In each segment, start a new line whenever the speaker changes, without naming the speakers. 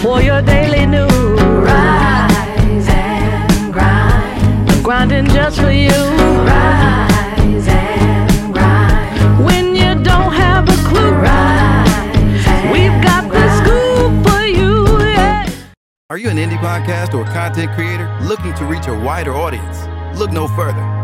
for your daily news.
Rise and grind.
Grinding just for you.
Rise and grind.
When you don't have a clue,
Rise and
we've got the scoop for you. Yeah.
Are you an indie podcast or content creator looking to reach a wider audience? Look no further.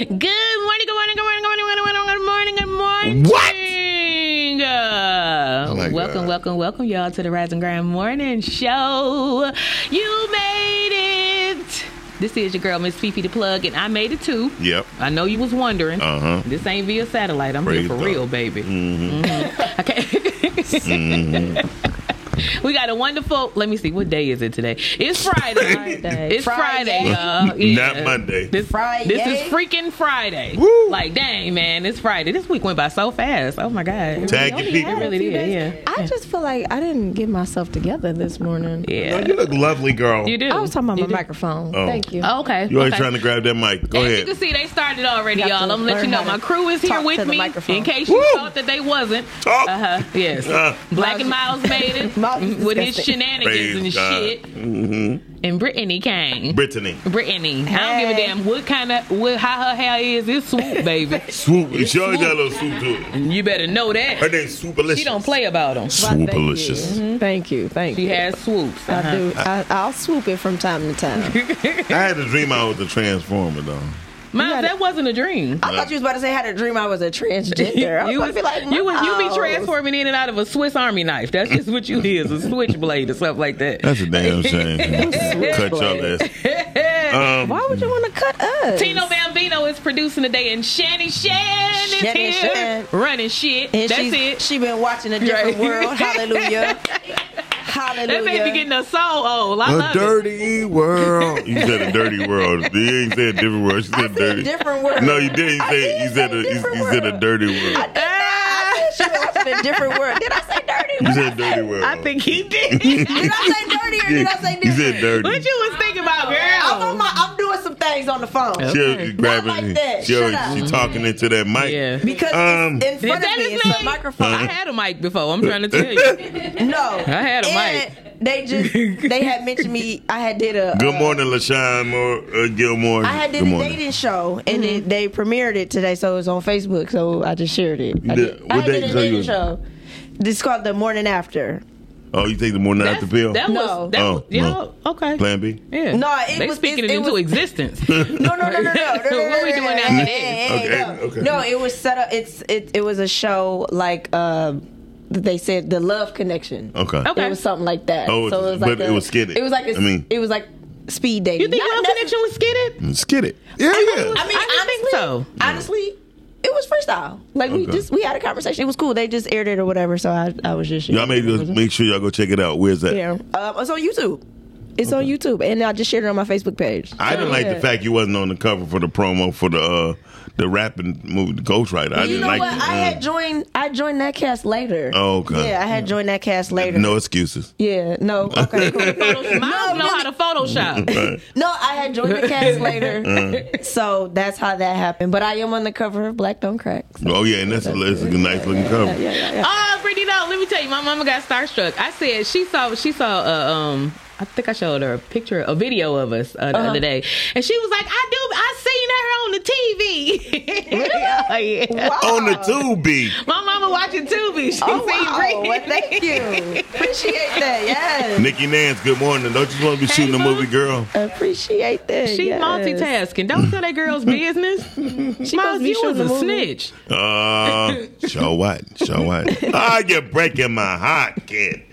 Good morning, good morning, good morning, good morning, good morning, good morning, good morning.
What?
Uh,
Oh my
welcome,
God.
welcome, welcome, y'all, to the Rise and Grind Morning Show. You made it. This is your girl, Miss Fifi the Plug, and I made it too.
Yep.
I know you was wondering.
Uh huh.
This ain't via satellite. I'm
Praise
here for
God. Mm-hmm.
real, baby. Mhm. Okay. We got a wonderful. Let me see. What day is it today? It's Friday. It's Friday, y'all. Yeah.
Not Monday.
This
Friday.
This is freaking Friday.
Woo.
Like, dang, man, it's Friday. This week went by so fast. Oh my god.
Tag your
It
people.
really did. Yeah.
I just feel like I didn't get myself together this morning.
No,
Yeah.
Oh, you look lovely, girl.
You do.
I was talking about
You
my
do.
microphone.
Oh.
Thank you.
Oh, okay.
You always
okay.
trying to grab that mic. Go
As
ahead.
you can see, they started already,
Got
y'all. I'm
to
gonna let you
learn
know.
how to
My crew is here
talk to
with
the
me.
microphone.
In case you
Woo!
thought that they wasn't.
Talk.
Uh huh. Yes.
Uh.
Black and Miles made it
Miles is
with his
disgusting.
shenanigans
Praise
and
God.
shit.
Mhm.
And Brittany came.
Brittany.
Brittany. I don't give a
Hey.
damn what kind of what how her hair is. It's swoop, baby.
Swoop. She always got a little swoop to it.
you better know that.
Her name's Swoopalicious.
She don't play about them.
Swoopalicious.
Mm-hmm. Thank you. Thank
She
you.
has Uh-huh. swoops.
I do. I, I'll swoop it from time to time.
I had a dream I was a transformer though.
Miles, that wasn't a dream.
I thought you was about to say I had a dream I was a transgender. I was
You
about
was,
to be like,
you was you be
"Miles."
transforming in and out of a Swiss Army knife. That's just what you is, a switchblade or something like that.
That's a damn shame. Cut your ass. Um,
Why would you want to cut us?
Tino Bambino is producing today, and Shani Shan is
Shani
here
Shan.
running shit.
And
That's
she's,
it.
She been watching a different
Right.
world. Hallelujah.
That
Hallelujah.
baby getting a soul old. I
a
love it.
dirty world. You said a dirty world. You ain't said different world. You said,
said
dirty.
different world.
No, you didn't. You
I
said
did
you said
say
a, you,
different
you said a
world.
dirty world.
Ah,
I said she been watching a different world. Did I say dirty?
You said dirty world.
I think he did.
Did I say dirty or did I say
you
different?
said dirty.
what you was thinking about,
I'm, on
girl?
my, I'm doing some things on the phone.
She'll grabbing
Not like that.
She, always-
Shut up.
she talking into that mic.
Yeah.
Because
Um, Uh-huh.
it's in
Is
front of
that
me,
his
it's a
name?
microphone.
I had a mic before. I'm trying to tell you.
No, I
had a
mic. They just they had mentioned me. I had did a
Good
uh,
morning, LaShawn Moore, uh, Gilmore.
I had did
Good
a
morning.
dating show
Mm-hmm.
and it, they premiered it today, so it's on Facebook. So I just shared it. I
did-
did,
what
I had did
dating
a
show you
dating
was-
show. This is called the morning after.
Oh, you take the morning after pill?
That
No.
was that
Oh,
was y'all okay.
Plan B?
Yeah.
No, it
they
was-
speaking it,
it- it
into
was-
existence.
No, no, no, no, no. no, no, no,
What we
no,
doing
no,
after
no,
this?
no, no,
Okay,
no.
okay.
No, it was set up. It's it. It was a show like uh, they said the love connection.
Okay.
Okay.
It was something like that.
Oh,
so it was like
but
a,
it was skidded.
It was like a,
I mean-
it was like speed dating.
You think
Not
Love
necessarily-
Connection was skidded?
Let's get it. Yeah, yeah.
I mean,
I didn't think
honestly,
so.
honestly, it was freestyle. Like we
Okay.
just we had a conversation. It was cool. They just aired it or whatever. So I, I was just
Y'all make, make sure y'all go check it out. Where's that?
yeah. Um, it's on YouTube. It's on YouTube, and I just shared it on my Facebook page.
I didn't like the
Yeah.
fact you wasn't on the cover for the promo for the uh, the rapping movie, the Ghost Rider. I
You
didn't
know
like
what?
it.
I
Uh,
had joined. I joined that cast later.
Oh, okay.
Yeah, I had joined that cast later.
No excuses.
Yeah. No. Okay. cool.
Miles know how to Photoshop.
Right.
no, I had joined the cast later.
Mm.
so that's how that happened. But I am on the cover of Black Don't Crack. So,
Oh yeah, and that's, a, that's a nice looking cover.
yeah, yeah, yeah.
oh, Brittany, no, let me tell you, my mama got starstruck. I said she saw she saw uh, um I think I showed her a picture, a video of us uh, the other day, and she was like, "I do, I seen her on the TV." Oh, yeah.
On the two B.
My mama watching Tubi. She
Oh,
seen
wow.
Britney.
Well, thank you. Appreciate that. Yes.
Nikki Nance, good morning. Don't you want to be shooting a
Mom.
movie, girl?
Appreciate that.
She
yes.
multitasking. Don't tell that girl's business. She
supposed to be
you was
shooting
a
a movie.
snitch.
Uh, show what? Show what? Ah, you're breaking my heart, kid.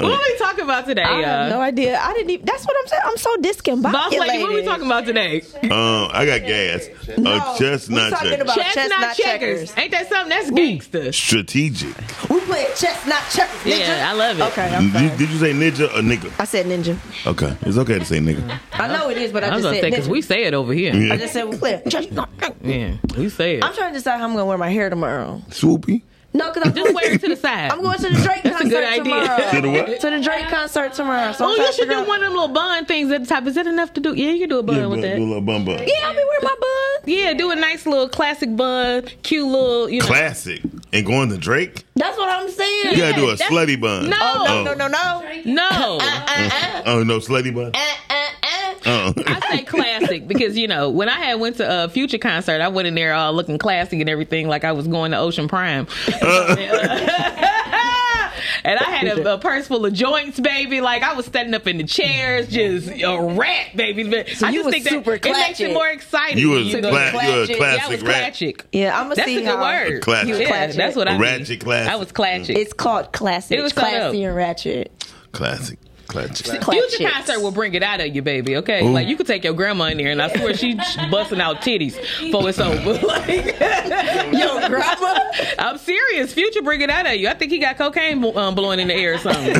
What are we talking about today,
I have no
y'all?
idea. I didn't even. That's what I'm saying. I'm so discombobulated.
Boss lady, what are we talking about today? Chestnut,
Um, I got gas. Uh,
No,
a
we
chestnut
talking
check.
about- chestnut
checkers.
Oh, checkers.
Ain't that something? That's gangster.
Strategic.
We playing chestnut checkers. Ninja.
Yeah, I love it.
Okay, I'm
Did you,
sorry.
did you say ninja or nigga?
I said ninja.
Okay, it's okay to say nigga.
I know it is, but I,
I was
just
gonna
said
say because
ninja.
we say it over here.
I
Yeah.
just said we playing chestnut.
Yeah, we say it.
I'm trying to decide how I'm gonna wear my hair tomorrow.
Swoopy.
No, because I'm
Just
going
wear it to the side.
I'm going to the Drake
That's a
concert
good idea.
tomorrow.
To the what?
To the Drake concert tomorrow. So I'm
oh,
trying
you
to
should
figure
do
out-
one of them little bun things at the top. Is that enough to do? Yeah, you can do a bun
Yeah,
with
bu-
that.
do a little bum bum.
Yeah, I'll be wearing my bun.
Yeah, do a nice little classic bun, cute little, you know.
Classic. And going to Drake?
That's what I'm saying.
You gotta do a
that's-
slutty bun.
No.
Oh, no, no,
Oh.
no, no.
no,
Oh, no, slutty bun?
Uh, uh, uh.
Uh-uh.
I say classic because you know when I had went to a Future concert, I went in there all looking classy and everything, like I was going to Ocean Prime. And I had a, a purse full of joints, baby. Like I was standing up in the chairs, just a rat, baby. But I
you
just
was
think
super
that it makes
clatchig.
it more exciting.
You was
to go-
cla- you a
Clatchig.
yeah, I was
classic rat.
clatchig.
Yeah, I'm gonna
That's
see
a good
how
word.
Classic.
You
Yeah,
clatchig.
that's what I mean.
Ratchet classic.
I was clatchig.
It's called classic.
It was
classy
called
and ratchet.
Classic. Classic.
Future
Clatchigs.
concert will bring it out of you, baby. Okay, like you could take your grandma in there, and I swear she's busting out titties for it's over. like,
Yo, grandma.
I'm serious. Future bring it out of you. I think he got cocaine bl- um, blowing in the air or something.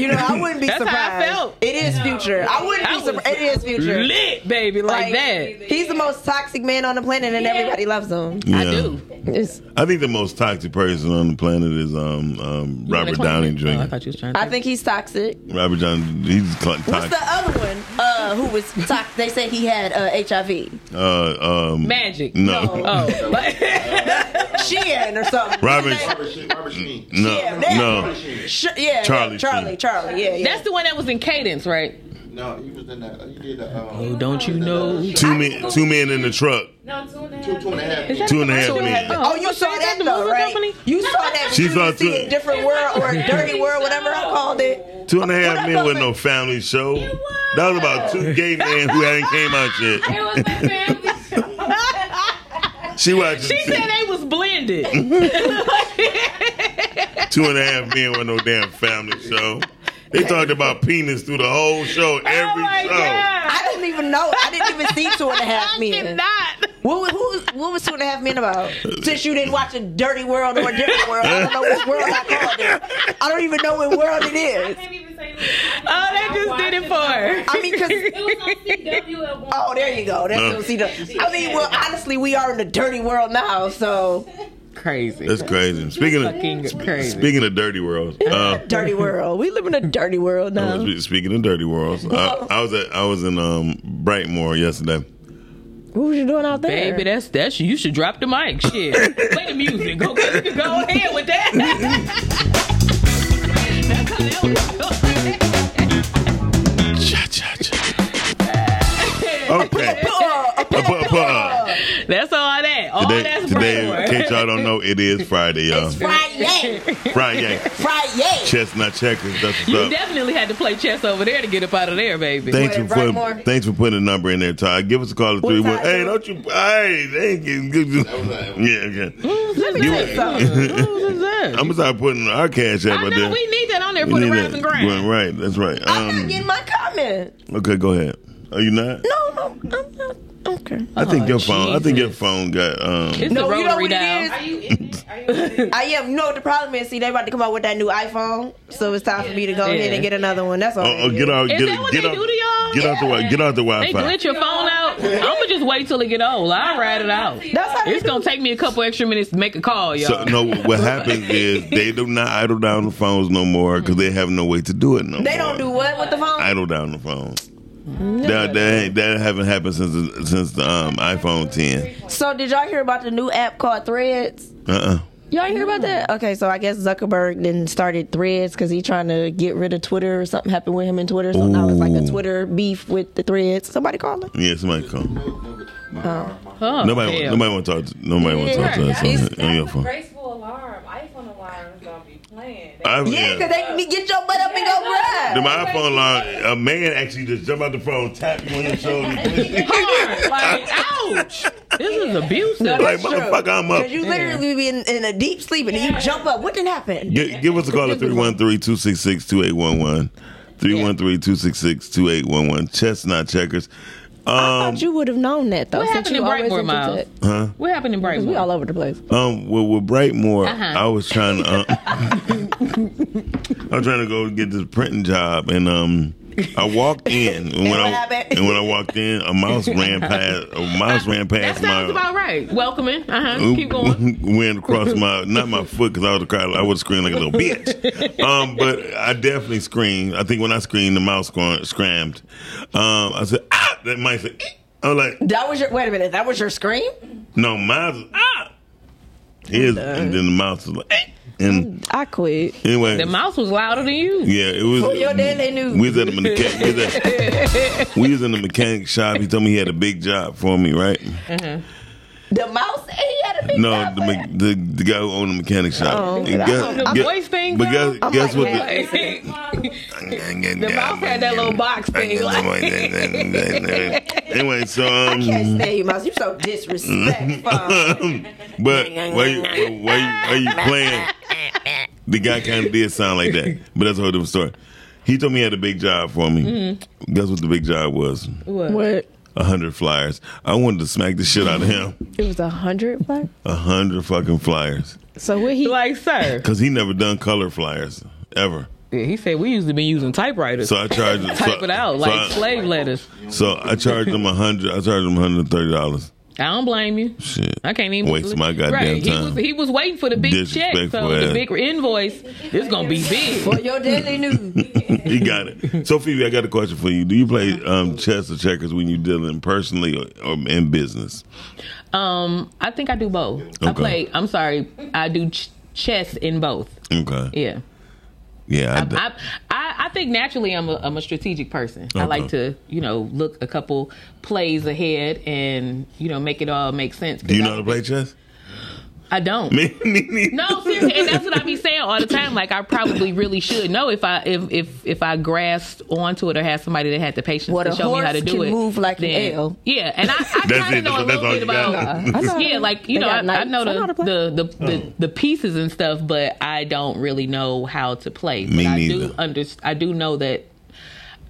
You know, I wouldn't be
That's how I
surprised.
felt.
It is future. I wouldn't
I
be
was
surprised. It is future.
Lit, baby, like, that.
He's the most toxic man on the planet, and everybody loves him.
Yeah.
I do.
It's-
I think the most toxic person on the planet is um, um, Robert Downey Jr.
Oh, I thought you was trying. To
I think he's toxic.
Robert Downey, he's cl-
What's
toxic.
the other one? Uh, who was toxic? They said he had uh, HIV.
Uh, um,
magic.
No.
Oh,
Sheehan or something.
Robert, no,
Yeah,
no.
Sh- yeah,
Charlie
yeah, Charlie,
Sheen.
Charlie. Yeah, yeah.
that's the one that was in Cadence, right?
No, he was in
uh,
that. He did the. Um,
Oh, don't you know?
Two men, two men in the truck.
No, two and a half.
Two, two and a half.
Is that
Two
the
and a half
commercial?
men.
Oh, you saw
is
that
the
though,
movie
right?
company?
You saw that.
She
You
saw
see
two-
a different world or a dirty world, whatever I called it.
Two and a half
What
men
about
with
it?
no family show. That was about two gay men who hadn't came out
It
yet.
was my family.
She watched
She
two,
said they was blended.
two and a half men with no damn family show. They talked about penis through the whole show,
oh
every
my
show.
god!
I didn't even know. I didn't even see two and a half
I
men.
cannot. Oh,
What was, who was, what was two and a half men about? Since you didn't watch a dirty world or a different world, I don't know what world I called it. I don't even know what world it
I
is.
can't even say what
Oh, they just did it for her.
I mean, because.
It was on CW at one.
Oh, there you go. That's
Uh.
what see the. I mean, well, honestly, we are in the dirty world now, so
Crazy.
That's crazy. Speaking
Fucking
of sp-
crazy.
speaking of dirty world, uh,
dirty world. We live in a dirty world
I
now.
was spe- speaking of dirty worlds, I, I was at I was in um, Brightmoor yesterday.
What was you doing out there,
Baby, that's that's you should drop the mic. Shit. Play the music. Go, go, go ahead with that. That's how that was.
Cha cha cha. Okay.
Uh,
Uh, pu- pu- uh,
That's all that. All
Today,
Oh, that's
today, in
brainwork.
case y'all don't know, it is Friday, y'all.
Friday,
Friday,
Friday.
chestnut checkers. That's
You
what's up.
definitely had to play chess over there to get up out of there, baby.
Thanks for,
Wait, right,
putting,
Mark?
thanks for putting a number in there, Ty. Give us a call at three one.
Ty
Hey,
do?
don't you? Hey, they ain't getting good. Yeah, okay.
Let me
You-
tell you something. Who's this?
I'm gonna start putting our cash app
I
out
know
there.
we need that on there
We
for the
need
rise
that.
and grind.
Right, right, that's right.
I'm
Um,
not getting my comment.
okay, go ahead. Are you not?
No, no, I'm not. Okay.
I think
Oh,
your phone. I think your
Jesus.
phone got. Um,
It's
No,
the
you know
rotary
what
dial.
it is.
Are you in it? Are you in it?
I am. You know what the problem is? See, they about to come out with that new iPhone, so it's time for me to go ahead and get another one. That's all.
oh, oh, get out.
Is
get,
that what
get
they
out,
do to y'all?
Get out the wi- get out the
They
Wi-Fi.
glitch your phone out. I'ma just wait till it get old. I'll ride it out.
That's how they
It's gonna take me a couple extra minutes to make a call, y'all.
So no, what happens is they do not idle down the phones no more because they have no way to do it no.
They
more.
don't do what with the phone?
idle down the phone. That, that ain't- that haven't happened since the, since the um, iPhone 10.
so did y'all hear about the new app called Threads?
Uh uh
Y'all hear about that? Okay, so I guess Zuckerberg then started Threads because he trying to get rid of Twitter or something happened with him in Twitter. So now it's like
Ooh.
a Twitter beef with the Threads. Somebody call it.
Yeah, somebody come.
Oh,
Nobody,
hell. Oh,
nobody want to talk. To, nobody want to talk to us on,
That's
on your
a
phone.
graceful
I,
Yeah, because they can get your butt up and go ride.
Then my iPhone line, a man actually just jump out the phone, tap you on the shoulder.
Hard. Like, ouch. This is abusive.
No,
like,
that's true.
motherfucker, I'm up.
Because you literally be in, in a deep sleep and then you jump up. What didn't happen?
Gi- give us a call at 313-266-2811. 313-266-2811. Chestnut Checkers. Um,
you would have known that though.
What happened in Brightmore, Miles?
huh?
What happened in Brightmore?
over the place.
Um, well, with Brightmore,
Uh-huh.
I was trying to. Uh, I'm trying to go get this printing job, and um, I walked in, and when
what
I
happened?
and when I walked in, a mouse ran past. A mouse ran
that
past
sounds
my.
about right. Welcoming. Uh huh. Keep going.
Went across my not my foot because I was crying. I would scream like a little bitch. Um, but I definitely screamed. I think when I screamed, the mouse scr- scrammed. Um, I said ah. That mice said. "Eh." I was like,
That was your wait a minute. That was your scream.
no, mouse. was, Ah. His and then the mouse was like. "Eh." And
I quit.
anyway,
The mouse was louder than you.
Yeah, it was.
For Oh, your dad, they knew.
We was at the mechanic. We was, at- we was in the mechanic shop. He told me he had a big job for me, right?
Mm-hmm. The mouse. and He had a big
No,
mouth.
the, me- the the guy who owned the mechanic shop.
Oh,
And
okay.
guess-
I'm-
The
guess-
voice thing.
But
girl?
guess, guess what?
like,
The,
The mouse had that little box thing, like-
anyway, so
I
um,
can't stand you, mouse. You so disrespectful.
but why you, why you why you playing? The guy kind of did sound like that, but that's a whole different story. He told me he had a big job for me.
Mm-hmm.
Guess what the big job was?
What?
What?
A hundred flyers. I wanted to smack the shit out of him.
It was a hundred black.
A hundred fucking flyers.
So what he?
Like, sir.
Cause he never done color flyers ever.
Yeah, he said we usually been using typewriters.
So I charged him.
Type
so,
it out
so
like
I-
slave letters.
So I charged him a hundred. I charged him hundred and thirty dollars.
I don't blame you.
Shit.
I can't even
Waste my goddamn
right.
time.
He was, he was waiting for the big check,
Disrespectful
so
ass.
the big invoice. This gonna be big.
For your daily news.
he got it. So Phoebe, I got a question for you. Do you play um, chess or checkers when you're dealing personally or, or in business?
Um, I think I do both. I
Okay.
play. I'm sorry, I do ch- chess in both.
Okay. Yeah,
Yeah.
I, do.
I, I I think naturally I'm a, I'm a strategic person. I
Okay.
like to you know look a couple plays ahead and you know make it all make sense. 'cause
do you know
I-
how to play chess?
I don't.
Me, me, me.
No, seriously, and that's what I be saying all the time. Like I probably really should know if I if if if I grasped onto it or had somebody that had the patience
Well,
to
the
show me how
horse
to do
can
it.
move like an
then-
L.
Yeah, and I, I
That's
kind
it.
of know a
That's
little
all
bit
you got. Oh.
about.
I know.
Yeah, like you
They
know, I,
got
I
knights.
know
I know how
the
to play.
the the, the the pieces and stuff, but I don't really know how to play.
Me
but I
neither.
do under, I do know that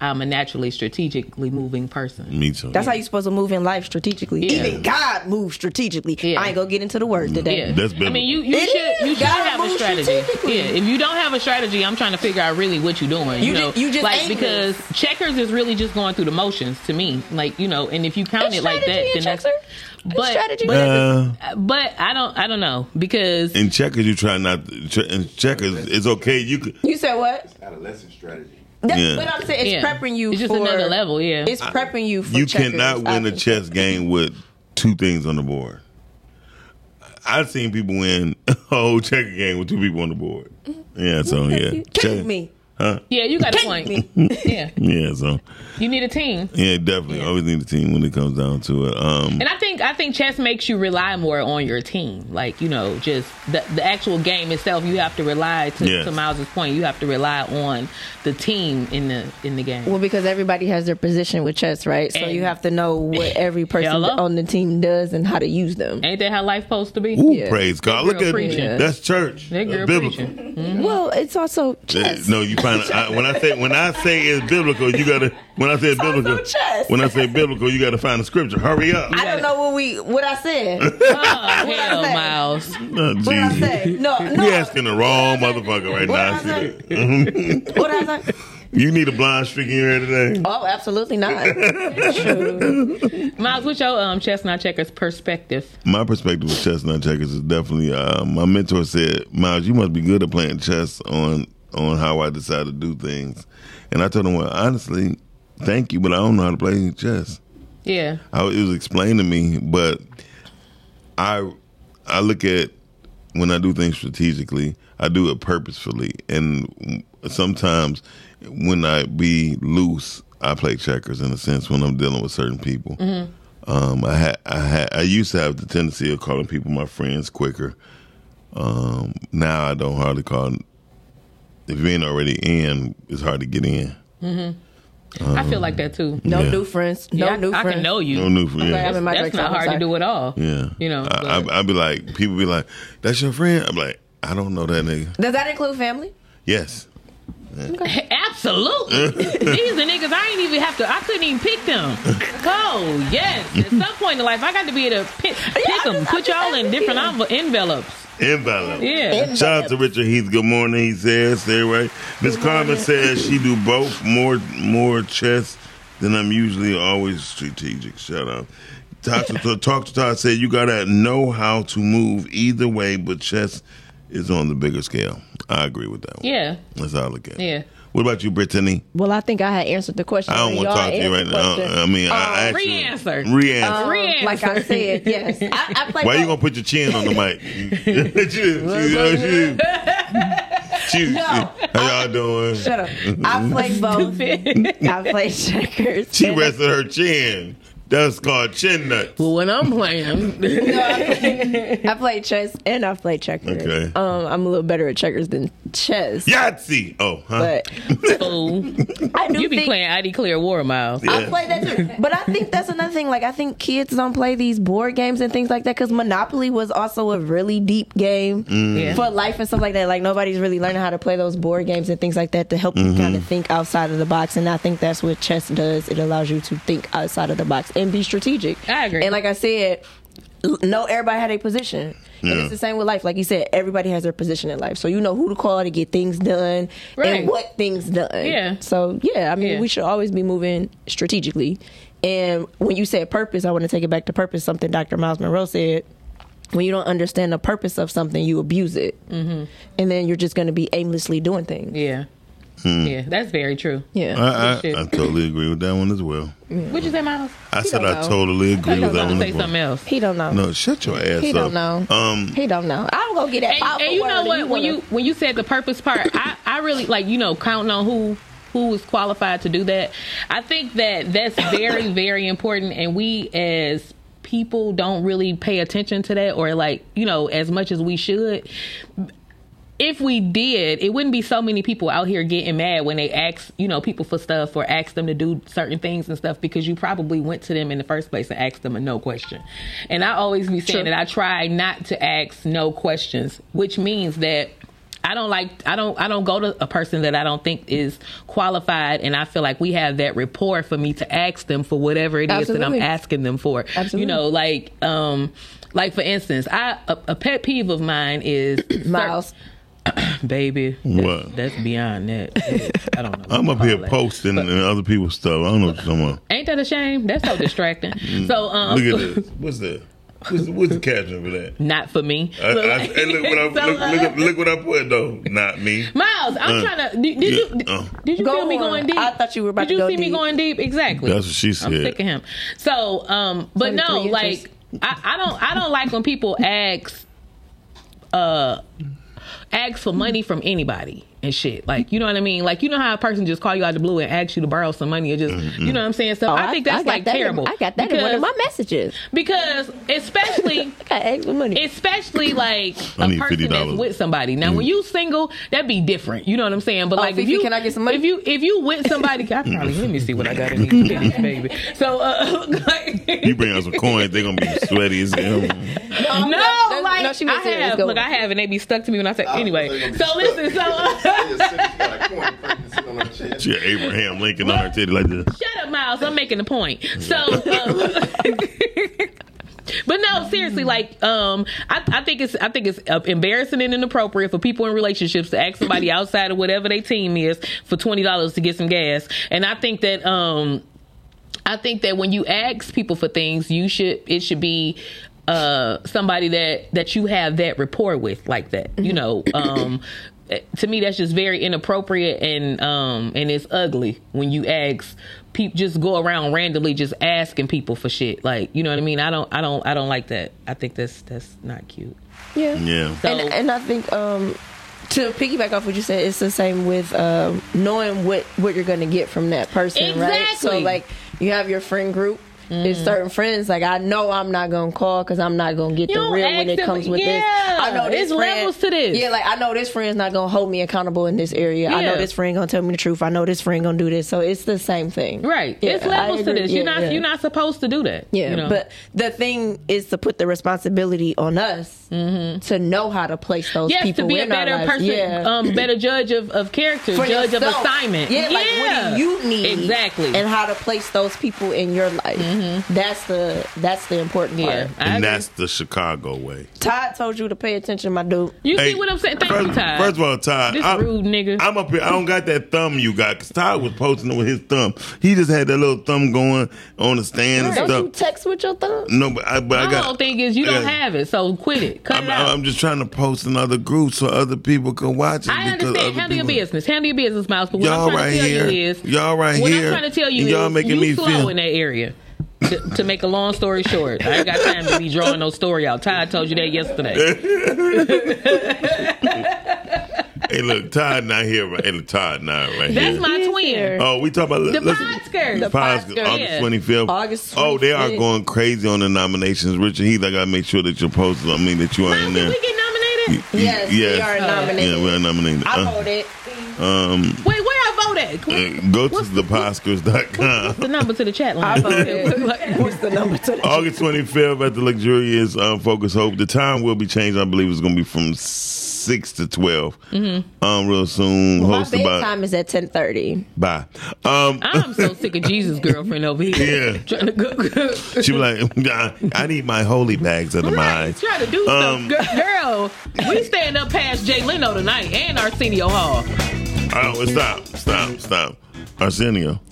I'm a naturally strategically moving person.
Me too.
That's how you're supposed to move in life strategically.
Yeah.
Even God moves strategically.
Yeah.
I ain't gonna get into the word today.
Yeah,
That's
I mean, you you
It
should
is.
you should
Gotta
have a
move
strategy.
strategically.
Yeah, if you don't have a strategy, I'm trying to figure out really what you're doing.
You
You, know,
ju- you just
like
aimless.
because checkers is really just going through the motions to me. Like you know, and if you count
It's
it like that,
strategy
then
in
that's
checker.
but
strategy.
But,
Uh,
but I don't I don't know because
in checkers, you try not. Che- in checkers, it's okay. You could.
You said what?
Adolescent strategy.
That's
Yeah.
what I'm saying. It's
yeah,
prepping you
It's just
for
another level. Yeah,
It's prepping you for
you
checkers,
cannot win a
obviously.
chess game with two things on the board. I've seen people win a whole checker game with two people on the board. Yeah, so yeah,
Kill
Check-
me.
yeah. You got a
Kill
point.
me.
Yeah,
Yeah, so
you need a team.
yeah, definitely always need a team when it comes down to it. Um,
And I think I think chess makes you rely more on your team. Like you know, just the the actual game itself, you have to rely to,
Yes.
to Miles's point. You have to rely on the team in the in the game.
Well, because everybody has their position with chess, right? So
And-
you have to know what every person
Hello?
on the team does and how to use them.
Ain't that how life supposed to be?
ooh,
yeah.
praise God! Look
girl
at
preaching.
that's church,
That girl
uh, biblical.
preaching.
Well, it's also
Uh,
chess.
No, you find I, when I say when I say it's biblical, you gotta when I say it's
also
biblical
chess.
when I say biblical, you gotta find the scripture. Hurry up!
I don't know what we what I said.
Oh, hell,
say?
Miles.
Oh,
What I
Jesus.
say? No, no.
We asking the wrong motherfucker right
What I
now. I see
say?
that.
What I say?
You need a blind streak in your hair today.
Oh, absolutely not.
Miles, what's your um chestnut checkers perspective?
My perspective with chestnut checkers is definitely. Uh, my mentor said, "Miles, you must be good at playing chess on on how I decide to do things." And I told him, "Well, honestly, thank you, but I don't know how to play chess."
Yeah.
I, it was explained to me, but I I look at when I do things strategically, I do it purposefully, and sometimes when I be loose, I play checkers in a sense when I'm dealing with certain people. Um, I had I had I used to have the tendency of calling people my friends quicker. Um, now I don't hardly call if you ain't already in, it's hard to get in.
I feel like that too.
No
Yeah.
new friends. No
yeah, I-
new
I,
friends.
can know you.
No new for yeah.
That's,
I'm in my
that's
drink
not
zone,
hard to
sorry.
do at all.
Yeah.
You know,
I,
but-
I, I'd be like, people be like, that's your friend? I'm like, I don't know that nigga.
Does that include family?
Yes.
Absolutely. These are niggas I ain't even have to I couldn't even pick them. Oh, yes. At some point in life I got to be able to pick, pick them. Put y'all in different envel- envelopes.
Envelope.
Yeah.
Shout out to Richard Heath. Good morning. He says, "Stay right." Miss Carmen says she do both more more chess than I'm usually always strategic. Shout out. Talk to, talk to Todd said you gotta know how to move either way, but chess is on the bigger scale. I agree with that one.
Yeah.
That's how I look at it.
Yeah.
What about you, Brittany?
Well, I think I had answered the question.
I don't want to
Y'all
talk to you right
answered
now.
the
I I mean, I actually
Oh, Re-answer.
Re-answer.
question.
Re-
Oh, like I said, yes. I, I play
Why you
both.
gonna put your chin on the mic? Shoot, shoot,
No.
How y'all doing?
Shut up. I play both. I play checkers.
She rested her chin. That's called chin nuts.
Well, when I'm playing,
I play chess and I play checkers.
Okay.
Um, I'm a little better at checkers than chess.
Yahtzee. Oh, huh?
But
fool,
I do
you be
think
playing ID Clear War Miles.
I play that too. But I think that's another thing. Like, I think kids don't play these board games and things like that because Monopoly was also a really deep game
Yeah.
for life and stuff like that. Like, nobody's really learning how to play those board games and things like that to help you kind of think outside of the box. And I think that's what chess does. It allows you to think outside of the box and be strategic.
I agree.
And like I said, l- know everybody had a position. And
Yeah.
it's the same with life. Like you said, everybody has their position in life. So you know who to call to get things done
Right.
and what things done.
Yeah.
So yeah, I mean
Yeah.
we should always be moving strategically. And when you said purpose, I want to take it back to purpose. Something Dr. Miles Monroe said: when you don't understand the purpose of something, you abuse it, mm-hmm. and then you're just going to be aimlessly doing things.
Yeah.
Hmm.
Yeah, that's very true.
Yeah.
I, I,
Shit.
I totally agree with that one as well.
Would you say Miles?
I said
don't
I
know.
totally agree
I
with
was
that
about to
one
say
as
something
well.
else.
he don't know.
No, shut your ass
He
up.
don't know.
Um,
He don't know. I'm gonna get that
and,
powerful
and you know
word.
what? when
wanna-
you when you said the purpose part, I, I really like you know counting on who who was qualified to do that. I think that that's very very important, and we as people don't really pay attention to that or like you know as much as we should if we did, it wouldn't be so many people out here getting mad when they ask, you know, people for stuff or ask them to do certain things and stuff because you probably went to them in the first place and asked them a no question. And I always be saying
True.
that I try not to ask no questions, which means that I don't like I don't I don't go to a person that I don't think is qualified and I feel like we have that rapport for me to ask them for whatever it is that
Absolutely.
I'm asking them for. You
Absolutely.
know, like um like for instance, I a, a pet peeve of mine is
Miles.
baby.
What?
That's beyond that. I don't know.
I'm up here
All that.
posting and other people's stuff. I don't know what you're talking about.
Ain't that a shame? That's so distracting. so um
Look at this. What's that? What's, what's the caption for that?
not for me.
I,
But
I,
like-
hey, look, what I,
so,
look,
uh,
look, look what I put though. Not me.
Miles, I'm
Uh,
trying to. Did, did you
yeah, uh.
did you
Go
feel me
on.
going deep?
I thought you were about
Did you
to go
see me
deep.
going deep? Exactly.
That's what she
I'm sick
said.
of him. So, um, but
It's
no,
only three
like I, I don't, I don't like when people ask, uh, ask for money from anybody and shit. Like, you know what I mean? Like, you know how a person just call you out of the blue and ask you to borrow some money or just, you know what I'm saying? So
Oh,
I think that's
got
like
that in-
terrible.
I got that in one of my messages.
because especially
I got extra money.
especially like
I
a
need Mm.
person that's
$50.
with somebody. Now, when you single, that'd be different. You know what I'm saying? But
Oh,
like, if
Fifi,
you
can I get some money?
If you if you with somebody, I probably let me see what I got in these titties, baby. So uh, like,
You bring out some coins, they're gonna be sweaty as hell.
no,
that's-
like
no, she was
I
serious.
have.
Go
Look,
on.
I have, and they be stuck to me when I say. Anyway, so listen, so. uh,
She got a coin pregnant sitting on her chest.
She had Abraham Lincoln on her titty like this.
Shut up, Miles. I'm making a point. So, um, but no, seriously, like, um, I, I think it's I think it's uh, embarrassing and inappropriate for people in relationships to ask somebody outside of whatever their team is for twenty dollars to get some gas, and I think that um, I think that when you ask people for things, you should it should be uh somebody that that you have that rapport with like that
Mm-hmm.
you know um eh, to me that's just very inappropriate and um and it's ugly when you ask people just go around randomly just asking people for shit like you know what i mean i don't i don't i don't like that i think that's that's not cute
Yeah.
Yeah.
so
and, and I think um, to piggyback off what you said, it's the same with um, knowing what what you're going to get from that person, right? So
Exactly. Mm.
like you have your friend group. There's certain friends like I know I'm not gonna call because I'm not gonna get
You
the
don't
real
ask
when it
them-
comes with this.
Yeah,
I know this
it's
friend-
levels to this.
Yeah, like I know this friend's not gonna hold me accountable in this area. I
Yeah.
know this friend gonna tell me the truth. I know this friend gonna do this. So it's the same thing,
Right.
Yeah,
it's
I
levels to
agree.
this.
Yeah,
you're not
yeah.
you're not supposed to do that.
Yeah,
you know?
but the thing is to put the responsibility on us to know how to place those
Mm-hmm. yes,
people
to be a
in our
better
lives.
person,
yeah.
um, better judge of, of character,
For
judge of
yourself.
assignment.
Yeah, like
Yeah.
what do you need
exactly? Mm-hmm.
and how to place those people in your life. That's the that's the important
yeah,
part.
I
and
agree.
that's the Chicago way.
Todd told you to pay attention, my dude.
you
Hey,
see what I'm saying. Thank
first,
you, Todd.
First of all, Todd,
This
I'm,
rude nigga.
I'm up here. I don't got that thumb you got because Todd was posting with his thumb. He just had that little thumb going on the stand and
Don't you
stuff.
text with your thumb?
No, but I, but
my
I got.
whole thing is
I
you don't
got-
have it, so quit it. Cut
I'm,
it out.
I'm just trying to post in other groups so other people can watch it.
I
because
understand.
other
Handle your
people-
business. Handle your business, Miles. But what
Y'all
I'm
right
trying to tell
here.
you is,
Y'all right
what
here.
I'm trying to tell you
Y'all
is,
making
you
me
slow
feel-
in that area. To, to make a long story short, I ain't got time to be drawing no story out. Todd told you that yesterday.
Hey, look, Todd not here. Right? Hey, look, Todd not right
That's
here.
my
He's
twin.
here.
Oh, we talk about
The
listen,
Podskers.
The
Pods-
Podskers.
August
Yeah.
twenty fifth.
August
Oh, they are
25th.
going crazy on the nominations. Richard Heath, I gotta make sure that you're posted. I mean that you are
Miles,
in
did
there.
we get nominated?
Y-
Yes, we are nominated.
Yeah, we are nominated.
I
Uh,
voted.
Wait, where I vote at? Can we-
uh, go to
What's-
theposcars.com.
What's the number to the chat line?
I voted. What's the number to the
August 25th at the luxurious um, Focus Hope. The time will be changed. I believe it's going to be from 6 to 12 um, real soon.
Mm-hmm. My
hosted by.
bedtime is at ten thirty.
Bye. Um,
I'm so sick of Jesus girlfriend over here.
Yeah.
Trying to go.
she was like, "I- I need my holy bags under my
Right,
eyes.
try to do
Um,
stuff, girl. We stand up past Jay Leno tonight and Arsenio Hall.
Oh, well, stop, stop, stop. Arsenio. Look,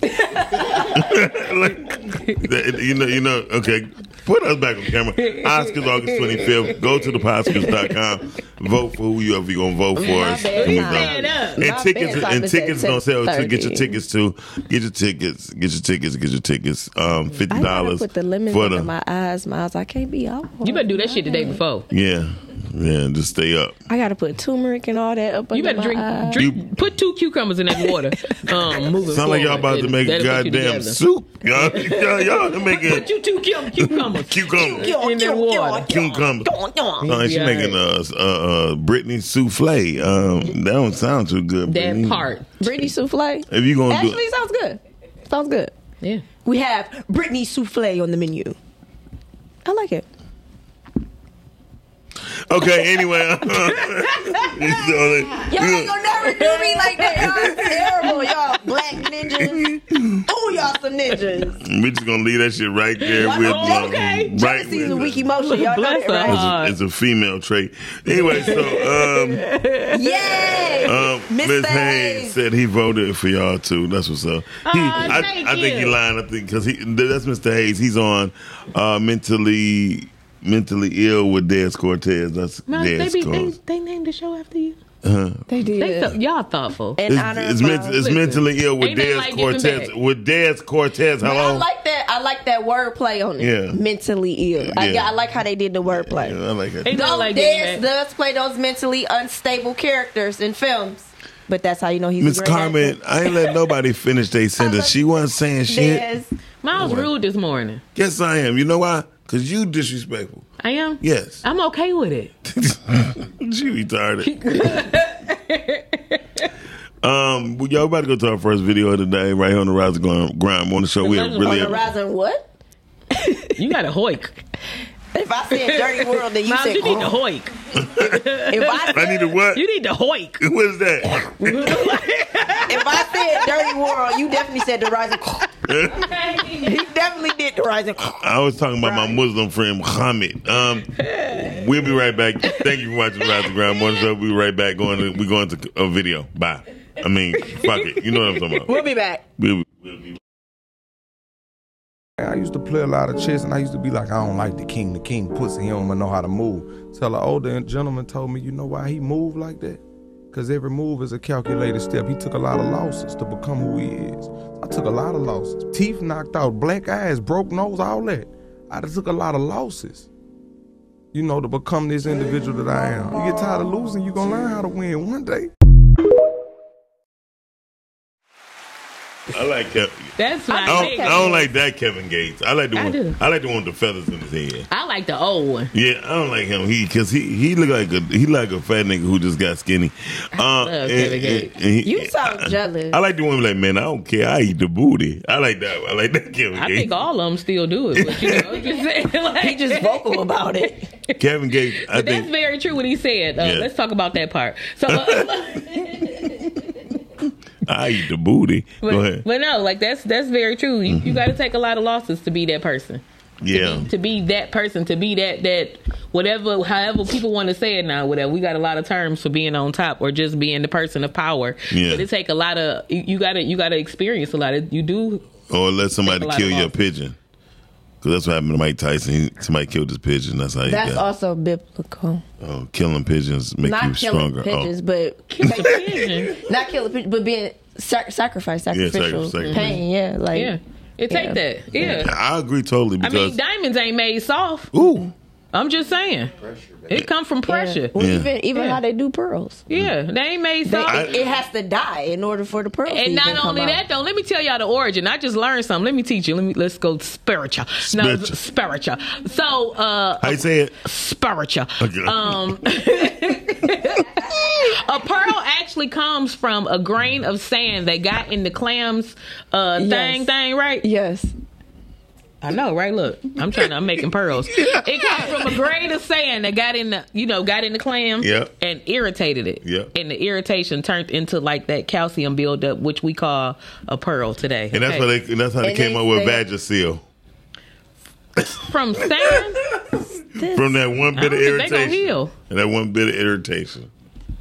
that- you know, you know, okay. Put us back on camera. Oscars August 25th. Go to theposcars.com. Vote for whoever you're going to vote for.
My bad,
You
Tom.
know.
up.
And
My
tickets
bad, Tom,
and
it's at
tickets on sale too. Get your
10:30.
tickets too. Get your tickets. Get your tickets. Get your tickets. Um, fifty
I gotta
dollars
put the lemons
for the
in my eyes, Miles. I can't be out.
You better do that shit the day before.
yeah, yeah. Just stay up.
I gotta put turmeric and all that up.
You
under
better drink,
my eyes.
drink,
You-
put two cucumbers in that water. Um, moving
Sound like y'all about
forward,
to
and
make a
that'll put you
goddamn
together.
soup. Y'all, y'all, y'all making
Put you two cum- cucumbers.
cucumbers.
in that water.
Cucumbers. Uh, she
Yeah.
making a uh, uh, Britney souffle. Um, that don't sound too good.
That
Britney.
part.
Brittany souffle.
If you gonna do
Actually, sounds good. Sounds good.
Yeah.
We have Brittany souffle on the menu. I like it.
okay, anyway. uh,
Y'all ain't gonna never do me like that. Y'all terrible. Y'all black ninjas. Oh, y'all some ninjas.
we just gonna leave that shit right there with um,
Okay.
right
This is a
with-
weak emotion. Y'all know
Bless
that, right?
her.
it's, a, it's a female trait. Anyway, so um,
Yay!
Um,
Miss
Miss
Hayes.
Hayes said he voted for y'all too. That's what's up. He,
Aw,
I,
thank
I think he
you.
lying. I think because he that's Mr. Hayes. He's on uh, mentally mentally ill with Des Cortez. That's
Miles, they,
Des
be, they,
Cortez.
they named the show after you.
Uh-huh.
They did.
They thought- y'all thoughtful.
In
It's,
honor
it's,
of
men-
uh,
it's
Listen,
mentally ill with
ain't nothing
Des
like giving
Cortez.
back.
With Des Cortez,
But I
hello.
like that. I like that wordplay on it.
Yeah.
Mentally ill. I,
Yeah.
I like how they did the wordplay.
I like it.
Ain't nothing
Go
like
dance,
giving back.
does play those mentally unstable characters in films. But that's how you know he's
Miss
a great actor.
Carmen, I ain't let nobody finish their sentence. She wasn't saying shit.
There's-
Miles rude this morning.
Yes, I am. You know why? Because you disrespectful.
I am.
Yes.
I'm okay with it.
She retarded. um, well, y'all about to go to our first video of the day right here on the Rise of Glam- Grime on the show. We are
Legend
really
on
The rising what?
You got a hoik.
If I said dirty world, then you
Miles,
said
you need to
girl.
hoik.
If I
I need a what?
You need to hoik.
What is that?
if I said dirty world, you definitely said the rising. he definitely did the rising.
I was talking about my Muslim friend Muhammad. Um, we'll be right back. Thank you for watching Rise of Grime on the show. We'll be right back. Going to, we're going to a video. Bye. I mean, fuck it. You know what I'm talking about.
We'll be back.
We'll, we'll be
I used to play a lot of chess, and I used to be like, I don't like the king. The king pussy. He don't even know how to move. Till an older gentleman told me, you know why he moved like that? Cause every move is a calculated step. He took a lot of losses to become who he is. I took a lot of losses. Teeth knocked out, black eyes, broke nose, all that. I done took a lot of losses. You know, to become this individual that I am. You get tired of losing, you gonna learn how to win one day.
I like Kevin.
That's what
I
I,
don't,
think.
I don't like that Kevin Gates. I like the
I do.
one. I, like the one with the feathers in his head.
I like the old one.
Yeah, I don't like him. He because he he look like a he like a fat nigga who just got skinny. Uh,
love Kevin Gates.
he-
You sound
I-
jealous.
I like the woman like man. I don't care. I eat the booty. I like that. one. I like that Kevin
I
Gates.
think all of them still do it. But you know, I'm just saying, like,
He just vocal about it.
Kevin Gates. I
But that's
think
very true what he said. Uh,
Yeah.
Let's talk about that part. So, uh,
I eat the booty. Go
but,
ahead. Mm-hmm.
but no, like that's that's very true. You, you got to take a lot of losses to be that person.
yeah.
to be that person, to be that that whatever, however people want to say it now, whatever. We got a lot of terms for being on top or just being the person of power.
Yeah.
But it take a lot of you- you got to you got to experience a lot. of You do.
Or let somebody
Take a lot
kill
of
your
losses.
pigeon. Because that's what happened to Mike Tyson. He, somebody killed his pigeon. That's how he
That's
got.
also biblical.
Oh, killing pigeons make you
Not killing
stronger. Oh.
pigeons, but
Vision.
not killing pigeons, but being sac- sacrifice,
sacrifice,
sacrificial
sacrifice.
pain. Yeah, like
Yeah, it
Yeah.
take that. Yeah.
Oh. I agree totally
I mean,
because
diamonds ain't made soft.
ooh,
I'm just saying, it come from
yeah.
pressure.
Well,
Yeah.
even even
Yeah.
how they do pearls,
Yeah, they ain't made
They-
soft.
it, it has to die in order for the pearls. to
and
even
not
come
only
out.
that though, let me tell y'all the origin. I just learned something. Let me teach you. Let me let's go spiritual. No,
Spiritual.
spiritual. So uh
how you say it?
spiritual.
Okay.
Um, a pearl actually comes from a grain of sand that got in the clams uh,
Yes.
thing thing, right?
yes,
I know, right? Look, I'm trying to. I'm making pearls. It comes from a grain of sand that got in the, you know, got in the clam,
Yep.
and irritated it.
Yep.
And the irritation turned into like that calcium buildup, which we call a pearl today.
And that's
okay?
how they. and that's how they
And
came
they
up with
say-
Vagisil
from sand.
from that one bit of
don't think they
irritation.
gonna heal.
And that one bit of irritation,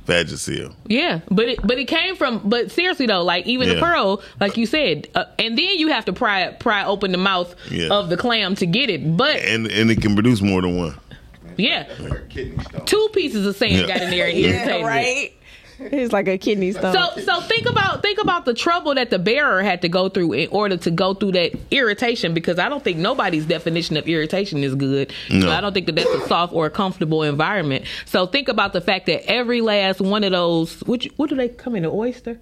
Vagisil.
Yeah, but it but it came from but seriously though, like even the
Yeah.
pearl, like you said, uh, and then you have to pry pry open the mouth
Yeah.
of the clam to get it. But
And and it can produce more than one.
yeah,
Her kidney stone.
two pieces of sand
Yeah.
got in there and
Yeah.
irritated. it.
right. It's like a kidney stone.
So so think about think about the trouble that the bearer had to go through in order to go through that irritation because I don't think nobody's definition of irritation is good.
No.
So I don't think that that's a soft or a comfortable environment. So think about the fact that every last one of those which what do they come in an oyster?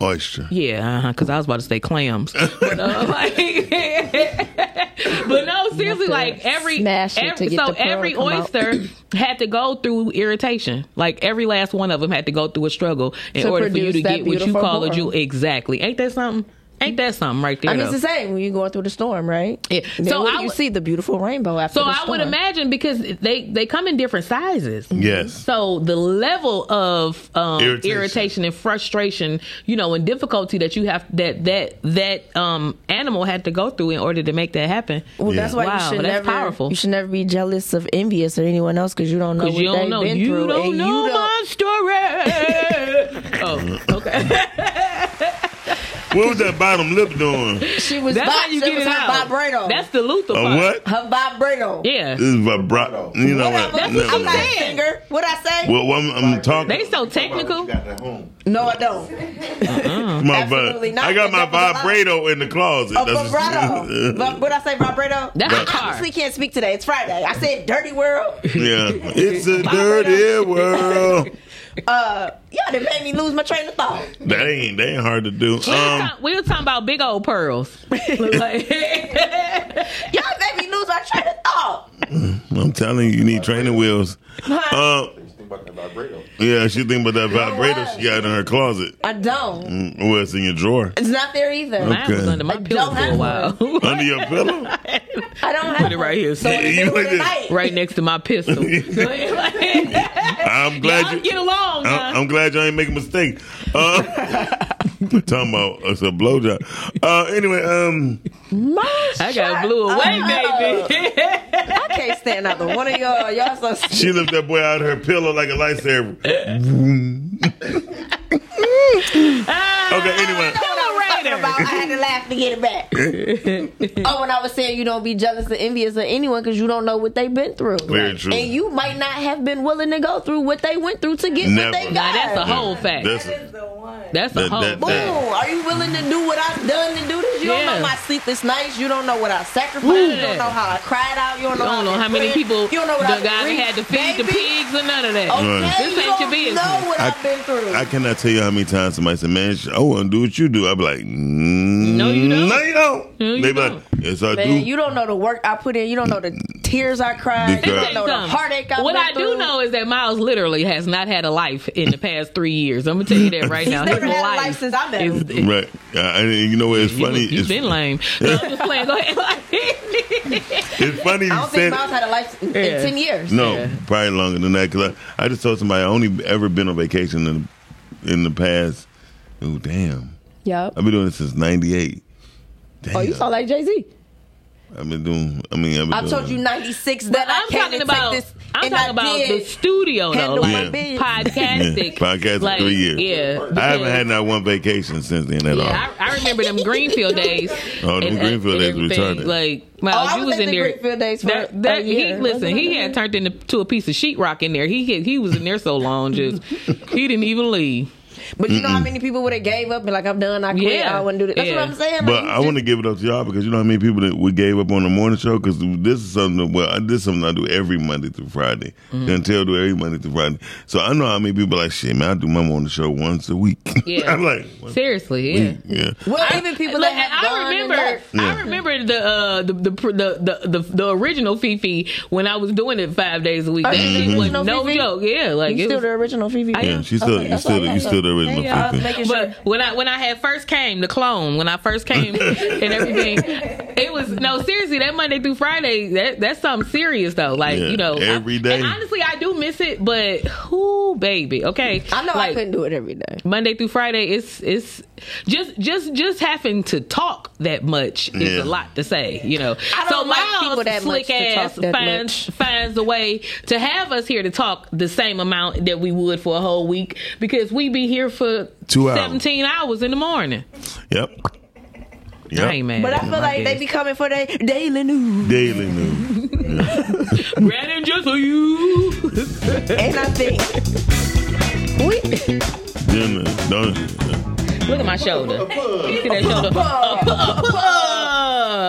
Oyster.
Yeah, uh because I was about to say clams. but, uh, like- but no, seriously,
to
like every
smash it to
every
get
so
the pearl
every
to come out.
oyster had to go through irritation. Like every last one of them had to go through a struggle in
To
order for you
produce
to
that
get what you
beautiful
call a
pearl.
jewel. Exactly. Ain't that something? Ain't that something right there?
I mean,
though?
it's the same when you're going through the storm, right?
Yeah. So
So
I
you
would-
see the beautiful rainbow after.
So
the
I would
storm.
imagine because they they come in different sizes.
Yes.
So the level of um, irritation.
Irritation.
and frustration, you know, and difficulty that you have that that that um, animal had to go through in order to make that happen.
Well, that's
Yeah.
why
Wow,
you should
that's
never.
powerful.
You should never be jealous of envious or anyone else because you don't know what
Because you
they've
don't know,
been
you
through,
don't
and
know
you
my
don't.
story. oh, okay.
What was that bottom lip doing?
She was.
That's how
That's
you get
was
it
her
out.
vibrato.
That's the Luther
A
part.
what?
her vibrato.
Yeah,
This is vibrato. You know
What
what?
I,
Never
am not a
mind.
singer. What I say?
Well, I'm, I'm talking.
they so
You
technical.
got that home.
no, I don't.
my
Absolutely
vi-
not.
I got my
That was a lie.
vibrato in the closet.
A
That's-
vibrato. but what I say, vibrato.
That's
I
hard.
obviously can't speak today. It's Friday. I said, "Dirty world."
yeah, it's a dirty world.
Uh, yeah, they made me lose my train of thought.
That ain't that ain't hard to do.
We were
Um,
talk- we were talking about big old pearls. Like-
Y'all made me lose my train of thought.
I'm telling you, you need training wheels. Um,
Just think about that vibrato.
yeah, she think about that vibrator she got in her closet.
I don't.
Mm, Well, it's in your drawer
It's not there either.
Mine was
Okay.
under my
I don't
pillow for a
have
while.
under your pillow.
I don't have
Put it right here.
So in the
You
middle of
like
the
this?
night,
right next to my pistol.
I'm glad
Y'all
you.
get along.
I'm,
huh?
I'm glad y'all ain't making mistakes. Uh, talking about it's a blowjob. Uh, anyway, um,
I got blew away, baby.
I can't stand either one of y'all. Y'all so stupid.
she lifted that boy out of her pillow like a lightsaber. okay, anyway.
talking about.
Accelerator.
I had to laugh to get it back. oh, when I was saying you don't be jealous or envious of anyone because you don't know what they've been through.
Very true.
And you might not have been willing to go through what they went through to get
Never.
what they
Now,
got.
that's a whole fact.
That's
That is the one.
That's a
That-
whole.
that-
Boom.
that-
Are you willing to do what I've done to do this? You
Yeah.
don't know my sleepless nights. You don't know what I sacrificed. You
Yeah.
don't know how I cried out. You don't know,
I don't know
I
how many
prayed.
people
You don't know what
the
I've
guy that
been
had to feed
through,
the
baby. Oh,
pigs and none of that.
Okay,
Right.
This ain't
you
your
don't
business.
Know what I,
I-
have been through.
I cannot tell you how many times somebody said, "Man, sh- I want to do what you do." i be like, No,
you don't.
No, you don't.
No, you
They be
don't.
like, yes, I
Man,
do.
you don't know the work I put in. You don't know the tears I cried. You
Because-
don't know the
Something.
heartache I
What
went
I do
through.
know is that Miles literally has not had a life in the past three years. I'm gonna tell you that right now.
never
His
had a life since I met him.
is- is-
right. Uh, and you know what? It's
You,
funny.
you've
it's,
been lame. No, I'm just playing. Go ahead.
it's funny
I
you
don't
said
think Miles had a life in, in
Yeah.
ten years.
No,
Yeah.
probably longer than that. Cause I, I just told somebody I only ever been on vacation in the, in the past. Oh damn!
Yep.
I've been doing this since '98. Damn.
Oh, you sound like Jay Z.
I've been doing. I mean, I've been
I
doing,
told you ninety six that
I'm
I can't
talking about.
take this.
I'm
and
talking
I
about the
did.
studio though,
handle
my
like
business.
podcastic.
Yeah, podcasting
like,
three years.
Yeah,
I haven't had not one vacation since then at all.
Yeah, I, I remember them Greenfield days.
Oh, them Greenfield days were
uh, everything.
retarded.
Like,
Oh,
Miles,
I
you
was
was
at
in
the
there.
Greenfield Oh, days for
That,
a
that he
year.
listen, he had turned into to a piece of sheetrock in there. He had, he was in there so long, just he didn't even leave.
But you know how many people would have gave up and like I'm done, I quit,
Yeah.
I don't want to do this. That's
Yeah.
what I'm saying.
But I want to give it up to y'all because you know how many people that we gave up on the morning show because this is something. That, well, I- this is something I do every Monday through Friday.
Mm-hmm.
Until I do every Monday through Friday. So I know how many people like shit. Man, I do my morning show once a week.
Yeah.
I'm like, once
Seriously,
a
yeah.
week? yeah.
Well, even people
Look,
that have
I
gone
remember,
and left.
I remember the, uh, the, the pr- the the the the original Fifi when I was doing it five days a week.
Are
That
Oh, you the
shit was
original
no
Fifi?
joke. Yeah, like
You
it
still
was,
the original Phoebe.
Yeah, she's still, you still, you still the original.
I was
Fifi.
making sure.
But when I when I had first came the clone, when I first came and everything, it was no seriously that Monday through Friday that that's something serious though. Like
Yeah,
you know
every
I-
day.
and honestly, I do miss it, but who baby? Okay,
I know I
like,
couldn't do it every day.
Monday through Friday, it's it's just just just having to talk that much is
Yeah.
a lot to say, you know.
I
so
don't like
Miles,
people that
slick
much to talk
ass
that
finds finds a way to have us here to talk the same amount that we would for a whole week because we be here for
Two hours.
seventeen hours in the morning.
Yep.
I ain't
Yep.
mad.
But I
at
feel
them,
like they
guess.
be coming for their daily news.
Daily news.
Brandon, just for you.
And I think
Dinner. Done.
Look at my shoulder. You see that shoulder?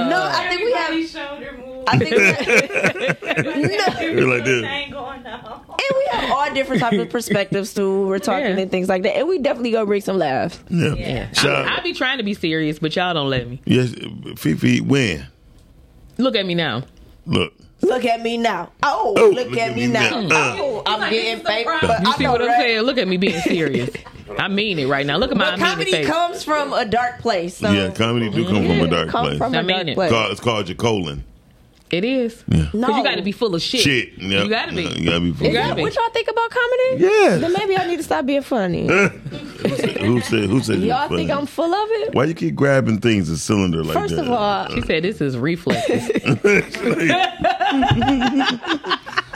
no, I think we have
Everybody's shoulder move.
I think we have,
You're like this.
Thing going on.
and we have all different types of perspectives too. We're talking
Yeah.
and things like that. And we definitely gonna bring some laughs.
Yeah. Shout
I be trying to be serious, but y'all don't let me.
Yes, Fifi, when?
Look at me now.
Look.
Look at me now. Oh,
Oh,
look, at, me now.
Uh.
Oh, I'm
like,
getting
this is a
paper.
problem.
But
You
I
see
know,
what I'm
right?
saying? Look at me being serious. I mean it right now. Look at my
But
I mean it
comedy
face.
comes from a dark place. So
yeah, comedy do come from a dark
come
place.
from
I
a
mean
dark
it.
place.
It's called- it's called your colon.
it is.
No,
Cause you got to be full of shit.
Shit. Yep.
You got to be.
You gotta be.
You gotta be.
What y'all think about comedy? Then
Yeah.
maybe I need to stop being funny.
who said? Who said?
Y'all
it's funny?
think I'm full of it?
Why you keep grabbing things? A cylinder like
First
that.
of all,
She said this is reflexes.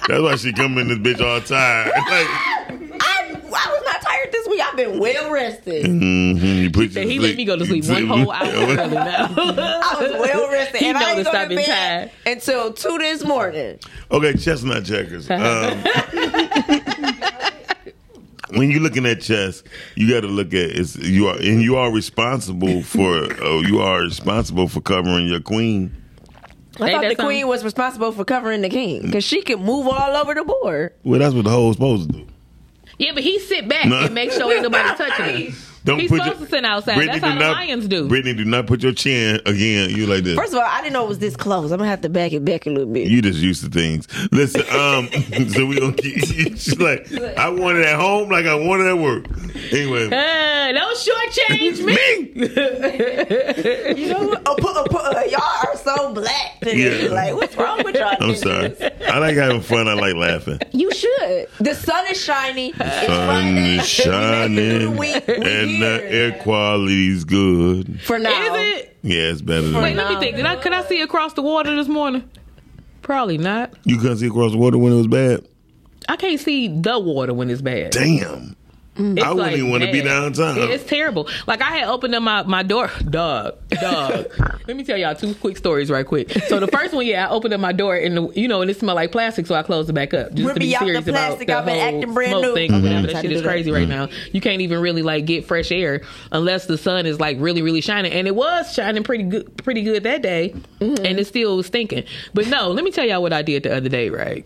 that's why she come in this bitch all tired. Like,
I, I was not tired this week. I've been well rested.
mhm, you put you
Said he let me go to sleep one whole hour early now.
I was well rested.
He
and I
noticed
ain't go
I've
to
been
bed until two this morning.
Okay, chestnut checkers. Um, when you're looking at chess, you got to look at it's you are and you are responsible for uh, you are responsible for covering your queen.
I
Ain't
thought
that
the
something?
queen was responsible for covering the king because she could move all over the board.
Well, that's what the hoe's supposed to do.
yeah, but he sit back
No.
and make sure ain't nobody touching him.
Don't
He's
put
supposed
your,
to sit outside.
Brittany,
That's how
do
the
not-
lions do.
Brittany, do not put your chin again. You like this.
First of all, I didn't know it was this close. I'm gonna have to back it back a little bit.
you just used to things. Listen, um, so we gonna keep. She's like, I want it at home, like I want it at work. Anyway,
Uh, don't shortchange me.
You know what? Uh, pu- uh, pu- uh, y'all are so black today.
Yeah.
Like, what's wrong with y'all?
I'm sorry. I like having fun. I like laughing.
You should.
The sun is shining. It's
Sun
Friday.
is shining,
We- we
and the
here.
air quality's good.
For now,
Is it?
Yeah, it's better than
Wait,
that.
let me think. Did I could I see across the water this morning? Probably not.
you couldn't see across the water when it was bad.
I can't see the water when it's bad.
Damn,
Mm. It's
I wouldn't
like
even want to be
bad.
downtown.
It- It's terrible. Like I had opened up my, my door. Dog, dog. Let me tell y'all two quick stories right quick. So the first one, yeah, I opened up my door and the, you know, and it smelled like plastic, so I closed it back up just
Rippy
to be
out the
serious about
plastic.
the
I've been
whole
acting brand
smoke
new.
thing.
Mhm.
Whatever.
Trying
That
to
shit
do
is
that. Mm-hmm.
crazy right now. You can't even really like get fresh air unless the sun is like really really shining, and it was shining pretty good pretty good that day,
Mm-hmm.
and it still was stinking. But no, let me tell y'all what I did the other day, right?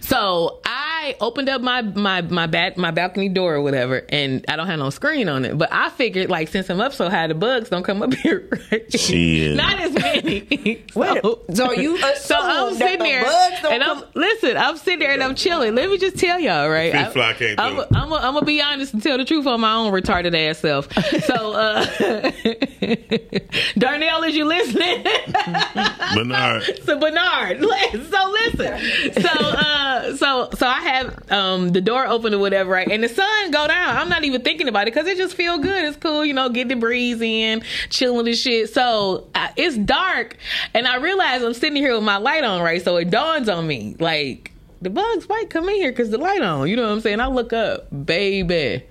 So I I opened up my my my back my balcony door or whatever, and I don't have no screen on it. But I figured, like, since I'm up so high, the bugs don't come up here. Right?
Shit.
Not as many.
Wait a-
Oh,
so you
Uh,
So I'm
assume that
sitting
the
there,
bugs don't
and I'm
come-
listen. I'm sitting there and I'm chilling. Let me just tell y'all, right?
Big fly came
I'm
through.
I'm gonna be honest and tell the truth on my own retarded ass self. So, uh, Darnell, is you listening?
Bernard.
so Bernard, so listen. So uh so so I have um the door open or whatever, right? And the sun go down. I'm not even thinking about it because it just feel good. It's cool, you know, get the breeze in, chilling and shit. So I, it's dark, and I realize I'm sitting here with my light on, right? So it dawns on me, like the bugs might come in here because the light on. You know what I'm saying? I look up, baby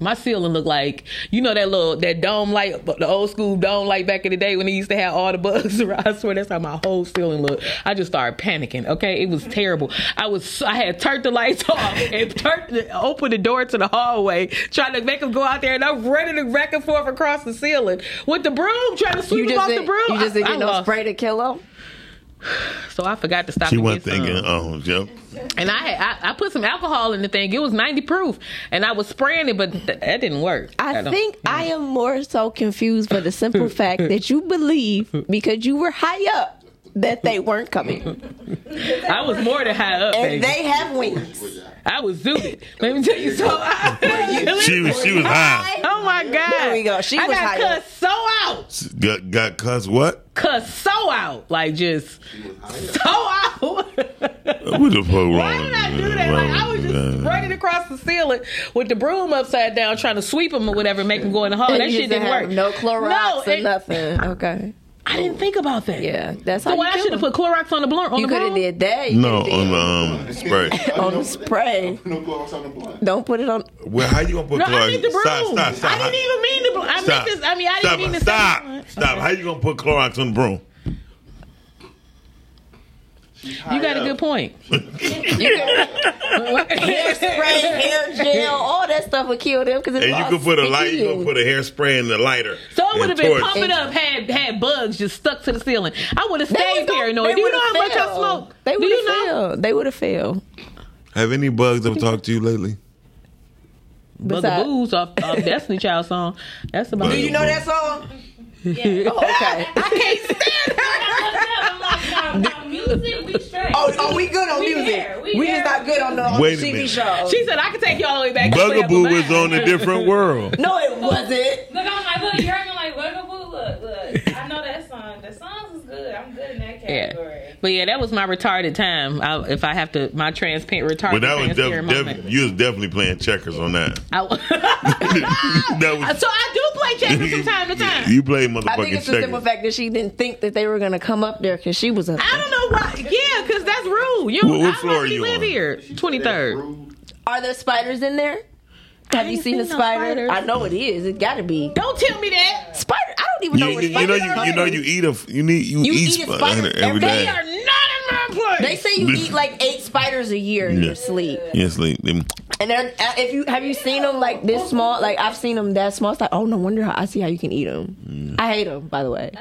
my ceiling looked like you know that little that dome light the old school dome light back in the day when they used to have all the bugs around. I swear that's how my whole ceiling looked. I just started panicking. Okay, it was terrible. I was so- I had turned the lights off and turned the, opened the door to the hallway, trying to make them go out there, and I'm running back and forth across the ceiling with the broom, trying to
You
sweep them
just
off the
didn't,
broom.
you just
I-
didn't
I
get no
lost.
spray to kill them.
so I forgot to stop.
She
and
wasn't
get some.
thinking. Oh, yep.
And I, had, I I put some alcohol in the thing. It was 90 proof, and I was spraying it, but th- that didn't work.
I
don't-
think I am more so confused for the simple fact that you believe because you were high up that they weren't coming.
I was more than high up, baby.
And they have wings.
I was zooted. Let me tell you something.
She was she was high.
oh my god.
There we go. She
I
was
got
high up.
cussed so out.
Got got cussed what?
Cussed so out. Like just so out.
What the fuck wrong?
Why did I do that? Like I was just running across the ceiling with the broom upside down, trying to sweep them or whatever, make them go in the hall.
And
that
you
shit
just
didn't
have
work.
No Clorox
No,
or
it-
nothing. Okay,
I didn't think about that.
yeah, that's
So
how
why I
you
should
do
have
it.
put Clorox on the blunt on
You
the
could have
broom?
did that. You
No,
coulda did
on the um spray.
Oh,
on the spray.
No gloves on the blunt.
Don't put it on.
Well, how you gonna put
No,
Clorox?
I need the broom.
Stop, stop, stop.
I didn't even mean the broom. I
Stop.
meant this. I mean, I didn't
stop,
mean to say-
Stop, stop. How you gonna put Clorox on the broom?
You got a good point.
Spray, hair gel, all that stuff would kill them because it's
And you
all
can put a
sticky
light. You
and-
can put a hairspray in the lighter.
So it would have
and
been
torch.
pumping up had had bugs just stuck to the ceiling. I would have
They
stayed
was gonna-
paranoid.
they
Do you
would've
know how much I
failed.
smoke?
They
Do
would
you
have
know?
failed. They would have failed.
Have any bugs ever talked to you lately?
Besides-
Bugaboos off, off Destiny Child song. That's about
Do
You know that song?
Oh, okay.
Now, music, we straight.
Oh, oh, we good on
We
music.
there, we
We,
there.
just not good on the, on the
Wait a
TV
minute.
shows.
She said I could take you all the way back. to
Bugaboo
forever."
was on a different world.
no, it wasn't.
Look, I'm like, look, you're like, look, look, look. I know that song. The songs is good. I'm good in that category.
Yeah, but yeah, that was my retarded time. I, if I have to, my transparent retarded.
But that was def-
transparent
def-
moment.
you was definitely playing checkers on that.
I-
That was-
so I do play checkers from time to time.
You played
I think
motherfucking
it's the simple
checkers.
fact that she didn't think that they were going to come up there because she was a.
I don't know why. Yeah, because that's rude. You
What- what
I don't
floor are
really
you
live
on?
here. Twenty third.
Are there spiders in there? Have you
ain't
seen a
seen no
spider?
spiders.
I know it is. It got to be
Don't tell me that.
spider. I don't even
You,
know
you,
what
you know
spiders
you
are.
you know you eat a f- you need you,
You
eat
eat a
spider
spider
every
every
day.
They are not in my place.
They say you eat like eight spiders a year in
Yeah.
your sleep,
Yes, Lee. Them-
and they're, uh, if you have you seen them like this small, like I've seen them that small. It's like, oh no wonder how I see how you can eat them. I hate them, by the way.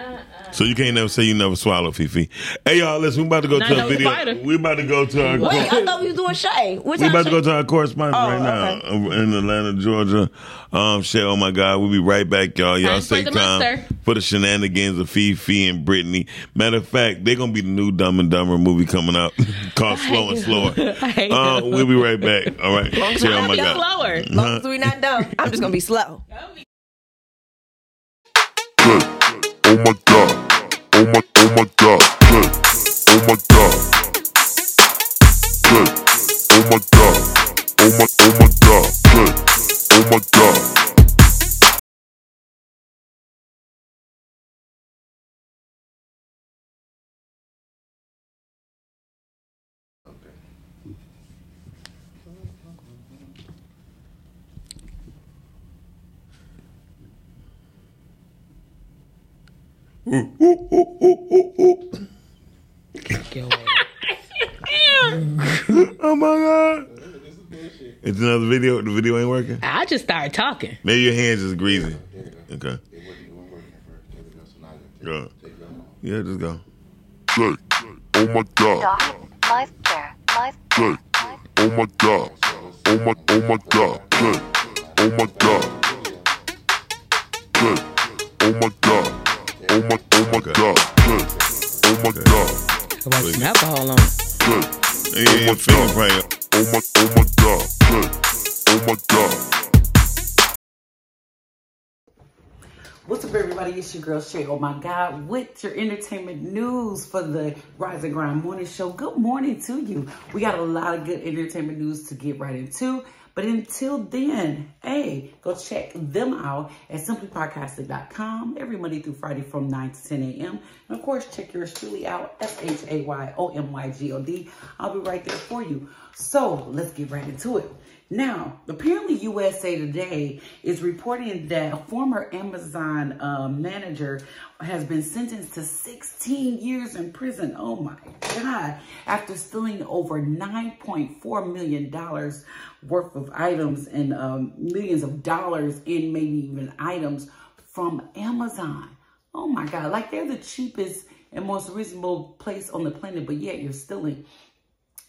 So you can't never say you never swallow, Fifi. Hey y'all, listen, we about to go
Not
to
no
a video.
spider.
We about to go to our
Wait,
cor-
I thought we was doing Shay. What
we
time
about to
Shay-
go to our correspondent
Oh,
right now uh, in Atlanta, Georgia. Um, Shay, oh my God, we'll be right back, y'all. Y'all
Time for
stay
the
time
monster.
for the shenanigans of Fifi and Brittany. Matter of fact, they're gonna be the new Dumb and Dumber movie coming out called Slow and Slower.
I hate
Uh,
them.
we'll be right back. All right, Shay, oh my
Be
God.
slower.
long as we not dumb, I'm just gonna be slow.
Oh my god. Oh my oh my god. Good. Oh my god. Good. Oh my god. Oh my oh my god. Good. Oh my god.
Oh my God. It's another video. The video ain't working.
I just started talking.
Maybe your hands is greasy. Okay. Go. Yeah, just go.
Good. Oh my god.
Life care. Life
Good. Oh oh my god, oh my, oh my god, good, oh my god, good, oh my god, oh my, oh my god, good, oh my god,
Wipe some alcohol on. it.
good,
They ain't even feeling right.
oh my, oh my god, good, oh my god.
What's up, everybody? It's your girl Shay. Oh my God, with your entertainment news for the Rise and Grind Morning Show. Good morning to you. We got a lot of good entertainment news to get right into. But until then, hey, go check them out at simplypodcasting.com every Monday through Friday from 9 to 10 a.m. And of course, check yours truly out, S H A Y O M Y G O D. I'll be right there for you. So let's get right into it. Now, apparently, USA Today is reporting that former Amazon uh, manager has been sentenced to 16 years in prison. Oh my God. After stealing over $9.4 million worth of items and um, millions of dollars in maybe even items from Amazon. Oh my God. Like they're the cheapest and most reasonable place on the planet, but yet you're stealing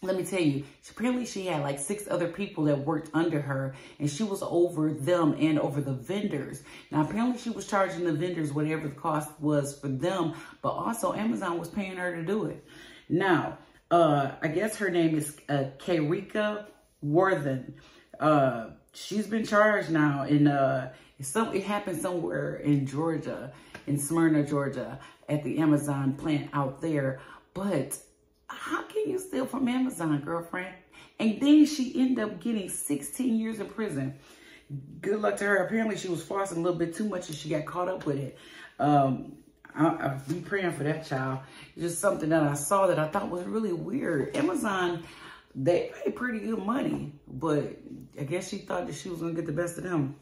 let me tell you, she- apparently she had like six other people that worked under her and she was over them and over the vendors. Now, apparently she was charging the vendors whatever the cost was for them, but also Amazon was paying her to do it. Now, uh, I guess her name is uh, Karika Worthen. Uh, she's been charged now in uh, some, it happened somewhere in Georgia, in Smyrna, Georgia, at the Amazon plant out there. But how can you steal from Amazon, girlfriend? And then she ended up getting 16 years in prison. Good luck to her. Apparently, she was flossing a little bit too much and she got caught up with it. Um, I, I be praying for that child. Just something that I saw that I thought was really weird. Amazon, they pay pretty good money, but I guess she thought that she was gonna get the best of them.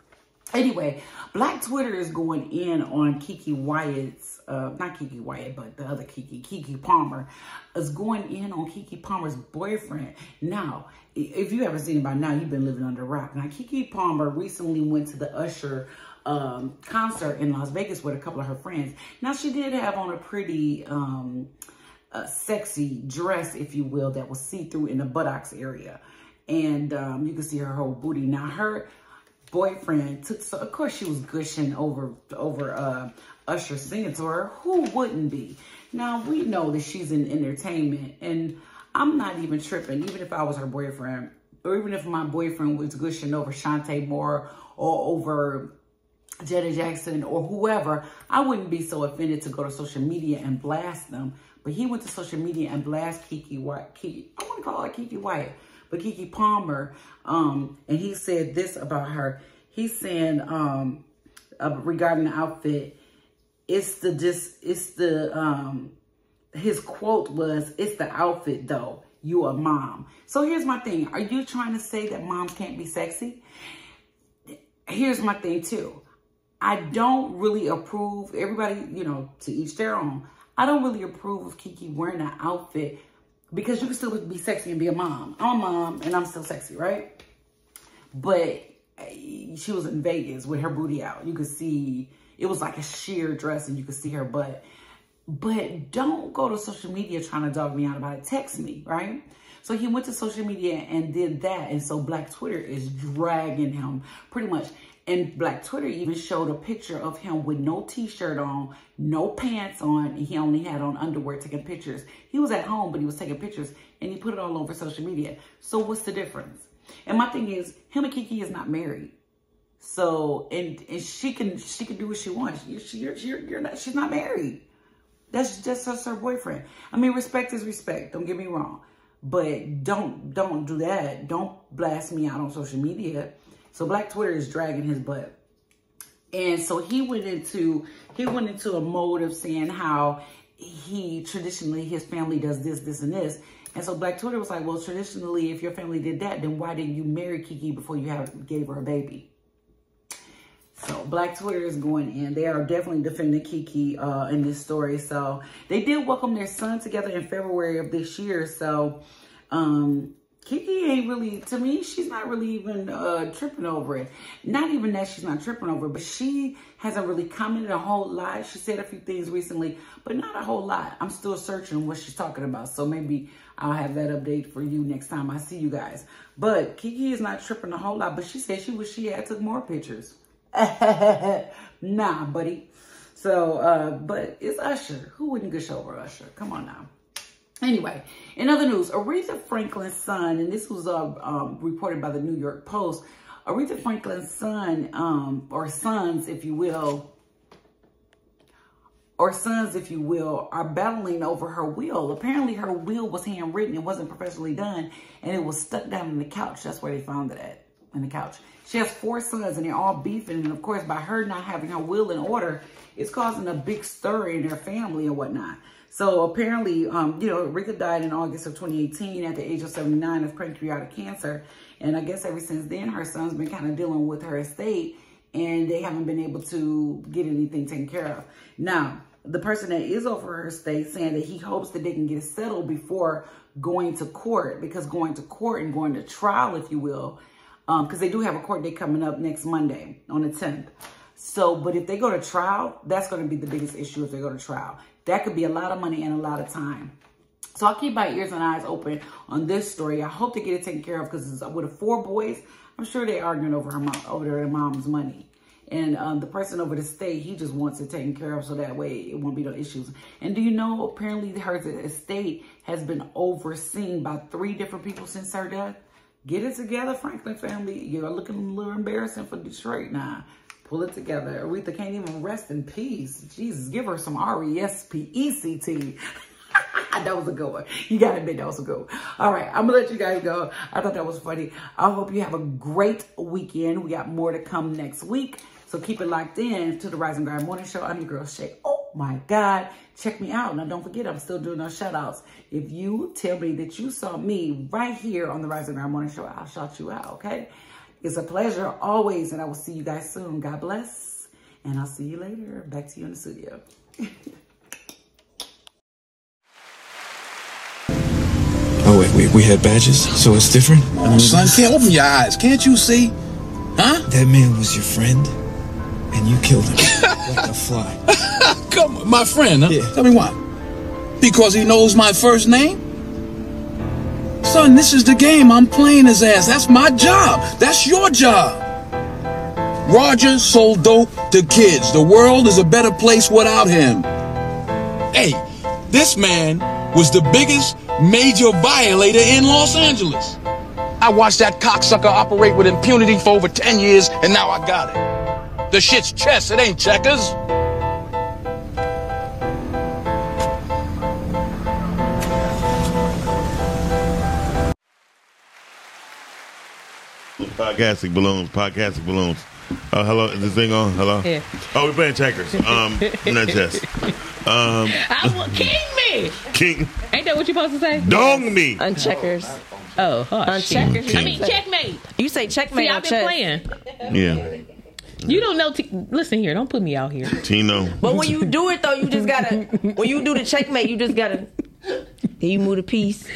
Anyway, Black Twitter is going in on Kiki Wyatt's, uh, not Kiki Wyatt, but the other Kiki, Kiki Palmer, is going in on Kiki Palmer's boyfriend. Now, i- if you haven't seen it by now, you've been living under a rock. Now, Kiki Palmer recently went to the Usher um, concert in Las Vegas with a couple of her friends. Now, she did have on a pretty, um, a sexy dress, if you will, that was see through in the buttocks area. And um, you can see her whole booty. Now, her boyfriend took, so of course, she was gushing over, over uh, Usher singing to her. Who wouldn't be? Now, we know that she's in entertainment, and I'm not even tripping, even if I was her boyfriend, or even if my boyfriend was gushing over Shantae Moore or over Jada Jackson or whoever, I wouldn't be so offended to go to social media and blast them. But he went to social media and blast Kiki White. Kiki, I want to call her Kiki White, but Kiki Palmer. Um, and he said this about her. He's saying um, uh, regarding the outfit, it's the just it's the um his quote was it's the outfit though you a mom so here's my thing are you trying to say that moms can't be sexy here's my thing too I don't really approve. Everybody, you know, to each their own. I don't really approve of Kiki wearing an outfit because you can still be sexy and be a mom. I'm a mom and I'm still sexy, right? But eh, she was in Vegas with her booty out. You could see it was like a sheer dress and you could see her butt. But don't go to social media trying to dog me out about it. Text me, right? So he went to social media and did that. And so Black Twitter is dragging him pretty much. And Black Twitter even showed a picture of him with no t shirt on, no pants on. And he only had on underwear taking pictures. He was at home, but he was taking pictures and he put it all over social media. So what's the difference? And my thing is, him and Kiki is not married. So and and she can she can do what she wants. You she you're, you're, you're not she's not married. That's just just her boyfriend. I mean, respect is respect. Don't get me wrong, but don't don't do that. Don't blast me out on social media. So Black Twitter is dragging his butt, and so he went into he went into a mode of saying how he traditionally his family does this this and this, and so Black Twitter was like, well, traditionally if your family did that, then why didn't you marry Kiki before you have gave her a baby? So Black Twitter is going in. They are definitely defending Kiki uh, in this story. So they did welcome their son together in February of this year. So um, Kiki ain't really, to me, she's not really even uh, tripping over it. Not even that she's not tripping over it, but she hasn't really commented a whole lot. She said a few things recently, but not a whole lot. I'm still searching what she's talking about. So maybe I'll have that update for you next time I see you guys. But Kiki is not tripping a whole lot, but she said she wish she had took more pictures. nah, buddy. So, uh, but it's Usher. Who wouldn't gush over Usher? Come on now. Anyway, in other news, Aretha Franklin's son, and this was uh, um, reported by the New York Post, Aretha Franklin's son, um, or sons, if you will, or sons, if you will, are battling over her will. Apparently, her will was handwritten, it wasn't professionally done, and it was stuck down in the couch. That's where they found it at, in the couch. She has four sons, and they're all beefing. And of course, by her not having her will in order, it's causing a big stir in their family and whatnot. So apparently, um, you know, Rika died in August of 2018 at the age of 79 of pancreatic cancer. And I guess ever since then, her son's been kind of dealing with her estate and they haven't been able to get anything taken care of. Now, the person that is over her estate saying that he hopes that they can get it settled before going to court because going to court and going to trial, if you will, because they do have a court date coming up next Monday on the 10th. So, but if they go to trial, that's going to be the biggest issue if they go to trial. That could be a lot of money and a lot of time. So I'll keep my ears and eyes open on this story. I hope they get it taken care of because with the four boys, I'm sure they're arguing over her mom, over their mom's money. And um, the person over the state, he just wants it taken care of so that way it won't be no issues. And do you know, apparently her estate has been overseen by three different people since her death. Get it together, Franklin family. You're looking a little embarrassing for Detroit now. Pull it together. Aretha can't even rest in peace. Jesus, give her some E R-E-S-P-E-C-T. that was a good one. You gotta admit that was a good one. All right, I'm gonna let you guys go. I thought that was funny. I hope you have a great weekend. We got more to come next week. So keep it locked in to the Rising Ground Morning Show. I'm your girl Shay. Oh my God. Check me out. Now don't forget, I'm still doing those shout outs. If you tell me that you saw me right here on the Rising Ground Morning Show, I'll shout you out, okay? It's a pleasure always, and I will see you guys soon. God bless, and I'll see you later. Back to you in the studio.
Oh, wait, wait, we had badges, so it's different?
Son, can't open your eyes. Can't you see? Huh?
That man was your friend, and you killed him like a fly.
Come, my friend. Huh? Tell me why. Because he knows my first name. Son, this is the game. I'm playing his ass. That's my job. That's your job. Roger sold dope to kids. The world is a better place without him. Hey, this man was the biggest major violator in Los Angeles. I watched that cocksucker operate with impunity for over 10 years, and now I got it. The shit's chess, it ain't checkers.
Podcasting balloons, podcasting balloons. Oh, hello. Is this thing on? Hello.
Yeah.
Oh, we're playing checkers. Um, not chess. Um,
I will king me.
king
Ain't that what you supposed to say?
dong me.
Uh, Uncheckers.
Oh, huh.
On checkers.
Okay.
I mean, checkmate.
You say checkmate
See,
on
I've been
chess.
playing.
Yeah,
You don't know. T- Listen here. Don't put me out here.
Tino.
But when you do it though, you just gotta. When you do the checkmate, you just gotta. Then you move the piece,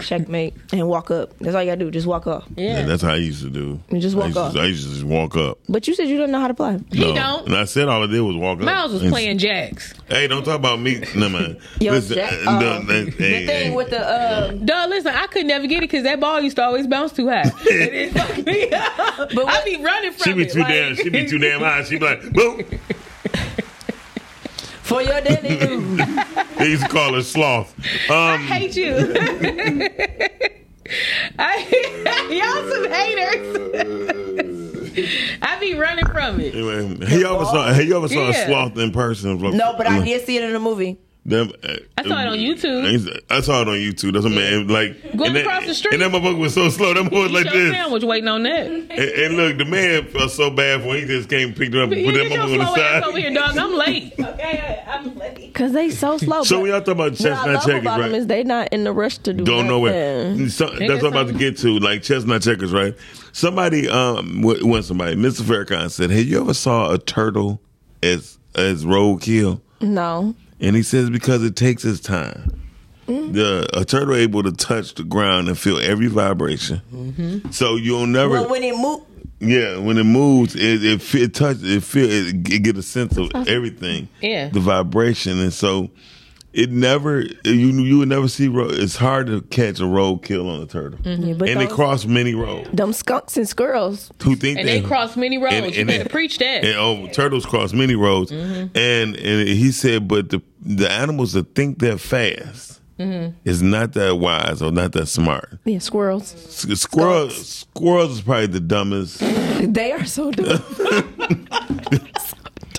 checkmate, and walk up. That's all you gotta do. Just walk up.
Yeah,
Yeah.
that's how I used to do.
You just walk
I used to-
up.
I used to just walk up.
But you said you don't know how to play.
He don't.
And I said all I did was walk up.
Miles was
And-
playing jacks.
Hey, don't talk about me. No man.
Yo, Jack-
uh,
uh,
no, that- hey,
The thing
hey.
with the uh,
Duh, listen, I could never get it because that ball used to always bounce too high. And it fucked me up. But I be running from
she be
it.
too
like-
damn. She be too damn high. She be like, boop.
for your daddy dude.
They used to call her sloth. Um,
hate you. I, y'all some haters. I be running from it.
anyway, hey, you ever saw? Hey, you ever saw
Yeah.
a sloth in person? uh,
No, but I did see it in a movie.
Them, uh,
I saw it on YouTube.
I used to- I saw it on YouTube. That's a man like
Going
and that-
across the street.
And that motherfucker was so slow. That motherfucker was
Eat
like
your
this.
sandwich waiting on that.
And, and look, the man felt so bad for when he just came and picked her up and
You
put that
get your
motherfucker on
slow ass
the
over here,
side.
dog. I'm late.
Okay, I'm late.
Cause they so slow.
So
but
when y'all talking about
what I
chestnut
love
checkers,
about
right?
them is they not in the rush to do.
Don't know
nothing.
where. So, that's what I'm about to get to, like chestnut checkers, right? Somebody, um, w- when somebody, Mr. Farrakhan said, "Hey, you ever saw a turtle as as roadkill?"
No.
And he says because it takes its time.
Mm-hmm.
The a turtle able to touch the ground and feel every vibration.
Mm-hmm.
So you'll never.
Well, when it move,
yeah, when it moves, it it, fe- it touches, it feel, it, it get a sense of
Uh-huh.
everything.
Yeah.
the vibration, and so it never you you would never see. Ro- it's hard to catch a roadkill on a turtle,
Mm-hmm.
Mhm. Yeah, but
and they
those-
cross many roads.
Them skunks and squirrels.
Who think
And they
that-
cross many roads.
And-
you
and
better
they-
preach that.
And, oh, turtles cross many roads,
Mm-hmm.
and and he said, but the the animals that think they're fast
Mhm.
Mm-hmm.
is not that wise or not that smart.
Yeah, squirrels.
S- Squirrels, squirrels is probably the dumbest.
They are so dumb.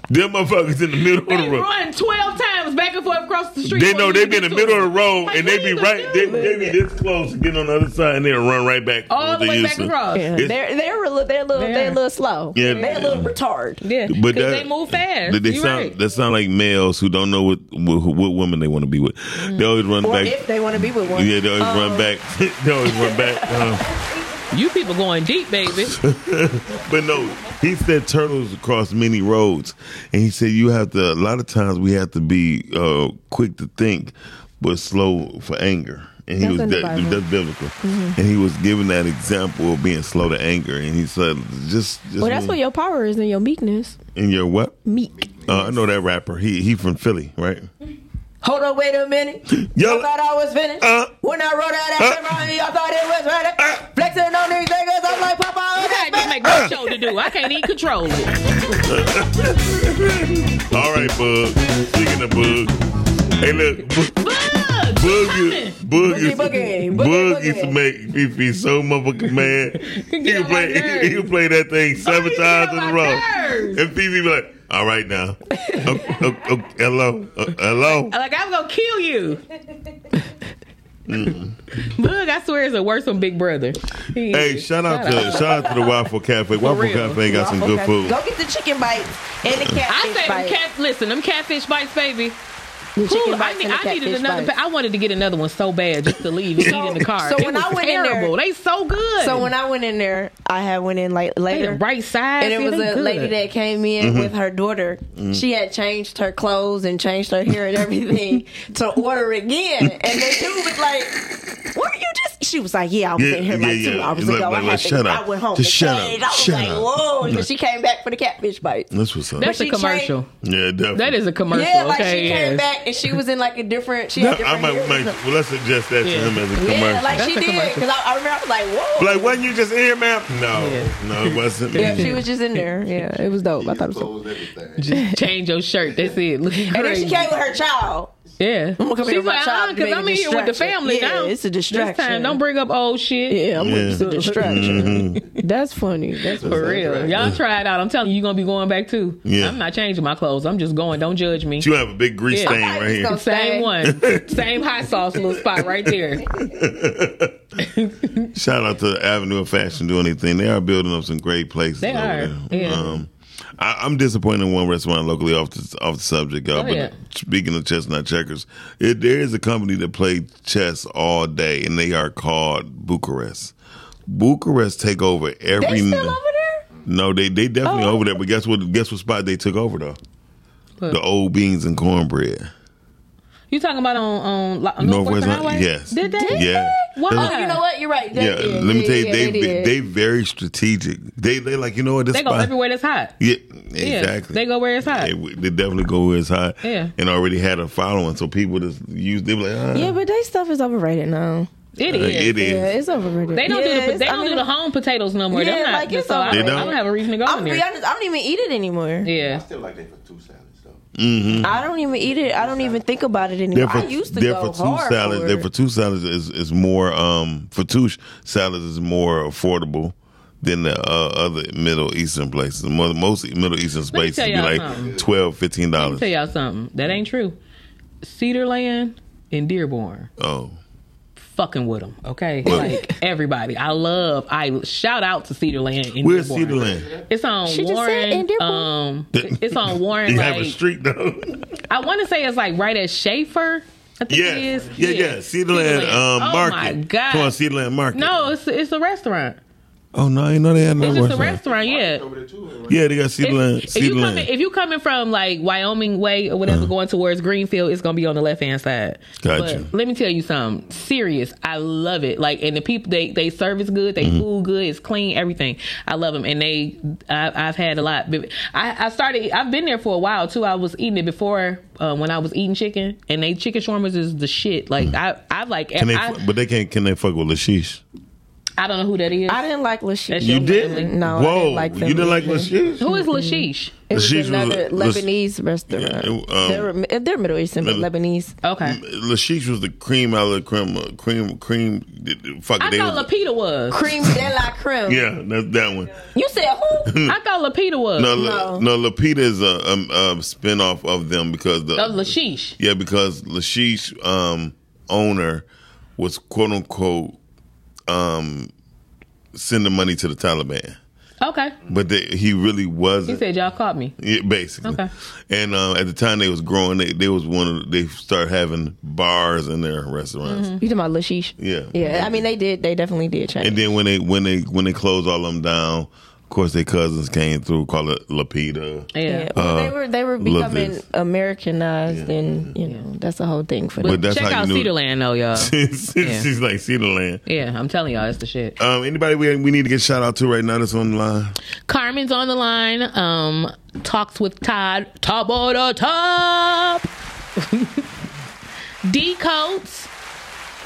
Them motherfuckers in the middle of
They
the road.
run twelve times back and forth across the street.
They know they be in the middle of the road and they be right. They, they be this close to getting on the other side and they'll run right back.
All
where
the
they
way
used
back
to.
across.
It's-
They're they're a little they're a little
They
they
are.
are a little slow.
Yeah.
they're a little retarded.
Yeah,
But that-
they move fast.
They, they
You
sound
right.
that sound like males who don't know what what, what woman they want to be with. They always run
or
back.
if they want to be with one.
Yeah, they always
Um,
run back. they always run back. Uh,
You people going deep, baby.
but no, he said turtles cross many roads, and he said you have to. A lot of times we have to be uh, quick to think, but slow for anger. And he
That's in
was
the
that,
Bible.
that's biblical,
Mhm.
and he was giving that example of being slow to anger. And he said, just, just
Well, that's what your power is and your meekness.
in your what
Meek.
Uh, I know that rapper. He he from Philly, right?
Hold on, wait a minute. Y'all thought I was
uh,
finished. when I wrote out that uh, around, y'all thought it was ready. Flexing on these niggas, I'm like Papa.
You gotta just make my show to do. I can't even control it.
All right, Bug. Speaking of Bug, hey look, Bug, Bug, is- Bug, is-
Boogie, boogie,
Bug used to make Fifi so motherfucking mad. He could play, he, could play that thing seven times in a row, and Fifi be like, "All right now, Oh, oh, oh, hello, Uh, hello."
Like I'm gonna kill you.
Mm.
Bug, I swear, is a worse than Big Brother. He
Hey,
is.
shout out to shout out to the Waffle Cafe. Waffle
real.
Cafe got some good food.
Go get the chicken bites and the
I
catfish
say them
bites.
cat. Listen, them catfish bites, baby.
The chicken
Whew, I,
bites
need,
and the
I needed
catfish
another.
bites.
pa- I wanted to get another one so bad just to leave and eat in the car.
so
It
when
was
I went in there-
terrible. they so good.
So when I went in there, I had went in like later,
right side,
and it
see,
was
they
a
good.
lady that came in
Mm-hmm.
Mhm.
with her daughter.
Mhm.
She had changed her clothes and changed her hair and everything to order again, and the dude was like, "What are you just?" She was like, "Yeah, I was
Yeah,
in here
yeah,
like two
yeah.
hours
Look,
ago.
look,
I,
look,
had to-
shut up.
I went home.
Just
to
shut up.
change." I was
Shut
like,
up.
"Whoa!"
Mm.
And she came back for the catfish bites.
That's what's up.
But That's a she commercial.
Yeah, definitely.
That is a commercial.
Yeah, like
okay,
she came
yes.
back and she was in like a different. She
No,
had
I
different.
might,
hair.
might well, let's suggest that to him as a commercial.
yeah, like she did. Because I, I remember I was like, "Whoa."
Like, wasn't you just in here, ma'am? No, no, it wasn't.
Yeah,
me.
she was just in there. Yeah, it was dope. I thought it was dope.
Just change your shirt. That's it. Looking
And
crazy.
then she came with her child.
Yeah.
I'm gonna come here
She's
with my
like,
child
uh,
to
cause
make
I'm
a
in here with the
distraction.
family
Yeah,
now.
it's a
This
distraction.
time, don't bring up old shit. Yeah,
I'm
Yeah. Mm-hmm.
it's a distraction. That's funny. That's
For real. Y'all try it out. I'm telling you, you're going to be going back too.
Yeah.
I'm not changing my clothes. I'm just going. Don't judge me.
You have a big grease
Yeah.
stain right here.
Same one. Same hot sauce little spot right there.
Shout out to Avenue of Fashion doing anything. They are building up some great places.
They
over
are.
There.
Yeah.
Um, I, I'm disappointed in one restaurant locally off the off the subject. Y'all,
Go
but
ahead.
speaking of chestnut checkers, it, there is a company that plays chess all day, and they are called Bucharest. Bucharest take over every.
They still over there?
No, they they definitely over there. But guess what? Guess what spot they took over though?
What?
The old beans and cornbread.
You talking about on, on like,
Northwest
Northwest
Highway?
Highway?
Yes.
Did they?
Yeah.
Why?
Oh,
You know what? You're right. They
yeah,
did.
let me
Yeah,
tell you,
yeah,
they
they
they,
did.
very strategic. They they like you know what this
They go
spot-
everywhere that's hot.
Yeah,
Yeah,
exactly.
They go where it's hot.
They, they definitely go where it's hot.
Yeah.
and already had a following, so people just use. They be like, ah.
Yeah, but they stuff is overrated now.
It
Uh,
is.
it is.
Yeah, it's overrated.
They don't
Yeah,
do the
it's-
they
I
don't
mean,
do the home potatoes no more.
Yeah,
They're not.
like, it's
so I,
over.
don't,
They
I
don't.
don't have a reason to go
I'm
in
gonna be
there.
honest. I don't even eat it anymore.
Yeah.
Mm-hmm.
I don't even eat it. I don't even think about it anymore. I used to
they're
go
for two
hard
salads.
for
they're
it.
for two salads is, is more um for two sh- salads is more affordable than the uh, other Middle Eastern places. Mo- Most Middle Eastern
Let me
places
tell
be
y'all
like
something.
twelve, fifteen
Let me
dollars.
tell y'all something. That ain't true. Cedarland and Dearborn.
Oh.
Fucking with them, okay?
Well-
Like everybody, I love. I shout out to Cedarland. And
Where's
Dearborn.
Cedarland?
It's on
She just said in
Warren.
Dearborn.
Um, it's on Warren.
You
like,
have a street though.
I want to say it's like right at Schaefer. I think
Yeah,
it
yeah,
is.
yeah. Cedarland um,
oh
Market.
my god!
Come on, Cedarland Market.
No, it's it's a restaurant.
Oh no, I didn't know they had no
It's just a
restaurant.
restaurant, yeah.
Yeah, they got seed land.
If
Seed
you coming,
land.
if you coming from like Wyoming way or
Uh-huh.
whatever, going towards Greenfield, it's gonna be on the left hand side.
Gotcha.
But let me tell you something serious. I love it. Like, and the people they they service good, they
Mhm.
food good, it's clean, everything. I love them, and they I, I've had a lot. But I, I started. I've been there for a while too. I was eating it before uh, when I was eating chicken, and they chicken shawarmas is the shit. Like I I like
Mm. Can they,
I,
but they can't. Can they fuck with Lashish?
I don't know who that is. I
didn't like Lashish.
You did?
No,
Whoa,
I didn't like
you
them
didn't like
either.
Lashish?
Who is Lashish?
It was
Lashish was
another
a- Lash-
Lebanese restaurant.
Yeah, it, um,
they're, Mi- they're Middle Eastern, but Lebanese.
Okay.
Lashish was the cream out of the cream, uh, cream, cream. uh, Fuck,
I
they
thought
was-
Lapita was
cream de la creme.
Yeah, that's that one.
You said who?
I thought Lapita was
No, La, no. Lapita is a, a, a spin off of them because the
Of Lashish.
yeah because Lashish um, owner was quote unquote um, sending money to the Taliban,
Okay.
but they, he really
He
wasn't.
said y'all caught me.
Yeah, basically.
Okay.
And uh, at the time they was growing, they, they was one of they started having bars in their restaurants.
You talking about Lashish?
Yeah.
Mm-hmm. Yeah, I mean they did. They definitely did change.
And then when they when they when they closed all them down, of course their cousins came through, called it Lapita.
Yeah, well, they were they were
uh, love this.
becoming Americanized, and you know that's the whole thing for them.
Check out Cedarland though, y'all.
She's
Yeah.
she's like Cedarland.
Yeah, I'm telling y'all, it's the shit.
Um, anybody we we need to get shout out to right now that's on the line.
Carmen's on the line. Um, talks with Todd. Top of the top. D Coats.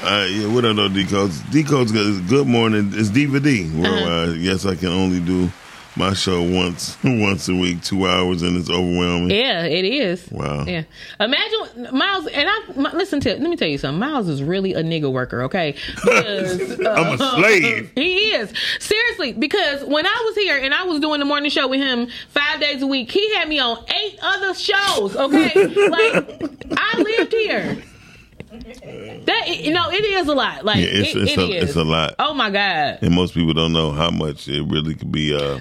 Uh, yeah, what up though, Decodes? Decodes is good morning. It's DVD worldwide.
Uh-huh.
Yes, I can only do my show once once a week, two hours, and it's overwhelming.
Yeah, it is.
Wow.
Yeah. Imagine Miles and I. My, listen to. Let me tell you something. Miles is really a nigga worker. Okay. Because,
I'm a slave.
He is seriously because when I was here and I was doing the morning show with him five days a week, he had me on eight other shows. Okay, like I lived here. That you know, it is a lot. Like
Yeah, it's-
it-
it's
it
a-
is.
it's a lot.
Oh my god.
And most people don't know how much it really could be. Uh,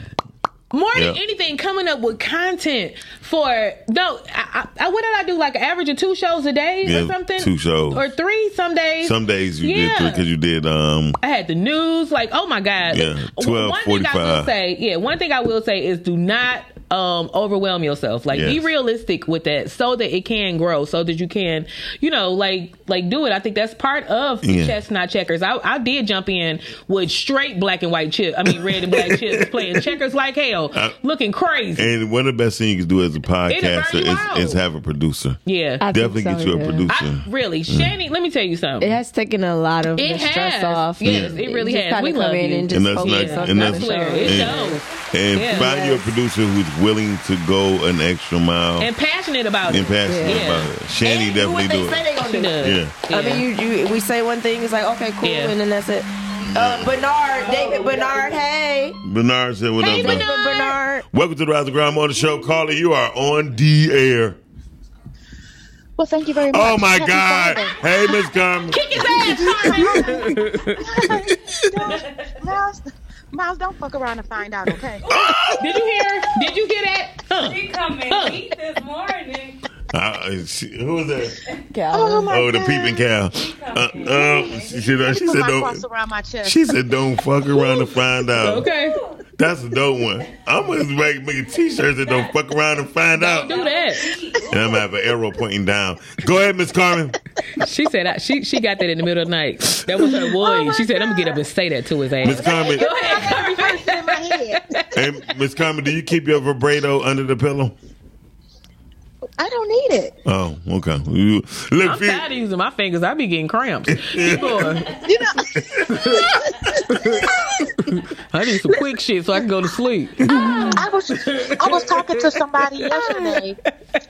More than
Yeah.
anything, coming up with content for no. I, I, what did I do? Like an average of two shows a day
Yeah,
or something?
two shows.
or three some days.
some days you did three
Yeah.
because you did. Um,
I had the news. Like, oh my god.
Yeah,
One thing I will
12:45.
say, yeah, one thing I will say is do not um overwhelm yourself. Like, be
Yes.
realistic with that, so that it can grow, so that you can, you know, like like do it. I think that's part of
Yeah.
chestnut checkers. I, I did jump in with straight black and white chip. I mean, red and black chips playing checkers like hell,
I-
looking crazy.
and one of the best things you can do as a podcaster
out.
is, is have a producer.
Yeah,
I think
definitely
so,
get you
yeah.
a producer.
I, really, Shani. Let me tell you something.
It has taken a lot of
It
the stress
has.
off.
Yes, it really
just
has.
kinda
We
come
love
in
you.
and just
and that's
focus
not
on
and
the
that's
show.
It's
and, and
Yeah.
find you a producer who's willing to go an extra mile
and passionate about
and
it.
passionate
Yeah.
about it. Shanny definitely do it.
She does.
Yeah.
I mean, you, you we say one thing, it's like okay, cool,
Yeah.
and then that's it. Uh, Bernard, David Bernard, hey,
Bernard said, "What
hey,
up, man?
David Bernard.
Welcome to the Rise of Grime on the show, Carly. You are on the air.
Well, thank you very much.
Oh my
Happy
God! Hey,
Friday.
Miss Carmen.
Kick his ass,
Miles, Miles, don't fuck around and find out, okay?
Did you hear? Did you get that?
She coming deep this morning.
Uh, she- who was that?
Oh my
oh, the
God.
peeping cow. Uh, uh, she, she- she
Put
said,
my cross
"Don't."
around my chest.
She said, "Don't fuck around and find out."
Okay.
That's a dope one. I'm gonna make, make a T-shirt that don't fuck around and find out.
Do that.
And I'm gonna have an arrow pointing down. Go ahead, Miss Carmen.
She said I, she she got that in the middle of the night. That was her voice. she said, "I'm gonna get up and say that to his ass."
Miss Carmen.
Go ahead.
in my head.
Hey, Miss Carmen, do you keep your vibrato under the pillow?
I don't need it.
Oh, okay. You-
I'm
look, if you-
tired of using my fingers. I be getting cramps. Keep going.
You know,
I need some quick shit so I can go to sleep.
I was I was talking to somebody yesterday.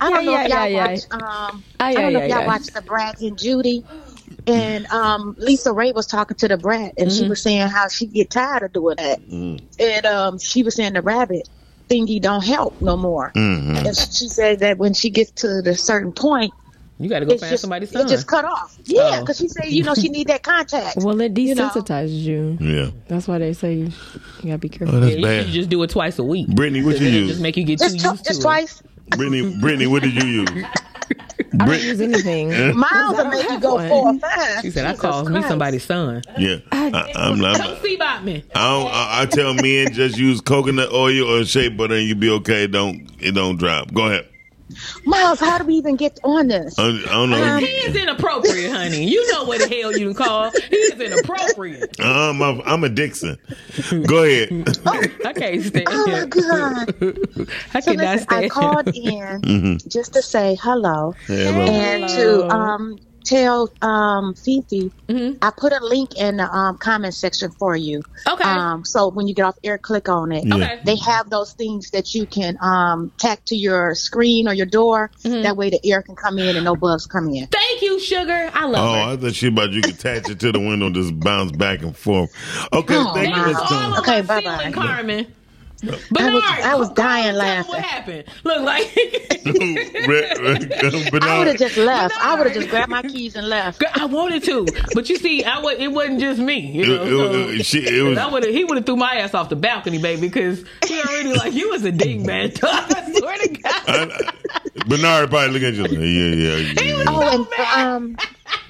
I don't know
Yeah,
if
yeah,
y'all
yeah,
watch.
yeah.
Um,
Ah,
I don't
yeah,
know if
yeah,
y'all
yeah.
watch the Brad and Judy. And um, Lisa Ray was talking to the Brad, and she
Mhm.
was saying how she get tired of doing that. and um, she was saying the rabbit thingy don't help no more.
Mhm.
And she said that when she gets to the certain point,
You got to go
it's
find
just,
somebody's
it
son.
just cut off. Yeah,
Oh.
because she said you know she need that contact.
Well, it
You know.
desensitizes you.
Yeah.
That's why they say you, you gotta be careful.
Oh, that's
yeah, you
bad.
should just do it twice a week.
Brittany, what you
It'll
use?
Just make you get too
Just,
used
tw-
to
just
it.
twice.
Brittany, Brittany, what did you use?
I
Brit-
don't use anything.
Yeah.
Miles will make you go four or five.
She said, "I
Jesus
called me
Christ.
somebody's son."
Yeah.
I
I, I'm not.
Come see about me.
I, don't, I, I tell men just use coconut oil or shea butter and you be okay. It don't it don't drop. Go ahead.
Miles, how do we even get on this?
I, I don't
Um,
know.
he is inappropriate, honey. You know what the hell you can call. He is inappropriate.
I'm a, I'm a Dixon. Go ahead.
I can't stand
Oh my
him.
god!
I
so
cannot
listen, I
stand
called
him.
in
Mhm.
just to say hello
Hello.
and
Hello.
to um, tell um, Fifi
Mm-hmm.
I put a link in the um, comment section for you.
Okay.
Um, so when you get off air, click on it.
Yeah. Okay.
They have those things that you can um, tack to your screen or your door.
Mm-hmm.
That way the air can come in and no bugs come in.
Thank you, sugar. I
Oh,
love
I thought she about you could attach it to the window and just bounce back and forth. Okay,
Oh,
thank you,
wow.
Miss Jones.
Okay, bye
her.
bye.
And Carmen.
I was, I was dying
What
laughing.
happened? Look like
I would
Bernard,
have just left. I would have just grabbed my keys and left.
Girl, I wanted to, but you see, I was, it wasn't just me. You
It-
know,
it was-
so-
it- she- it was-
I would've- he would have threw my ass off the balcony, baby, because he already like you was a dingbat. I swear to God.
Bernard probably looking at you. Like, yeah, yeah, yeah.
Oh, and um,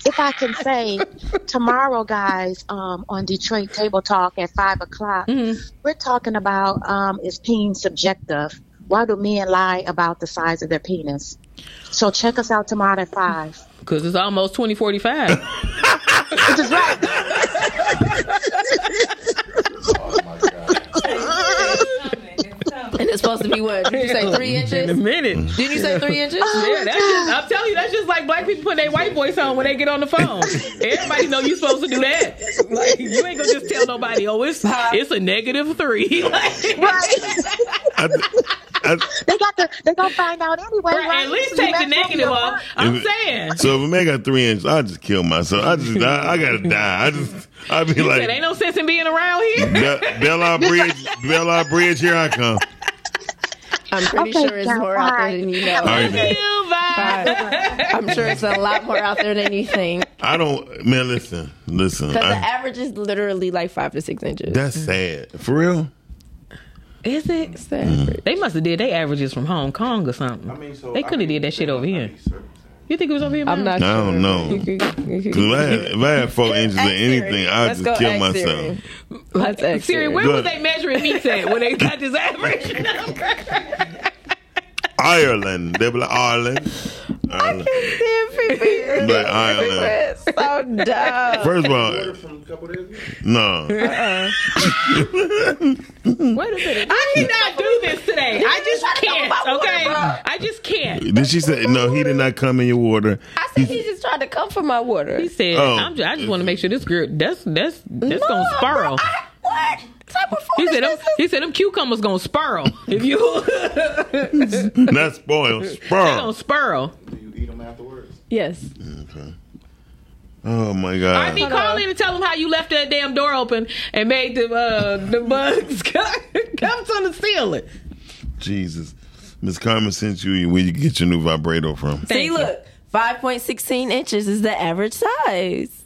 if I can say, tomorrow, guys, um, on Detroit Table Talk at five o'clock,
Mm-hmm.
we're talking about um, is peeing subjective? Why do men lie about the size of their penis? So check us out tomorrow at five.
Because it's almost twenty forty five.
Which is right.
And it's supposed to be what? Did you say three
In a
inches?
minute.
Did you say three inches?
yeah, that's just, I'm telling you, that's just like black people putting their white voice on when they get on the phone. Everybody know you supposed to do that. Like you ain't gonna just tell nobody. Oh, it's it's a negative three. Like,
They got the. They gonna find out anyway.
Right,
right?
at least
You
take the
messed up
negative
your
off.
work.
I'm
If it-
saying.
So if a man got three inches, I just kill myself. I just, I, I gotta die. I just, I'd be
You
like,
said ain't no sense in being around here.
Be- Belle Isle Bridge, Belle Isle Bridge, here I come.
I'm pretty
Okay,
sure it's
now,
more out
bye.
there than you know.
Oh,
All right, then.
You vibe.
I'm sure it's a lot more out there than you think.
I don't, man. Listen, listen.
Because the
I,
average is literally like five to six inches.
that's sad. For real.
Is it?
the
Mm.
average.
They must have did their averages from Hong Kong or something. they couldn't have did that shit over here. You think it was over here?
I'm
Mel?
I
not sure.
don't know. Cause if I had, if I had four inches of anything, I'd
Let's go
just kill
ask
myself.
Siri. Let's ask
Siri,
Siri.
where
Go
was
ahead.
they measuring meat at when they got this average number?
Ireland, they be like Ireland. Ireland. But Ireland.
It's so dumb.
First of all, no.
Wait a minute. I cannot do this today. I just can't. Okay, I just can't.
Did she say no? He did not come in your water.
I said he just tried to come for my water.
He said,
Oh.
I'm just, "I just want to make sure this girl that's that's that's
No,
gonna spiral."
bro, I- what type of
He said,
foolishness
them, "He said them cucumbers gonna spiral if you
Not spoiled.
they
Sperm.
gonna spiral."
Yes.
Okay. Oh my
I
god.
be calling to tell them how you left that damn door open and made the uh, the bugs come come to the ceiling.
Jesus. Miss Carmen sent you where you get your new vibrator from.
See, look, five point sixteen inches is the average size.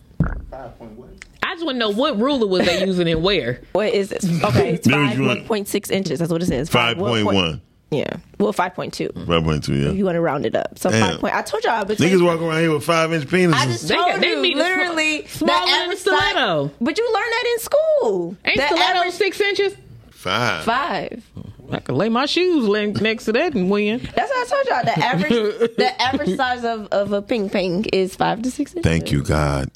I just want to know what ruler was they using and where.
What is it? Okay, it's
There
five
you want-
one point six inches. That's what it says.
Five point one.
Yeah. Well, five point two.
Five point two, yeah.
If you want to round it up, so
Damn.
five point. I told y'all between.
Niggas walk around here with five inch penises.
I just
They
told
got- they
you,
mean the small-
literally,
smaller
the
than
average
stiletto.
size- But you learned that in school.
Ain't
the
stiletto
average
six inches?
five.
five.
I could lay my shoes le- next to that and win.
That's what I told y'all. The average, the average size of, of a ping pong is five to six inches.
Thank you, God.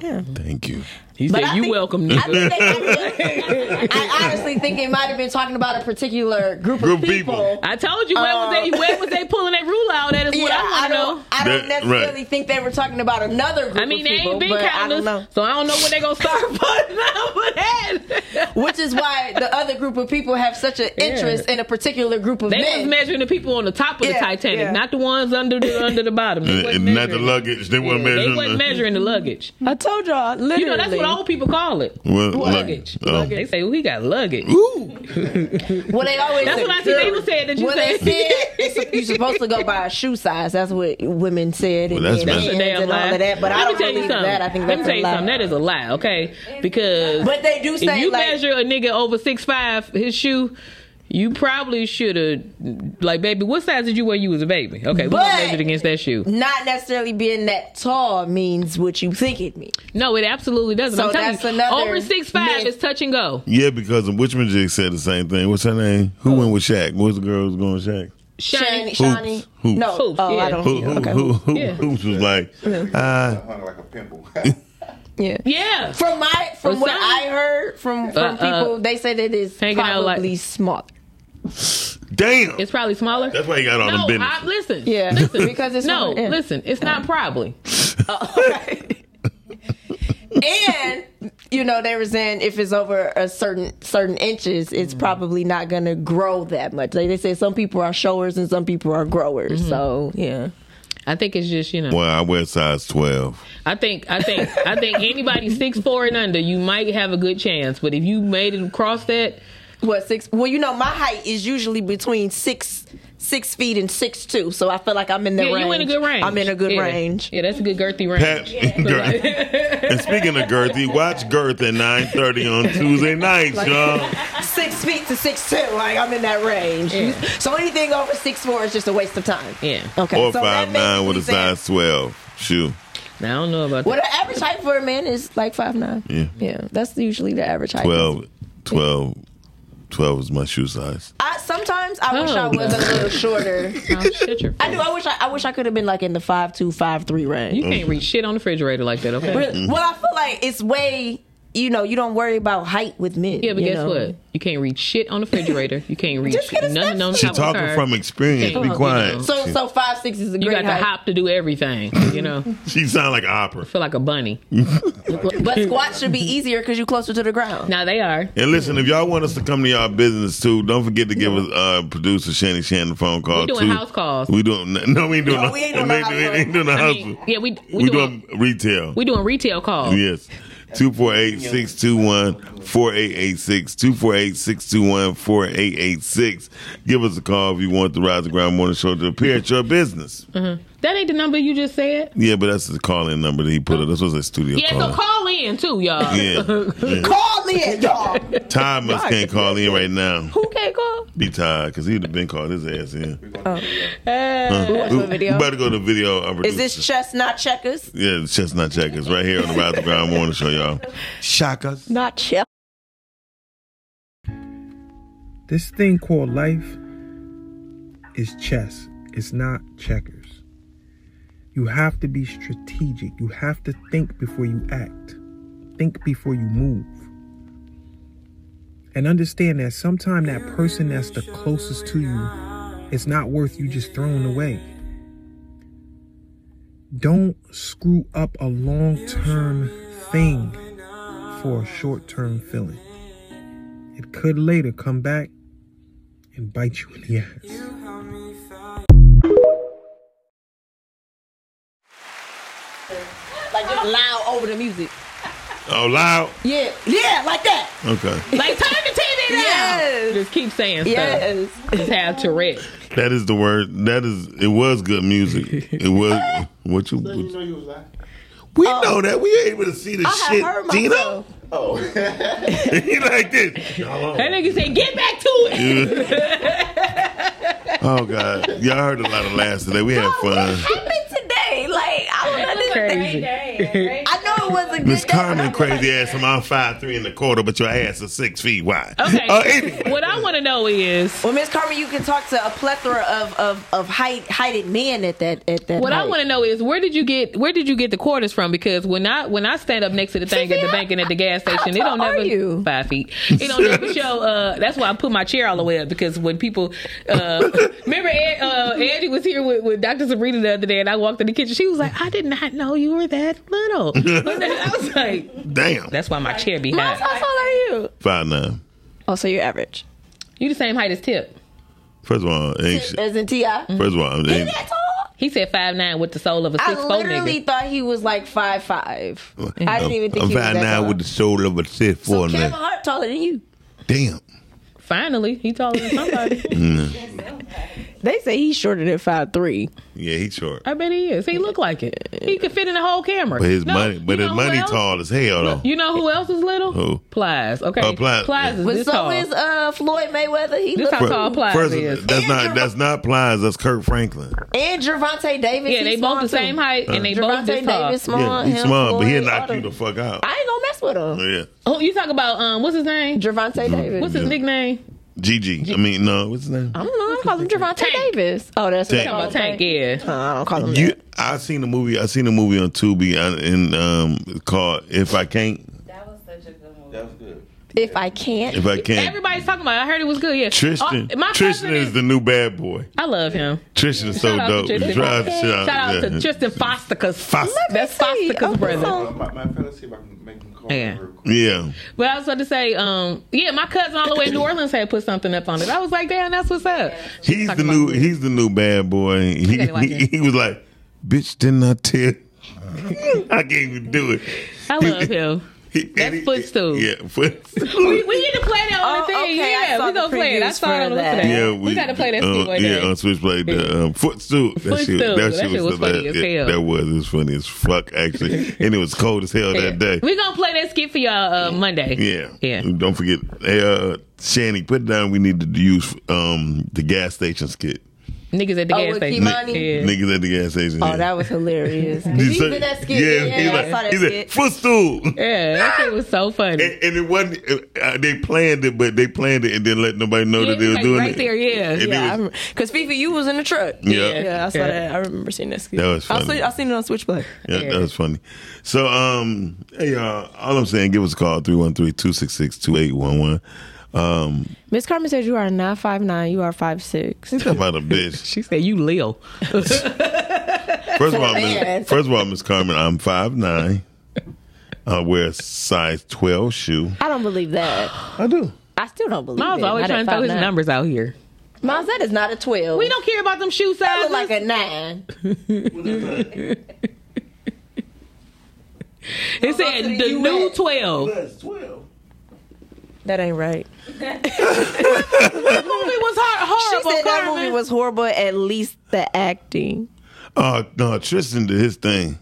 Yeah.
Thank you.
He
But
said,
I
"You
think-
welcome,
I,
nigga."
think they might have been- I honestly think it might have been talking about a particular group,
Group
of people.
people.
I told you where was they where was they pulling that ruler out at? Is
Oh. Yeah,
what I
I
want to know.
don't. I don't
That-
necessarily
right.
think they were talking about another group.
I mean,
of
they
people,
ain't been
but I don't
counting
know.
us, so I don't know when they gonna start putting out for that.
Which is why the other group of people have such an interest in a particular group of
They was
men.
measuring the people on the top of the
Yeah,
Titanic,
yeah.
not the ones under the under the bottom. They wasn't
And not the
measuring.
luggage. They weren't
They
measuring.
wasn't
the-
measuring the luggage.
I told y'all, literally.
You know, that's what old people call it.
Well,
Luggage.
oh.
They say, "Well, he got luggage."
Well, they always.
That's what I think they even said that you
Well, they
said.
said it's- you're supposed to go by a shoe size. That's what women said
Well,
and,
that's
and,
messed
That's a
and,
damn lie.
all of that. But
Let
I
me
don't
tell you
believe
something.
that. I think
Let
that's
me tell
a
you
lie.
something. That is a lie. Okay, because
But they do
if
say
you
like
measure a nigga over six five his shoe, You probably should have, like, baby. What size did you wear? You was a baby. Okay, we
But-
measured against that shoe.
Not necessarily being that tall means what you think it means.
No, it absolutely doesn't.
So
I'm telling
that's
you,
another
over six five is touch and go.
Yeah, because Witch Magic said the same thing. What's her name? Who went with Shaq? What's the girl who's going with Shaq?
Shiny,
Hoops. Hoops.
No, oh, I don't.
Who, who,
okay.
who, who,
Yeah.
Hoops was like, uh,
Yeah.
Yeah.
From my from
Or
what
something.
I heard from from
Uh, uh,
people, they say that it's
hanging out like-
probably smaller.
damn.
It's probably smaller.
That's why he got all
no,
them
I,
business.
listen.
Yeah,
Listen.
because it's
no,
smaller, yeah.
listen. It's not probably.
and you know they were saying if it's over a certain certain inches, it's probably not going to grow that much. Like they say, some people are showers and some people are growers.
Mm-hmm.
So yeah,
I think it's just you know.
Well, I wear size 12.
I think I think I think anybody six four and under, you might have a good chance. But if you made it across that,
what six? Well, you know my height is usually between six six feet and six two. So I feel like I'm in the
yeah,
range.
you in a good range.
I'm in a good
Yeah.
range.
Yeah, that's a good girthy range.
Pat, and speaking of girthy, watch Girth at 9.30 on Tuesday nights,
Like-
y'all.
Six feet to six two, like I'm in that range. So anything over six four is just a waste of time.
Yeah.
Okay.
or
so
five
that makes
nine with
me
a
say-
size 12 shoe.
Now, I don't know about
Well, the average height for a man is like five nine.
Yeah.
Yeah, that's usually the average height.
12, 12, 12 is my shoe size.
I sometimes I wish I
Oh,
was a little shorter.
your
I do. I wish I, I wish I could have been like in the five two five three range.
You can't reach shit on the refrigerator like that, okay?
Mm-hmm.
Really? Well, I feel like it's way. You know, you don't worry about height with men.
Yeah, but
you
guess
know?
what? You can't read shit on the refrigerator. You can't read
Just get a
nothing on the
She
top of the
talking
car.
from experience.
Can't,
Be
you
quiet.
know.
So so five six is a
You
great
got to
height.
hop to do everything, you know?
She sound like an opera.
Feel like a bunny.
But squats should be easier because you're closer to the ground.
Now they are.
And listen, if y'all want us to come to y'all business too, don't forget to give us uh, producer Shannon Shannon a phone call.
We doing
too.
house calls.
We doing no, we ain't doing
No, we ain't doing
we
no
we ain't doing no
I
house.
mean, yeah, we we,
we,
doing,
doing, retail.
we doing retail calls.
Yes. 248-621-4886. 248-621-4886. Give us a call if you want the Rise and Ground Morning Show to appear at your business.
Uh-huh. That ain't the number you just said.
Yeah, but that's the call-in number that he put up. This was a studio
yeah,
call.
so call in too, y'all.
Yeah, yeah.
Call in, y'all.
Thomas can't call in right now.
Who can't call?
Be tired because he'd have been called his ass in.
Oh. Hey. We watch the video.
better go to video. of
Is
producer-
this chestnut checkers?
Yeah, it's Chestnut Checkers right here on the Rise and Ground Morning Show, y'all. Shaka.
Not check.
This thing called life is chess. It's not checkers. You have to be strategic. You have to think before you act. Think before you move. And understand that sometime that person that's the closest to you is not worth you just throwing away. Don't screw up a long term thing for a short term feeling. It could later come back and bite you in the ass.
Like just loud over the music.
Oh, loud.
Yeah, yeah, like that.
Okay.
Like turn the TV down.
Yes.
Just keep saying
Yes.
stuff. Just have Tourette.
That is the word. That is. It was good music. It was. What you? what- we
Oh.
know that. We ain't able to see the shit, Tina.
Oh.
he like this.
That nigga said, "Get back to it."
Oh God, y'all heard a lot of laughs today. We had fun.
happened today? Like I don't
Crazy.
I know it was a good
Miss
day.
Carmen, crazy ass. I'm all five three and a quarter, but your ass is six feet wide.
Okay.
Uh, anyway.
What I want to know is
Well, Miss Carmen, you can talk to a plethora of of, of height heighted men at that at that.
what I
height.
want to know is where did you get where did you get the quarters from? Because when I when I stand up next to the thing at the bank and at the gas station, it
tall
don't never
are you?
five feet. It don't never show. Uh, that's why I put my chair all the way up because when people uh, remember Ed, uh, Angie was here with, with Dr. Sabrina the other day and I walked in the kitchen. She was like, "I did not know you were that little." I was like,
"Damn."
That's why my chair be
Miles,
high.
how tall are you?
Five nine.
Oh, so you're average.
You the same height as Tip.
First of all, ain't shit.
As in Ti.
Mm.
First of all, eh, ain't,
He said five nine with the soul of a
I
six four
literally
nigga.
thought he was like five five. I didn't even think
I'm
he was
five
that
nine
tall.
with the soul of a six four.
Kevin
nigga.
Hart taller than you.
Damn.
Finally, he taller than somebody.
Mm.
They say he's shorter than five three.
Yeah, he's short.
I bet he is. He look like it. He could fit in the whole camera.
But his
No,
money, but
you
his
know who
money
else?
tall as hell though.
You know who else is little?
Who?
Plies. Okay.
Oh, Plies.
Plies is
But
this
so
tall.
is uh, Floyd Mayweather. He
This
look-
how tall Plies
First,
is.
that's not that's not Plies. That's Kirk Franklin.
And Gervonta Davis.
Yeah, they
he's
both
small too.
the same height and they
Gervonta
both this tall.
Davis small.
yeah, he's
him,
small, but
Floyd,
he'll knock
all
you
the-
the fuck out.
I ain't gonna mess with him.
yeah,
Who you talk about? Um, what's his name?
Javante
Mm-hmm.
Davis.
What's his
Yeah.
nickname?
GG. I mean, no, what's his name?
Mm-hmm, I don't know. I call him Javante Davis. Oh, that's
Tank.
what I'm
Tank. Yeah.
I don't call him.
You, I seen a movie. I seen a movie on Tubi uh, and um called If I Can't.
If I can't,
If I Can't.
Everybody's talking about. it. I heard it was good. Yeah.
Tristan.
Oh, my
Tristan
cousin
is,
is.
the new bad boy.
I love him.
Tristan is so
Shout out
dope.
to Tristan.
Drive the shit out-
Shout out
Oh, yeah.
to Tristan Fostica's. That's Fostica's brother.
My, my friend, let's see if I can make him call.
Yeah.
Yeah.
But I was about to say, um, yeah, my cousin all the way in New Orleans had put something up on it. I was like, damn, that's what's up.
He's the new. He's the new bad boy. He,
gotta watch
he,
it.
he was like, "Bitch, didn't I tell? you?" I can't even do it."
I love him.
That's footstool. Yeah, foot.
we, we need to play that on
Oh,
the thing.
okay, I
yeah,
saw
we
the
gonna play it. I
previews
saw it
for
on the
that.
thing.
Yeah,
we, gotta play that
uh,
shit one
Yeah,
day.
on Switchblade, the um, footstool. That
Footstool.
shit, that
That
shit
shit
was,
was funny
hilarious.
as
Yeah,
hell.
That was it was funny as fuck actually, and it was cold as hell that day.
We gonna play that skit for y'all uh,
Mm-hmm.
Monday.
Yeah, yeah. Don't forget, hey, uh, Shanny, put it down. We need to use um the gas station skit.
Niggas at the
Oh,
gas
with
station.
Kimani?
Yeah.
Niggas at the gas station.
Oh,
yeah.
that was hilarious. Did
He
you
said-
see that skit?
yeah,
Yeah,
he
I
like-
saw that
he said,
skit.
footstool.
Yeah, that shit was so funny.
And, and it wasn't. Uh, they planned it, but they planned it and didn't let nobody know
Yeah,
that they were
like
doing
right
it.
there, yeah.
And it
yeah,
was-
because Fifi, you was in the truck.
Yeah.
yeah, I saw
Yeah.
that. I remember seeing that. skit.
That was
I
funny.
seen, I seen it on Switchblade.
Yeah, that was funny. So, um, hey, y'all, all I'm saying, give us a call 313 266 2811. Um,
Miss Carmen said you are not five nine, you are five six.
about a bitch.
she said, You Leo.
First of all,
Man.
Miss, first of all, Miss Carmen, I'm 5'9. I wear a size 12 shoe.
I don't believe that.
I do.
I still don't believe.
Miles
it.
always
Not
trying
at
to throw his
5'9".
numbers out here.
Miles, that is not a twelve.
We don't care about them shoe
That
sizes.
look like a nine.
It said the, new twelve.
That ain't right.
That movie was hor- horrible.
she said that
Carmen.
movie was horrible. At least the acting.
Oh no, Tristan did his thing.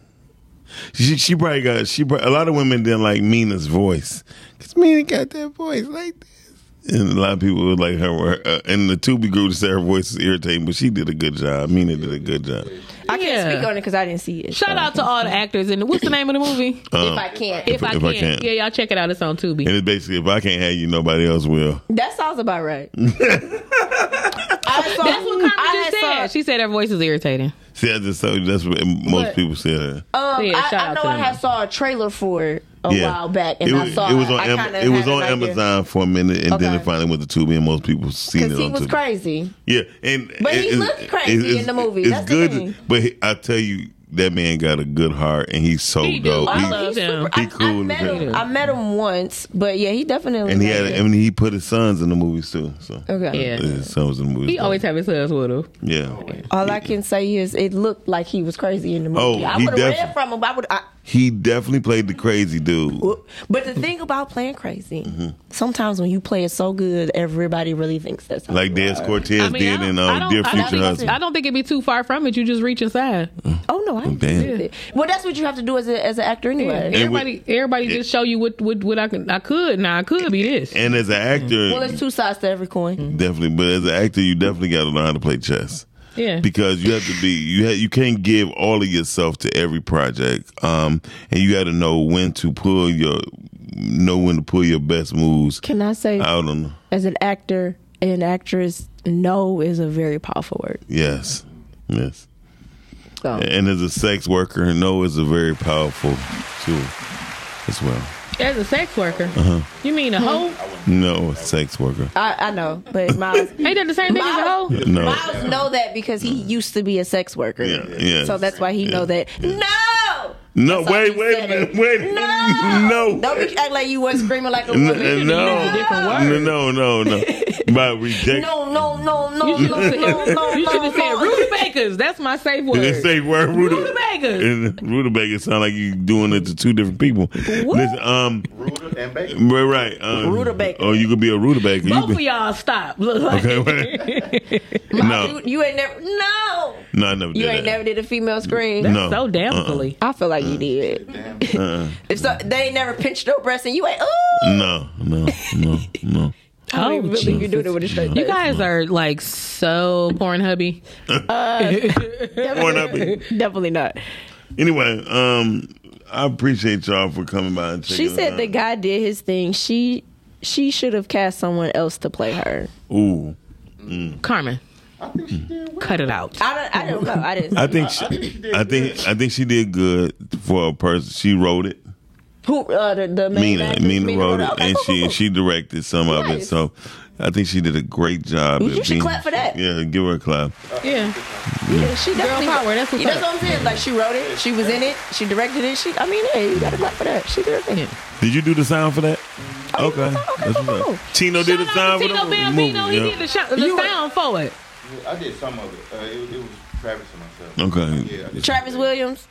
She, she probably got she. prob- A lot of women didn't like Mina's voice, Cause Mina got that voice like this, and a lot of people would like her. her uh, and the Tubi group said her voice is irritating, but she did a good job. Mina did a good job.
I can't
Yeah.
speak on it because I didn't see it.
Uh,
Shout out to all the actors in the, what's the name of the movie?
Um,
I can't.
If, I,
If
can.
I Can.
Yeah, y'all check it out. It's on Tubi.
and it's basically, if I can't have you, nobody else will.
That sounds about right.
That's what Carmen just said. She said her voice is irritating.
See, I just told you that's what most
What?
people said.
Um, I,
Yeah, shout
I
out
know
to
I
them.
had saw a trailer for it a
Yeah.
while back, and
it
I
was,
saw
it was on
I
Am-
kinda
it was
had
on
an idea.
Amazon for a minute, and then it
Okay.
finally went to Tubi, and most people seen it
Cause he
on
was
Tubi.
crazy.
Yeah, and
But he
it's-
looked crazy in the movie.
It's
That's the
good,
thing.
but he, I tell you, that man got a good heart, and he's so
He do.
dope.
I
he,
love
him.
He cool as
Met
hell.
him. I met him once, but yeah, he definitely.
and he had,
got it.
I mean, he put his sons in the movies too. So
Okay. Yeah.
his sons in the movies.
He always have his husband with him.
yeah.
All I can say is it looked like he was crazy in the movie.
Oh,
I
he
would have
defi-
read from him. I would. I,
He definitely played the crazy dude.
but the thing about playing crazy,
Mm-hmm.
sometimes when you play it so good, everybody really thinks that's how
Like
you
Des
are.
Cortez
I mean,
did
I
in
don't- I
um,
don't-
Dear
I don't
Future
think-
Husband.
I don't think it'd be too far from it. You just reach inside.
Oh no, I
Damn.
did. Well, that's what you have to do as, a, as an actor anyway.
And we-
Everybody, everybody just show you what what, what I can I could now I could be this.
And as an actor,
Well, it's two sides to every coin.
Mm-hmm. definitely, but as an actor, you definitely got to learn how to play chess.
Yeah.
because you have to be you ha- you can't give all of yourself to every project um and you got to know when to pull your know when to pull your best moves
Can I say,
I don't know.
as an actor and actress, no is a very powerful word.
yes yes
So.
and as a sex worker no is a very powerful tool as well
As a sex worker,
uh-huh
you mean a hoe?
no a sex worker
I, I know, but Miles
ain't that the same thing as a hoe?
No.
Miles know that because he used to be a sex worker.
Yeah, yeah.
So that's why he know that. No,
no wait wait a minute wait no
don't be act like you was screaming like a
No,
woman.
no, no, no, no. By reject.
No, no, no, no, you
no, no, no,
You should have said rutabagas. That's my safe word.
It's safe word. Ruta-
Rutabagas.
And rutabaga sound like you doing it to two different people.
What?
Listen, um, Ruta and baker. Right, right. Um,
Rutabaga.
Oh, you could be a rutabaga. You
Both
could-
of y'all stop. Look like
Okay, wait. no,
You, you ain't never. No.
no, I never
You
did
ain't
that.
never did a female scream.
That's No. so damn Uh-uh. silly.
I feel like you did.
uh-uh.
If so, they ain't never pinched your breast and you ain't. Ooh.
No, no, no, no.
Oh,
I don't even believe you do that with a straight
You
face.
guys are like so porn hubby.
Porn hubby.
Definitely not.
Anyway, um, I appreciate y'all for coming by and checking
She said
it
the guy did his thing. She she should have cast someone else to play her.
out. Ooh. Mm.
Carmen. Cut it out.
I don't. I don't know. I didn't.
I think she, I think I think she did good for a person. She wrote it.
who uh, the, the main
Mina,
actress,
Mina, wrote it,
Okay,
and
cool,
she
cool,
and she directed some of it.
Nice.
So I think she did a great job.
You
at
should
being-
clap for that.
Yeah, give her a clap.
cool. Yeah.
Yeah.
She definitely
power, that's what's
you know
up.
what I'm saying. Like she wrote it, she was in it, she directed it. She, I mean, hey, you gotta clap for that. She did her thing.
Did you do the sound for that?
Oh,
Okay. That's what's up. Tino did the sound for
Tino
the
Bambino,
movie.
he
yeah.
did the, shot, the sound for it.
I did some of it. Uh, it, it was Travis and myself.
Okay.
Yeah.
Travis Williams.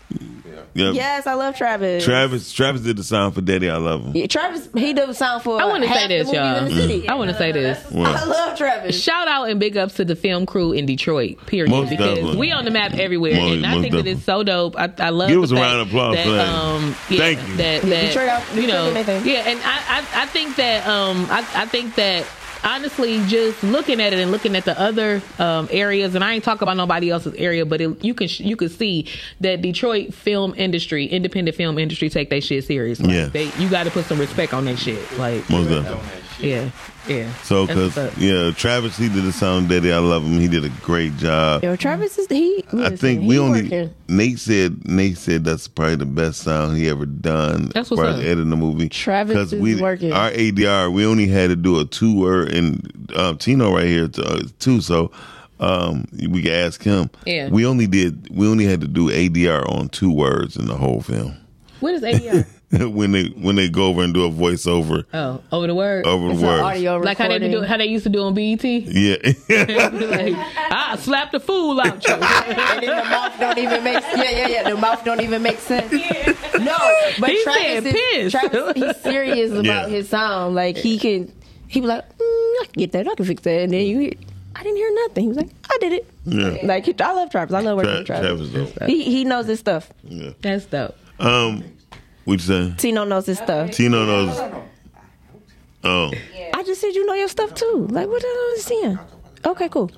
Yeah.
Yes, I love Travis.
Travis Travis did the sound for Daddy. I love him.
Yeah, Travis, he does sound for.
I want to
half
say
the
this,
movies
y'all.
in the city.
I want to say this.
Mm-hmm. What?
I love Travis.
Shout out and big ups to the film crew in Detroit. Period.
Most
because
definitely.
we on the map everywhere,
Most-
and I
most
think that
definitely.
it's so dope. I, I love.
Give
the
us a
fact
round of applause
that,
for that.
Um, yeah,
Thank you.
That,
Yeah,
that-
Detroit out-
you
Detroit
know,
did their thing.
yeah, and I, I, I think that um, I, I think that. Honestly, just looking at it and looking at the other um, areas, and I ain't talking about nobody else's area, but it, you can sh- you can see that Detroit film industry, independent film industry, take that shit serious. Like,
Yeah.
they, you got to put some respect on that shit. Like,
Most definitely.
yeah, yeah.
So,
That's
cause
what's up.
yeah, Travis he did the sound Daddy. I love him. He did a great job.
Yo, Travis is he.
I
listen,
think
he
we only
working.
Nate said Nate said that's probably the best sound he ever done
That's what's
as far
up.
as editing the movie.
Travis
'Cause
is
we,
working.
Our ADR, we only had to do a two word and um, Tino right here to, uh, too, so um, we could ask him.
Yeah.
We only did we only had to do ADR on two words in the whole film.
What is E ADR?
when they when they go over and do a voiceover.
oh, over the word.
Over the It's a word. audio
Like how they do,
recording.
how they used to do on BET.
Yeah.
like, I slapped the fool out you.
and then the mouth don't even make yeah yeah yeah the mouth don't even make sense no but
He said
Travis,
piss.
is, Travis he's serious about
Yeah.
his sound like he can he was like mm, I can get that I can fix that and then you hear I didn't hear nothing he was like I did it
Yeah.
like he- I love Travis I love working
Tra-
with Travis,
Travis dope.
he he knows his stuff
Yeah.
that's dope
Um what you say?
Tino knows his stuff
Tino knows Oh.
I just said you know your stuff too like what I don't understand okay cool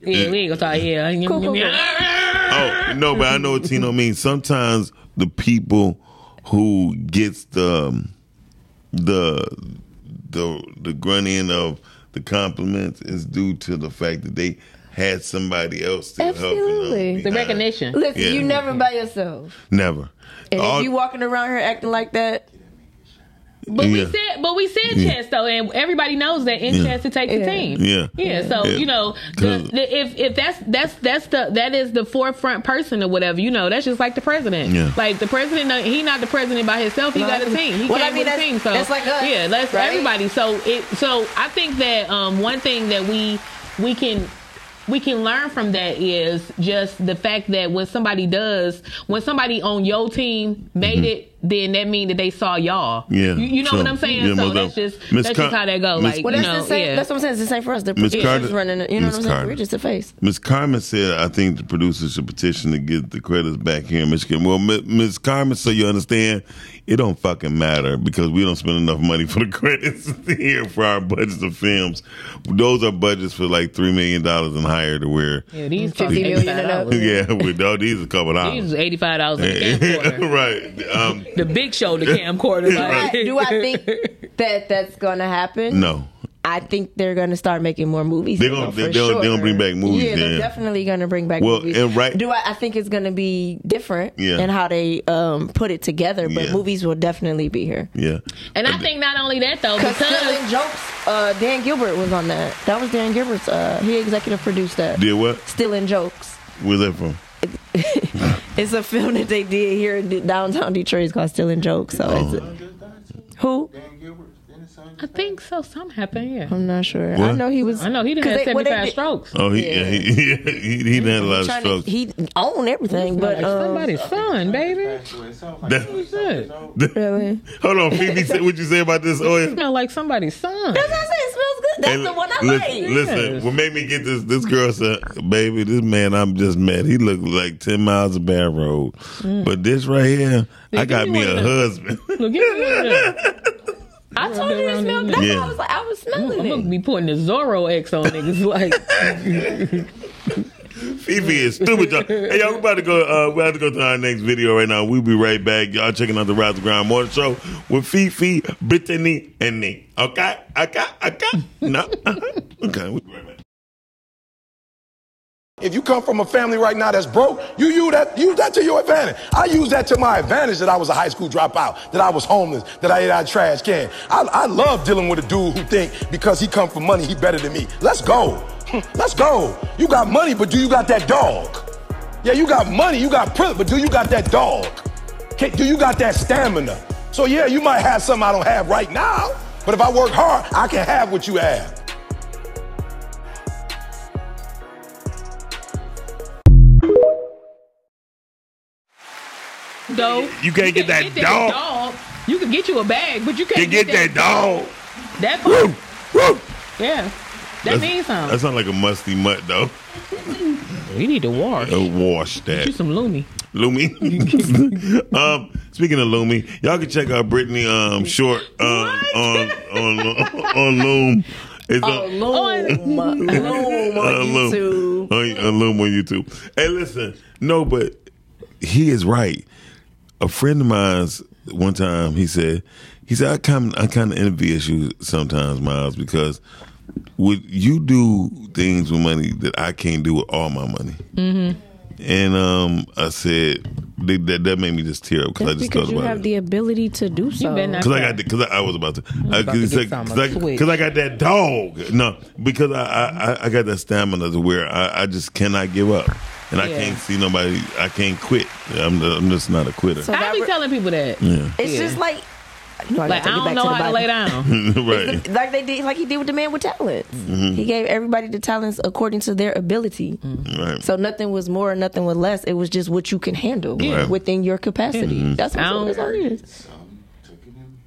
yeah, we ain't gonna talk. Yeah,
cool, cool, cool.
Oh no, but I know what Tino means. Sometimes the people who gets the um, the the the grunt end of the compliments is due to the fact that they had somebody else to help them.
Absolutely.
The recognition.
Listen,
Yeah.
you never by yourself.
Never.
And
All-
if you walking around here acting like that,
But we
Yeah.
said, but we said
Yeah.
chess though, and everybody knows that in
Yeah.
chess it takes a team.
Yeah.
yeah. So
Yeah.
you know, the, the, if if that's that's that's the that is the forefront person or whatever, you know, that's just like the president.
Yeah.
Like the president, uh, he not the president by himself. He
No.
got a team. He
Well, I
came
mean,
with a
that's-
team. So
that's like us,
yeah, that's
right?
everybody. So it so I think that um, one thing that we we can we can learn from that is just the fact that when somebody does, when somebody on your team made it, then that mean that they saw y'all.
Mm-hmm. Yeah,
you, you know
so-
what I'm saying.
yeah,
so
most
that's
definitely.
just
Miss
that's just
Con-
how that go.
Miss-
like
well,
you
that's
know,
the same.
oh, yeah.
That's what I'm saying. It's the same for us. The
Miss
producer's
Carter-
running. it. You know
Miss
what I'm saying?
Carter.
We're just a face.
Miss Carmen said, "I think the producers should petition to get the credits back here in Michigan." Well, Mi- Miss Carmen, so you understand, it don't fucking matter because we don't spend enough money for the credits here for our budgets of films. Those are budgets for like three million dollars and higher to where
yeah, these
yeah,
fifty million and up.
with all these a couple dollars.
These eighty five dollars.
right. Um,
The big show, the camcorder. Like.
Do I think that that's gonna happen?
no.
I think they're gonna start making more movies.
They're gonna-
though,
they-
for
they'll-
sure.
they'll bring back movies,
Yeah, they're
yeah.
definitely gonna bring back
Well,
movies.
and right-
Do I? I think it's gonna be different
Yeah.
in how they um, put it together, but
Yeah.
movies will definitely be here.
Yeah.
And I think not only that though,
Because
because
Stealing Jokes, uh, Dan Gilbert was on that. That was Dan Gilbert's. Uh, he executive produced that.
Did what?
Stealing Jokes.
Where's that from?
It's a film that they did here in downtown Detroit. It's called Stealing Jokes. So it's a, who?
I think so. Something happened. Yeah.
I'm not sure. I
What?
know he was.
I know he done
'cause
had
they- what they
75
did-
strokes.
Oh, he yeah. he, he, he done had a lot of
Trying to-
strokes.
he owned everything, but um,
somebody's son, baby.
That-
Shit.
really?
Hold on, Phoebe, say what you say about this Oh, oil?
Smell like somebody's son. That's
what I said. It smells good.
Hey, listen, Listen, what made me get this this girl said, baby, this man I'm just met. He looked like ten miles of bad road.
Mm.
But this right here, I
give
got
me
me
one
a
of them.
husband.
Look, give me one of them.
I told you it smelled.
that's why I
I
Yeah.
was
was
like, I was
I'm
smelling
gonna be putting the Zorro X on niggas like
Phoebe is stupid. Y'all. Hey, y'all, we about to go. Uh, we about to go to our next video right now. We'll be right back. Y'all checking out the Rise of Ground Morning Show with Fifi, Brittany, and Nick. Okay, okay, okay. No, uh-huh. okay. We-
If you come from a family right now that's broke, you use that, use that to your advantage. I use that to my advantage that I was a high school dropout, that I was homeless, that I ate out of trash can. I, I love dealing with a dude who think because he come from money, he better than me. Let's go. Hmm, Let's go. You got money, but do you got that dog? Yeah, you got money, you got privilege, but do you got that dog? Can, do you got that stamina? So yeah, you might have something I don't have right now, but if I work hard, I can have what you have.
dope.
You can't get that dog.
You can get you a bag, but you can't
You get that dog.
That part. Yeah, that
That's-
means something.
That sounds like a musty mutt though.
We need to wash.
Uh, wash that.
Get you some Lumi.
Lumi. um, speaking of Lumi, y'all can check out Brittany um short um on on on Loom. It's
Oh,
on-
Loom. Loom
uh,
on
Loom.
YouTube.
On, on Loom on YouTube. Hey, listen, no, but he is right. A friend of mine's one time he said, he said I kind I kind of envious you sometimes, Miles, because would you do things with money that I can't do with all my money?
Mm-hmm.
And um, I said that that, that made me just tear up because I just
Because
thought
you
about
have
it.
the ability to do so.
Because I got because I, I was about to
Mm-hmm. about to
because
get
I,
some,
cause I,
switch.
'cause I got that dog. No, because I I, I- I got that stamina to where I, I just cannot give up, and I
Yeah.
can't see nobody. I can't quit. I'm I'm just not a quitter.
I be telling people that.
Yeah.
It's just like No, I gotta
like
take
I
it back to
don't know
the
how to
Bible.
lay down.
Mm. right.
like they did, like he did with the man with talents.
Mhm.
He gave everybody the talents according to their ability.
Right.
So nothing was more, nothing was less. It was just what you can handle
Yeah. Right.
within your capacity.
Mhm.
That's
I don't-
what it is.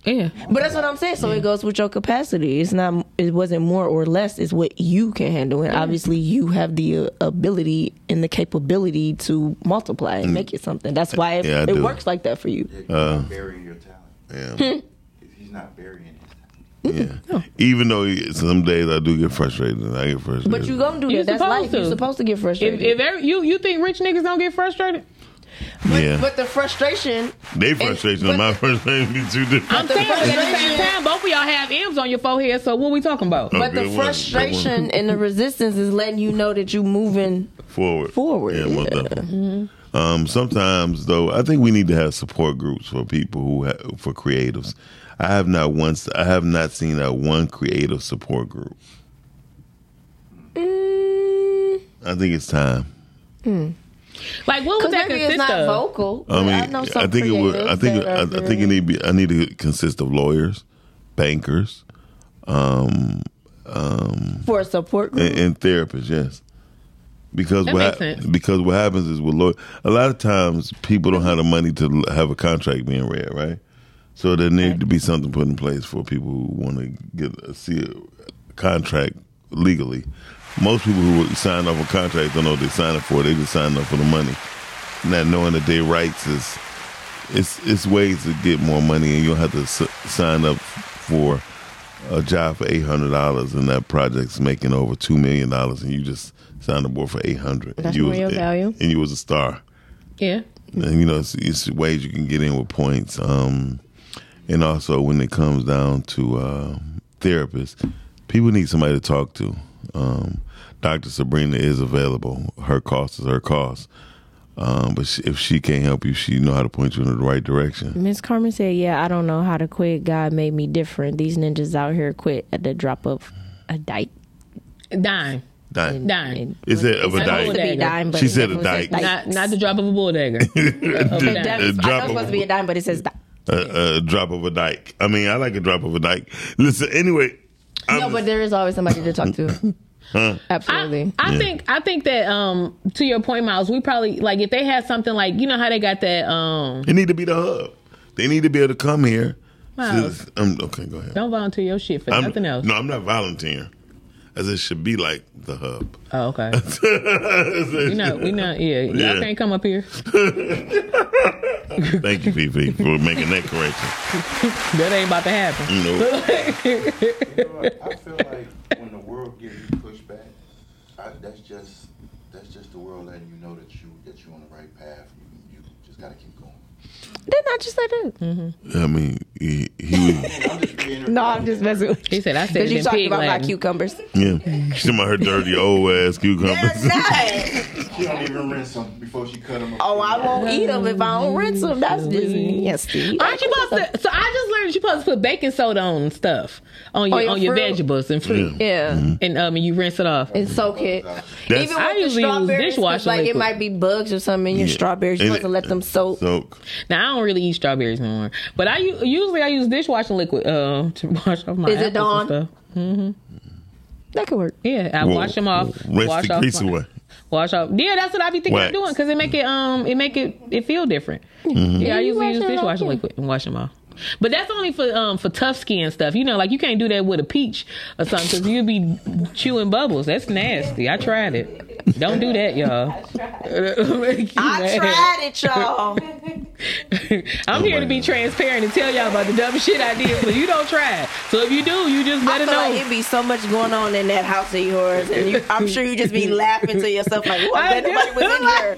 Yeah,
but that's what I'm saying. So it goes with your capacity. It's not. It wasn't more or less. It's what you can handle, and obviously you have the uh, ability and the capability to multiply and make it something. That's why it,
Yeah, I
it
do.
works like that for you.
Uh,
burying your talent.
yeah.
He's not burying
yeah. Even though some days I do get frustrated, I get frustrated.
But you gonna do that. That's life. You're supposed to get frustrated.
If, if every, you you think rich niggas don't get frustrated,
yeah.
but the frustration
They frustration and my frustration be too different.
I'm saying but at the same time, both of y'all have M's on your forehead. So what we talking about?
Oh,
But the
good one,
frustration and the resistance is letting you know that you're moving.
forward.
Forward. Mm-hmm.
Yeah, most definitely. Um, sometimes though, I think we need to have support groups for people who ha- for creatives. I have not once I have not seen that one creative support group.
Mm.
I think it's time.
Like what would that
maybe
consist
it's not
of?
vocal.
I mean,
I know some
think it would. I think I, I
creatives that are
think it need be. I need to consist of lawyers, bankers, um, um,
for a support group.
and, and therapists. Yes, because
That
what
makes
hap-
sense.
because what happens is with lawyer, a lot of times people don't have the money to l- have a contract being read, right? So there need to be something put in place for people who want to get a, see a contract legally. Most people who would sign off a contract don't know what they signing for. They just signing up for the money, not knowing that their rights is. It's it's ways to get more money, and you'll have to s- sign up for a job for eight hundred dollars, and that project's making over two million dollars, and you just signed up for eight hundred.
That's
you
more your value.
and you was a star.
Yeah.
And, you know, it's, it's ways you can get in with points. Um, and also, when it comes down to uh, therapists, people need somebody to talk to. Um, Dr. Sabrina is available. Her cost is her cost. Um, but she, if she can't help you, she know how to point you in the right direction.
Miss Carmen said, "Yeah, I don't know how to quit. God made me different. These ninjas out here quit at the drop of a dike.
Dime.
Dime.
Dime.
Is it of a
It's supposed to be
dyke?
dime, but
she
it
said a
definitely
dyke.
says dyke.
Not, not the drop of a bull dagger.
A
I know
drop
it's supposed
of-
to be a dime, but it says dike.
Uh, a, a drop of a dike. I mean, I like a drop of a dike. Listen, anyway,
no, but there is always somebody to talk to.
huh?
Absolutely.
I
Yeah.
think I think that um to your point, Miles, we probably like if they had something like you know how they got that um
It need to be the hub. They need to be able to come here.
Wow.
So, um, okay, go ahead.
don't volunteer your shit for
I'm-
nothing else.
No, I'm not volunteering. As it should be like the hub.
Oh, okay. we not we not yeah,
Yeah.
y'all can't come up here.
Thank you, PP, for making that correction.
that ain't about to happen.
I feel like when the world gives you pushback, I, that's just that's just the world letting you know that you that you're on the right path. You, you just gotta keep going.
Didn't I just say that? Mm-hmm.
I mean, he, he
No, I'm just messing with
He said I said
Because
it
you
in
talked
pig
about my
Latin.
cucumbers.
yeah. She's talking about her dirty old ass cucumbers.
She don't even rinse them before she cut them.
Oh, I won't eat them if I don't rinse them. That's just nasty.
Aren't you supposed to? So I just learned you're supposed to put baking soda on stuff on your
On
on
your
your,
fruit?
vegetables and fruit.
Yeah.
and um, and you rinse it off.
And soak it.
That's-
Even
I
with the
usually use
strawberries, 'cause,
dishwasher
like it
liquid.
might be bugs or something in your
Yeah.
strawberries. You're
And
supposed to
it-
let them soak.
Soak.
Now I don't really eat strawberries no more, but I u- usually I use dishwashing liquid uh, to wash off my
Is it
apples and
Dawn?
stuff. Mhm.
That could work.
Yeah, I
Whoa,
wash them off.
Rinse
wash
the
off
grease
my-
away.
Wash off. Yeah, that's what I be thinking
Wax.
of doing because it make it um it make it it feel different.
Mm-hmm.
Mhm.
Yeah, I
You
usually
wash
use
it off,
dishwashing
yeah.
liquid and wash them off. But that's only for um for tough skin stuff. You know, like you can't do that with a peach or something because you'd be chewing bubbles. That's nasty. I tried it. Don't do that, y'all.
I tried it, y'all.
I'm here to be transparent and tell y'all about the dumb shit I did, but you don't try. it. So if you do, you just
I
let
feel
it know.
like it'd be so much going on in that house of yours, and you, I'm sure you just be laughing to yourself like, "Ooh, I'm glad nobody was in here. Ooh, I'm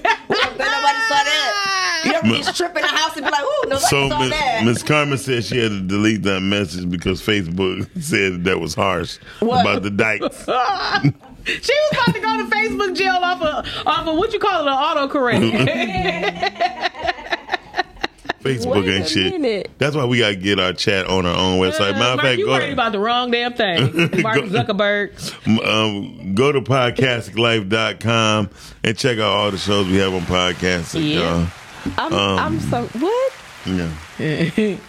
glad nobody saw that." You ever be
Mm.
stripping the house and be like, "Ooh, nobody
So
saw
Miss-
that."
Miss Carmen said she had to delete that message because Facebook said that was harsh
What?
about the dikes.
she was about to go to Facebook jail off of off of what you call it an autocorrect.
Facebook ain't shit. That's why we gotta get our chat on our own website. Matter of
Mark,
fact,
you
go
worried about the wrong damn thing, Mark
Go-
Zuckerberg.
um, go to podcasticlife.com and check out all the shows we have on podcasting,
Yeah.
y'all.
I'm,
Um,
I'm so what?
yeah.
Retype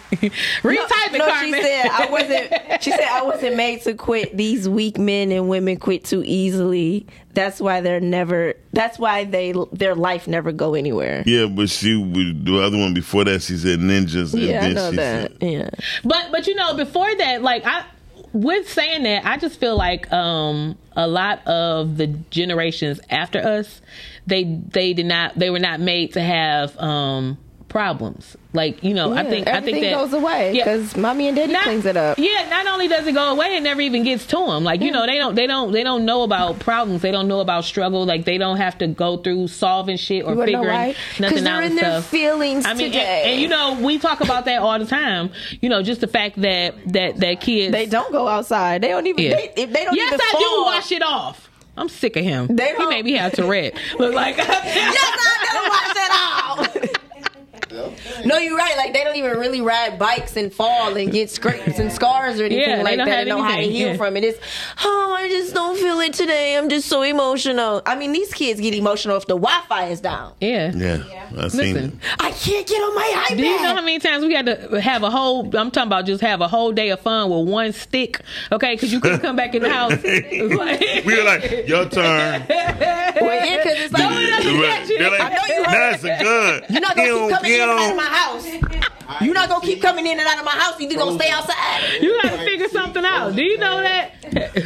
it,
no,
Carmen.
she said I wasn't. She said I wasn't made to quit. These weak men and women quit too easily. That's why they're never. That's why they their life never go anywhere.
Yeah, but she would the other one before that she said ninjas and
Yeah, I
then
know
she
that. Yeah.
But but you know, before that, like I with saying that, I just feel like um a lot of the generations after us, they they did not they were not made to have um problems. Like, you know, I
Yeah,
think I think
everything
that
goes away because mommy and daddy cleans it up.
yeah, not only does it go away, it never even gets to them. Like you know, they don't, they don't, they don't know about problems. They don't know about struggle. Like they don't have to go through solving shit or
You wanna know
figuring
why? 'Cause
nothing
they're
out
in
and
their
stuff.
feelings
I mean, and-
today.
And, you know, we talk about that all the time. You know, just the fact that that that kids
They don't go outside. They don't even.
Yeah.
They, if they don't
Yes,
even
I
fall,
do wash it off. I'm sick of him.
They
he
don't-
made me have Tourette. Look like
No, you're right. Like they don't even really ride bikes and fall and get scrapes and scars or anything
Yeah, they
like
don't
that.
have
They don't know how to
anything,
heal
yeah.
from it. It's oh, I just don't feel it today. I'm just so emotional. I mean, these kids get emotional if the Wi-Fi is down.
yeah.
Yeah, I seen it.
I can't get on my iPad.
Do you know how many times we had to have a whole? I'm talking about just have a whole day of fun with one stick, okay? Because you couldn't come back in the house.
we were like, your turn.
Well, yeah, because it's like
They're like,
I know you're right.
that's a gun.
You're not gonna
Pew,
keep coming in and out
pew.
of my house. You're not gonna keep coming in and out of my house. You're gonna stay outside.
You gotta figure something out. Do you know that?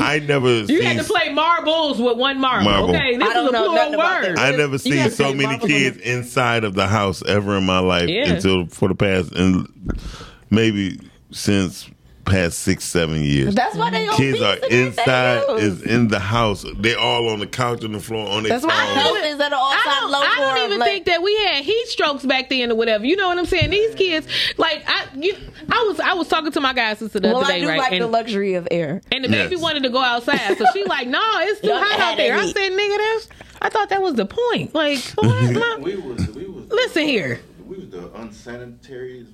I never
You
seen
had to play marbles with one marble.
Marble.
Okay, this
I don't
is a
know nothing
plural
about
word.
I never seen so many kids inside of the house ever in my life
Yeah.
until for the past and maybe since past six seven years.
That's why they don't
kids
be
are
sitting at their
inside
house.
is in the house. They all on the couch on the floor on their
That's why
phone.
I know that are all
I
time
don't,
low
I
for
don't
'em,
even
like-
think that we had heat strokes back then or whatever. You know what I'm saying? These kids, like I, you, I was, I was talking to my guy sister the
Well,
other
I
day,
do
right?
like
and,
the luxury of air.
and the baby
Yes.
wanted to go outside, so she like, no, it's too
Y'all
hot
had
out there.
that
I
heat.
said, nigga, that's. I thought that was the point. Like, what, Ma?
We was we was
listen here.
we was the unsanitary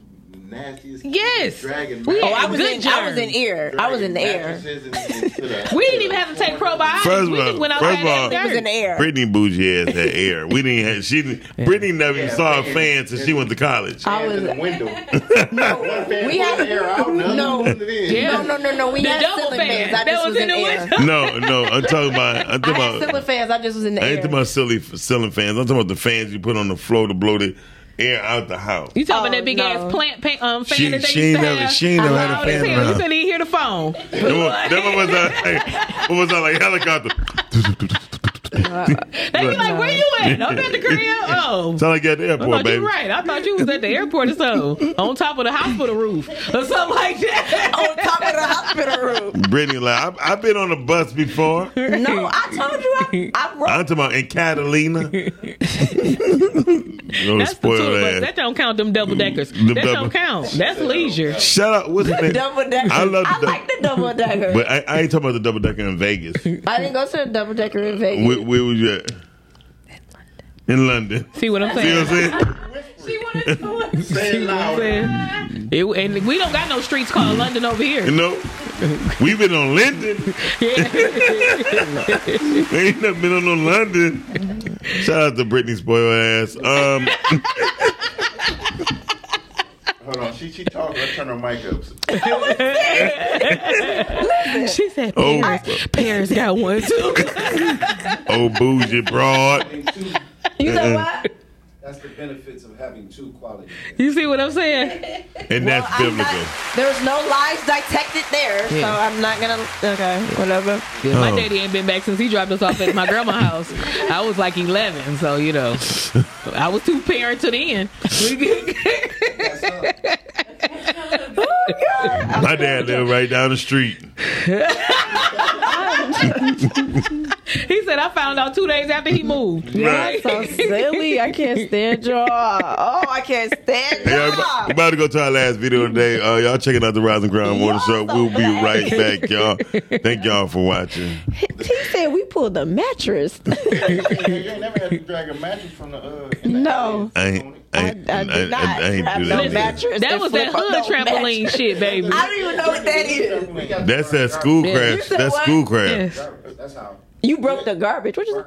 nastiest.
Yes.
Dragon.
We-
man.
Oh, I was Good in- I was germs. in ear. I was in the air.
Mattresses and- and to the-
We didn't even have to take probiotics.
First
we
of all,
just went out
first of all,
there
in the air.
Brittany bougie ass had air. We didn't have she. didn't Brittany never even saw a fan since she went to college.
I was
window.
we had no, no, no, no, no. We
The
had
double
ceiling
fan.
fans. I
That
just
was
was
in
in
the
air.
No, no, I'm talking about. I'm
I
talking
had
about.
ceiling fans. I just was in the
I ain't
air.
talking about silly ceiling fans. I'm talking about the fans you put on the floor to blow the air out the house.
You talking about
Oh,
that big
no.
ass plant pa- um, fan
She-
that they
she
used
ain't
to
never-
have?
she ain't never had a
Loud as
fan in
hell.
her
You couldn't
house.
even hear the phone.
That was, that one was a what was that like helicopter?
They be like, "Where you at? I'm at the crib." Oh,
Sound like you at the
I
airport,
thought you
baby.
were right. I thought you was at the airport or something, on top of the hospital roof or something like that. on top of the hospital roof.
Brittany, like I, I've been on a bus before.
No, I told you. I, I
I'm talking about in Catalina. Don't
That's the
spoil
tour bus.
that.
That don't count. Them double deckers.
The
That
double-
don't count. That's leisure.
Shut up. What's the name?
Double decker.
I love
I
the
like the double decker.
But I, I ain't talking about the double decker in Vegas.
I didn't go to the double decker in Vegas.
where, where was you at? In London.
See what I'm
See what I'm
saying?
saying?
See what I'm saying? It, and we don't got no streets called London over here.
You know, we've been on London. we ain't never been on no London. Shout out to Britney spoil ass. Um,
Hold on, she she talking. Let's turn her mic up.
she said,
Oh.
Paris, Paris got one too.
oh bougie broad.
You
Uh-uh.
know what?
That's the benefits of having two quality.
You see what I'm saying?
And that's
Well, I'm not-
biblical.
There's no lies detected there, so
Yeah.
I'm not gonna. Okay, whatever.
Yeah, my
Oh.
daddy ain't been back since he dropped us off at my grandma's house. I was like 11, so you know, I was too parent to the end.
My dad lived right down the street.
he said I found out two days after he moved.
Y'all so silly. I can't stand y'all. Oh, I can't stand
Yeah,
y'all.
we about to go to our last video today. Uh, y'all checking out the Rising Ground Water Show. We'll be right back, y'all. Thank y'all for watching.
He said we pulled the mattress.
You ain't never had to drag a mattress from the uh.
no.
I ain't, I ain't, I, ain't- I ain't do
No
that. either.
mattress.
That was that
flip up,
hood
no
trampoline
mattress.
shit, baby.
I don't even know what that is.
That's that schoolcraft.
You said
That's
what?
schoolcraft.
That's how.
You broke the garbage. What you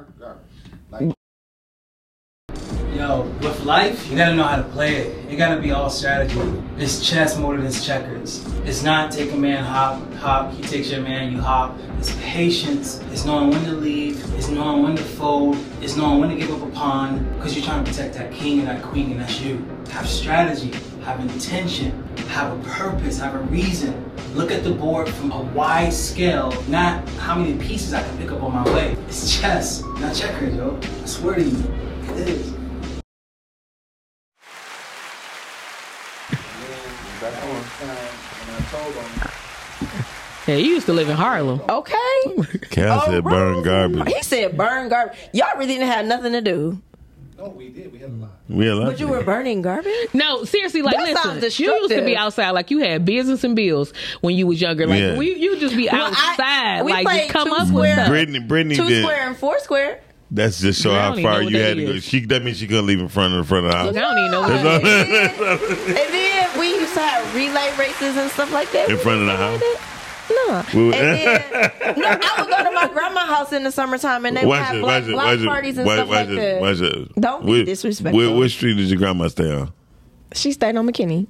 Yo, with life, you gotta know how to play it. It gotta be all strategy. It's chess more than it's checkers. It's not take a man, hop, hop, he takes your man, you hop. It's patience. It's knowing when to leave. It's knowing when to fold. It's knowing when to give up a pawn because you're trying to protect that king and that queen, and that's you. Have strategy, have intention, have a purpose, have a reason. Look at the board from a wide scale, not how many pieces I can pick up on my way. It's chess, not checkers, yo. I swear to you, it is.
Back on time, and I told him.
Yeah, you used to live in Harlem. Oh
Okay.
Cal said burn garbage.
He said burn garbage. Y'all really didn't have nothing to do,
We a lot.
but you were burning garbage.
No, seriously, like
That sounds
listen, you used to be
destructive.
outside like you had business and bills when you was younger. Like
Yeah.
we, you just be
Well, I-
outside,
we
like
played
just come
two
up with
square-
stuff.
Brittany, Brittany
Two
did.
square and four square.
That's just show
I
how
don't even
far
know
you
what
had
that
to go.
is.
She that means she couldn't leave in front of the front of the
Look, I
house.
don't even know what
That's
that is.
And then we used to have relay races and stuff like that.
In front of the house.
No.
We-
And then, no, I would go to my grandma's house in the summertime and they would
Watch
have
it,
block,
watch it,
block
watch it,
parties and
watch-
stuff
watch
like
it,
that.
watch it.
Don't be
Where-
disrespectful.
where- What street did your grandma stay on?
She stayed on McKinney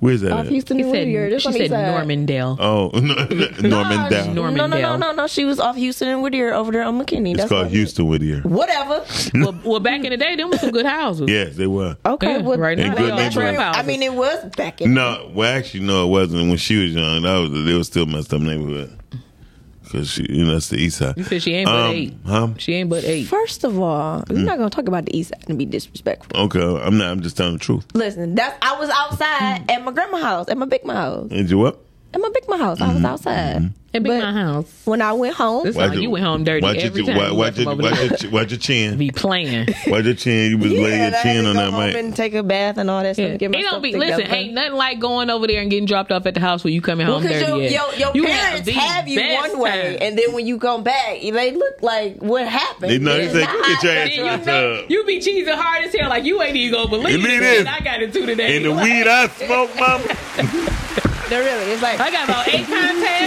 Where's that? at?
off Houston
He
and
said-
Whittier. This uh,
she
on the
said
east side.
Normandale.
Oh, Norman Down.
Norman
No, no, no,
Dale.
no, no. She was off Houston and Whittier over there on McKinney.
It's
That's
called Houston Whittier.
whatever.
well, well, back in the day, them was some good houses.
Yes, they were.
Okay,
Yeah,
well,
right now
And
they
good
are trap
neighborhood.
houses.
I mean, it was back in.
No, well, actually, no, it wasn't. When she was young, that was they was still messed up neighborhood. Cause she, you know, that's the East Side. Um,
You said she ain't but eight.
Huh?
She ain't but eight.
First of all,
Mm.
we're not gonna talk about the East Side and be disrespectful.
Okay, I'm not. I'm just telling the truth.
Mm.
Listen, that's I was outside at my grandma's house, at my big ma house.
And you what?
in my big my house. I was outside.
And big my house.
When I went home,
Mm-hmm. This is how you went home dirty
Watch
every
your,
time.
Watch,
you
watch,
left
your,
from over
watch,
there.
your, watch your chin.
Be playing.
Watch your chin. You was laying your chin on that mic.
and take a bath and all that stuff.
Yeah.
to Get
It
myself
don't be
together.
listen. Ain't nothing like going over there and getting dropped off at the house when you coming home
Because
dirty.
your,
yet.
your, your
You have
parents
the
have, you
best
one way,
time.
and then when you come back, they look like what happened.
They know they
It's
say,
not
"Get your
how
ass
it
in the
was."
tub."
You be cheesing hard as hell, like you ain't even gonna believe
Believe
it.
it.
I got it too today.
And the weed I smoke, mama.
No, really, it's like
I got about eight contacts.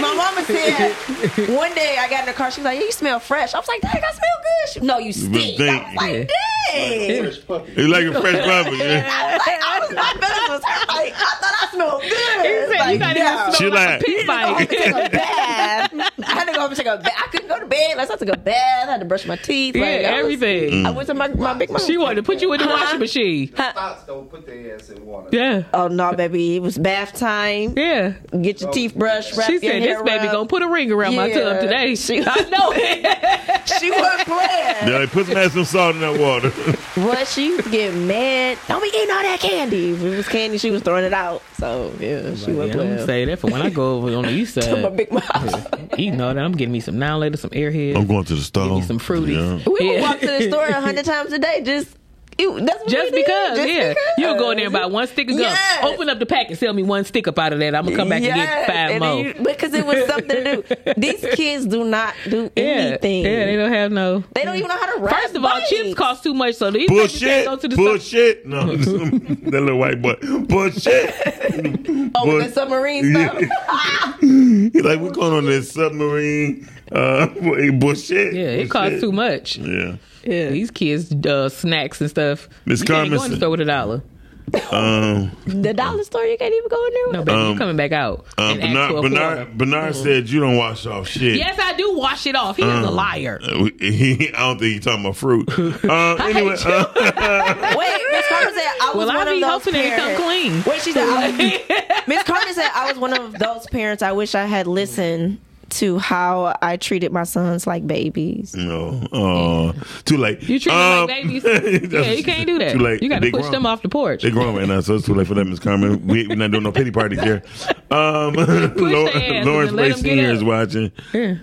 My mama said one day I got in the car. She was like, "Yeah, you smell fresh." I was like, "Dang, I smell good." She, no, you
But
stink.
think-
I was like, "Dang."
It's like a fresh rubber. Yeah.
I was like, I, was, I bet it was her. Like, I thought I smelled good.
said,
like,
"You not even
no.
smell
She like-
pig bite.
I had to take a bath. I had to go up and take a bath. I couldn't go to bed. unless I took a bath. I had to brush my teeth.
Yeah,
like, I was-
everything.
I went to my, my big
Mm.
mama.
She wanted to put you in the
Uh-huh.
washing machine.
Thoughts don't put their ass in water.
Yeah.
Oh no, baby! It was bath time.
Yeah.
Get your teeth brushed. Wrap
She
your
said,
hair
"This baby
up.
gonna put a ring around my tub
Yeah.
today."
She-
I know it.
she wasn't playing.
They're like, put some ass some salt in that water.
What she was getting mad. Don't be eating all that candy. If it was candy, she was throwing it out. So yeah, she wasn't
Yeah, I'm gonna
playing.
say that for when I go over on the east
To my
side.
big mouth.
You know that I'm getting me some now later, some airheads.
I'm going to the store.
Give me some fruities.
We would
Yeah.
walk to the store a hundred times a day. Just ew, that's what
Just
we did.
because,
Just
yeah.
because.
You'll go in there and buy one stick of gum.
Yes.
Open up the pack and sell me one stick up out of that. I'm gonna come back
Yes,
and get five
and then
more.
you- because it was something to do. These kids do not do anything.
Yeah, they don't have no.
They don't even know how to rap.
First of all, chips cost too much, so these niggas
Bullshit.
can't go to the
Bullshit. No, that little white boy. Bullshit.
Oh,
Bull-
with the submarine stuff.
He like, we're going on this submarine. Uh, bullshit.
Yeah, it costs too much.
Yeah.
Yeah, these kids uh, snacks and stuff.
Miss
You can't go in the
Carmenson.
store with a dollar.
Um,
The dollar store, you can't even go in there. With.
No, baby,
Um,
you coming back out?
um,
and ask
Bernard,
for a quarter.
Bernard, Bernard said you don't wash off shit.
Yes, I do wash it off. He is a
Um,
liar.
uh, he- I don't think he's talking about fruit. Uh, anyway, uh,
Wait, Miss Carter said I was
Well, I
one
be
of those
hoping they
parents.
come clean.
Wait, she said I- Miss Carter said I was one of those parents. I wish I had listened to how I treated my sons like babies.
no, uh, too late.
You treat them like babies.
Um, that's-
yeah, you can't do that.
Too late.
You got
They
to push
grown.
them off the porch.
They're growing right now, so it's too late for that, Miss Carmen. We, we're not doing no pity parties here. Um, Lau-
ass and
Lawrence Blake
let 'em get
Senior
up.
is watching.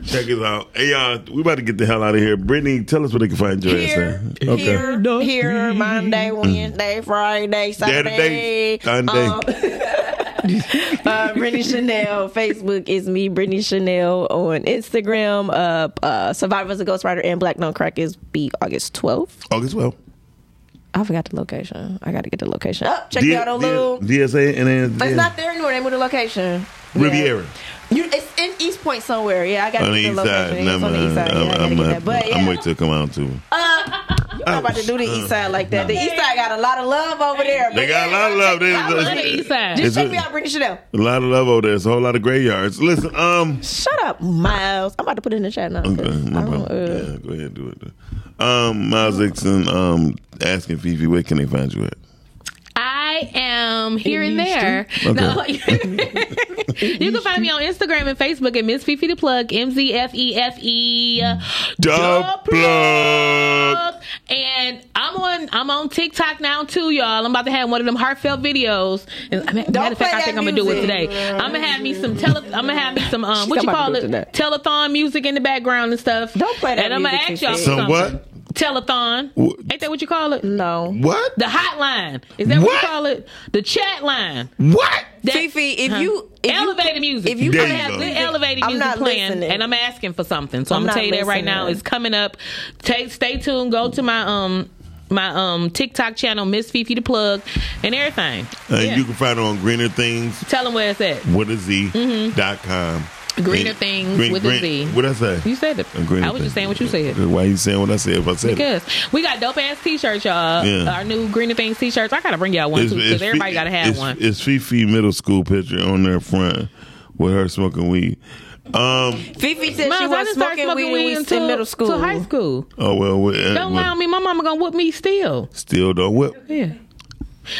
Check us out. Hey, y'all, we about to get the hell out of here. Brittany, tell us where they can find your
Here,
ass at. Okay.
Here, here, Monday, Wednesday, Friday,
Saturday,
Saturday,
Sunday.
um, uh, Brittany Chanel. Facebook is me, Brittany Chanel. On Instagram, uh, uh, Survivors of Ghost Rider and Black Non Crack is be August 12th.
August 12th.
I forgot the location. I got to get the location up. Check
D-
me out on Lou.
D- DSA and then
It's not there anymore. They moved the location.
Riviera.
You, it's in East Point somewhere. Yeah, I got to
On the
get
east
the location.
side. uh,
It's
Never
on the east
mind.
side. Yeah, I gotta
I'm,
get
I'm,
that. But
not-
yeah,
I'm waiting till it come out too.
Uh,
you know about to do the east side like that. The east side got a lot of love over there.
They
But
got a
yeah,
lot of love. They-
I love
they-
the east side.
It's
Just check
a-
me out, Brittany Chanel.
A lot of love over there. It's a whole lot of graveyards. Listen, um,
Shut up, Miles. I'm about to put it in the chat now.
Okay, no
I don't,
problem.
uh,
yeah, go ahead, do it. then. Um, Miles Dixon, um, asking Fifi, where can they find you at?
I am here and there.
Street?
No, you can find me on Instagram and Facebook at Miss Fifi the Plug, M Z F E F E.
Dub plug.
And I'm on I'm on TikTok now too, y'all. I'm about to have one of them heartfelt videos. And I mean, matter of fact,
play
I think
that
I'm gonna do it
music.
today. I'm gonna have me some tele. I'm gonna have me some um,
She's
what you
about to
call
do
it?
it today.
Telethon music in the background and stuff. Don't
play that
And I'm gonna
music,
ask y'all
Fifi.
for
Some what?
Telethon. Ain't that what you call it?
No.
What?
The hotline. Is that what, you call it? The chat line.
What?
Fifi, if you
elevator music.
if you
I'm
There
gonna
you
have
go.
good elevator
I'm
music
not
playing,
listening.
and I'm asking for something. So
I'm
I'm, gonna
not
tell you that right now.
listening.
It's coming up. Take, stay tuned. Go to my um my um TikTok channel, Miss Fifi the Plug, and everything.
And
Uh, Yeah.
Uh, you can find her on Greener Things
Tell them where it's at.
with a Z
Mhm.
dot com.
Greener
And-
Things with a Z.
What I say?
You said it.
Uh, Greener
I was
Things.
just saying what you said.
Why you saying what I said? If I said it.
Because we got dope ass t shirts, y'all.
Yeah.
Our new Greener Things t shirts. I gotta bring y'all one
It's-
too,
it's
because everybody
Fi-
gotta have
it's-
one.
It's Fifi middle school picture on their front with her smoking weed. Um.
Fifi said she
Miles, I
was
didn't start
smoking,
smoking
weed,
weed
when we was
until-
in middle school.
till high school.
Oh well. we- uh,
Don't
we-
lie on me. My mama gonna whoop me still.
Still don't whip.
Yeah.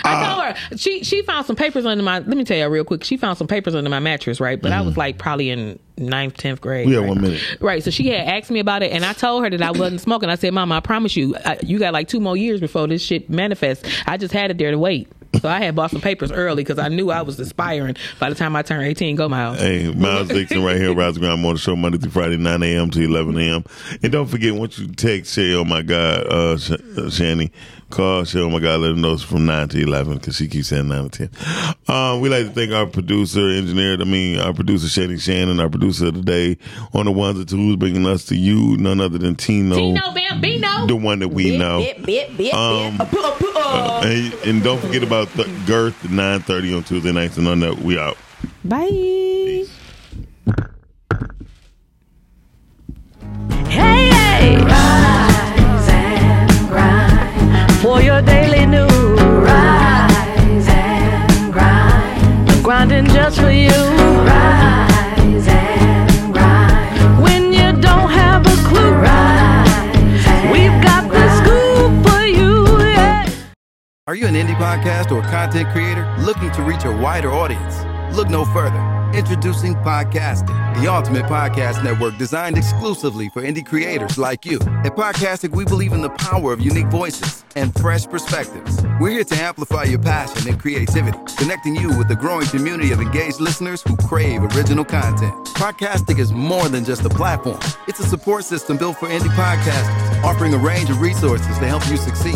I told her she she found some papers under my. Let me tell you real quick. She found some papers under my mattress, right? But I was like probably in ninth, tenth grade.
We had
right?
one minute.
Right. So she had asked me about it, and I told her that I wasn't smoking. I said, "Mama, I promise you, I, you got like two more years before this shit manifests. I just had it there to wait." So I had bought some papers early because I knew I was aspiring by the time I turned 18. Go, Miles.
Hey, Miles Dixon right here, Rise Ground Morning Show, Monday through Friday, 9 a.m. to 11 a.m. And don't forget, once you text Shay, oh my God, uh, Sh- uh, Shani, call Shay, oh my God, let her know it's from 9 to 11 because she keeps saying 9 to 10. Um, we like to thank our producer, engineer, I mean, our producer, Shani Shannon, our producer today on the ones and twos, bringing us to you, none other than Tino.
Tino Bambino.
The one that we
Bit,
know.
bit, bit, bit,
Um,
bit. Uh, pu- uh, pu- uh.
and, and don't forget about th- Girth, 9.30 on Tuesday nights. And on that, we out.
Bye.
Rise and grind for your daily news. Rise and grind, grinding just for you. Rise and grind when you don't have a clue. Rise, we've got the scoop for you. yeah.
Are you an indie podcast or content creator looking to reach a wider audience? Look no further. Introducing Podcasting, the ultimate podcast network designed exclusively for indie creators like you. At Podcastic, we believe in the power of unique voices and fresh perspectives. We're here to amplify your passion and creativity, connecting you with a growing community of engaged listeners who crave original content. Podcastic is more than just a platform, it's a support system built for indie podcasters, offering a range of resources to help you succeed.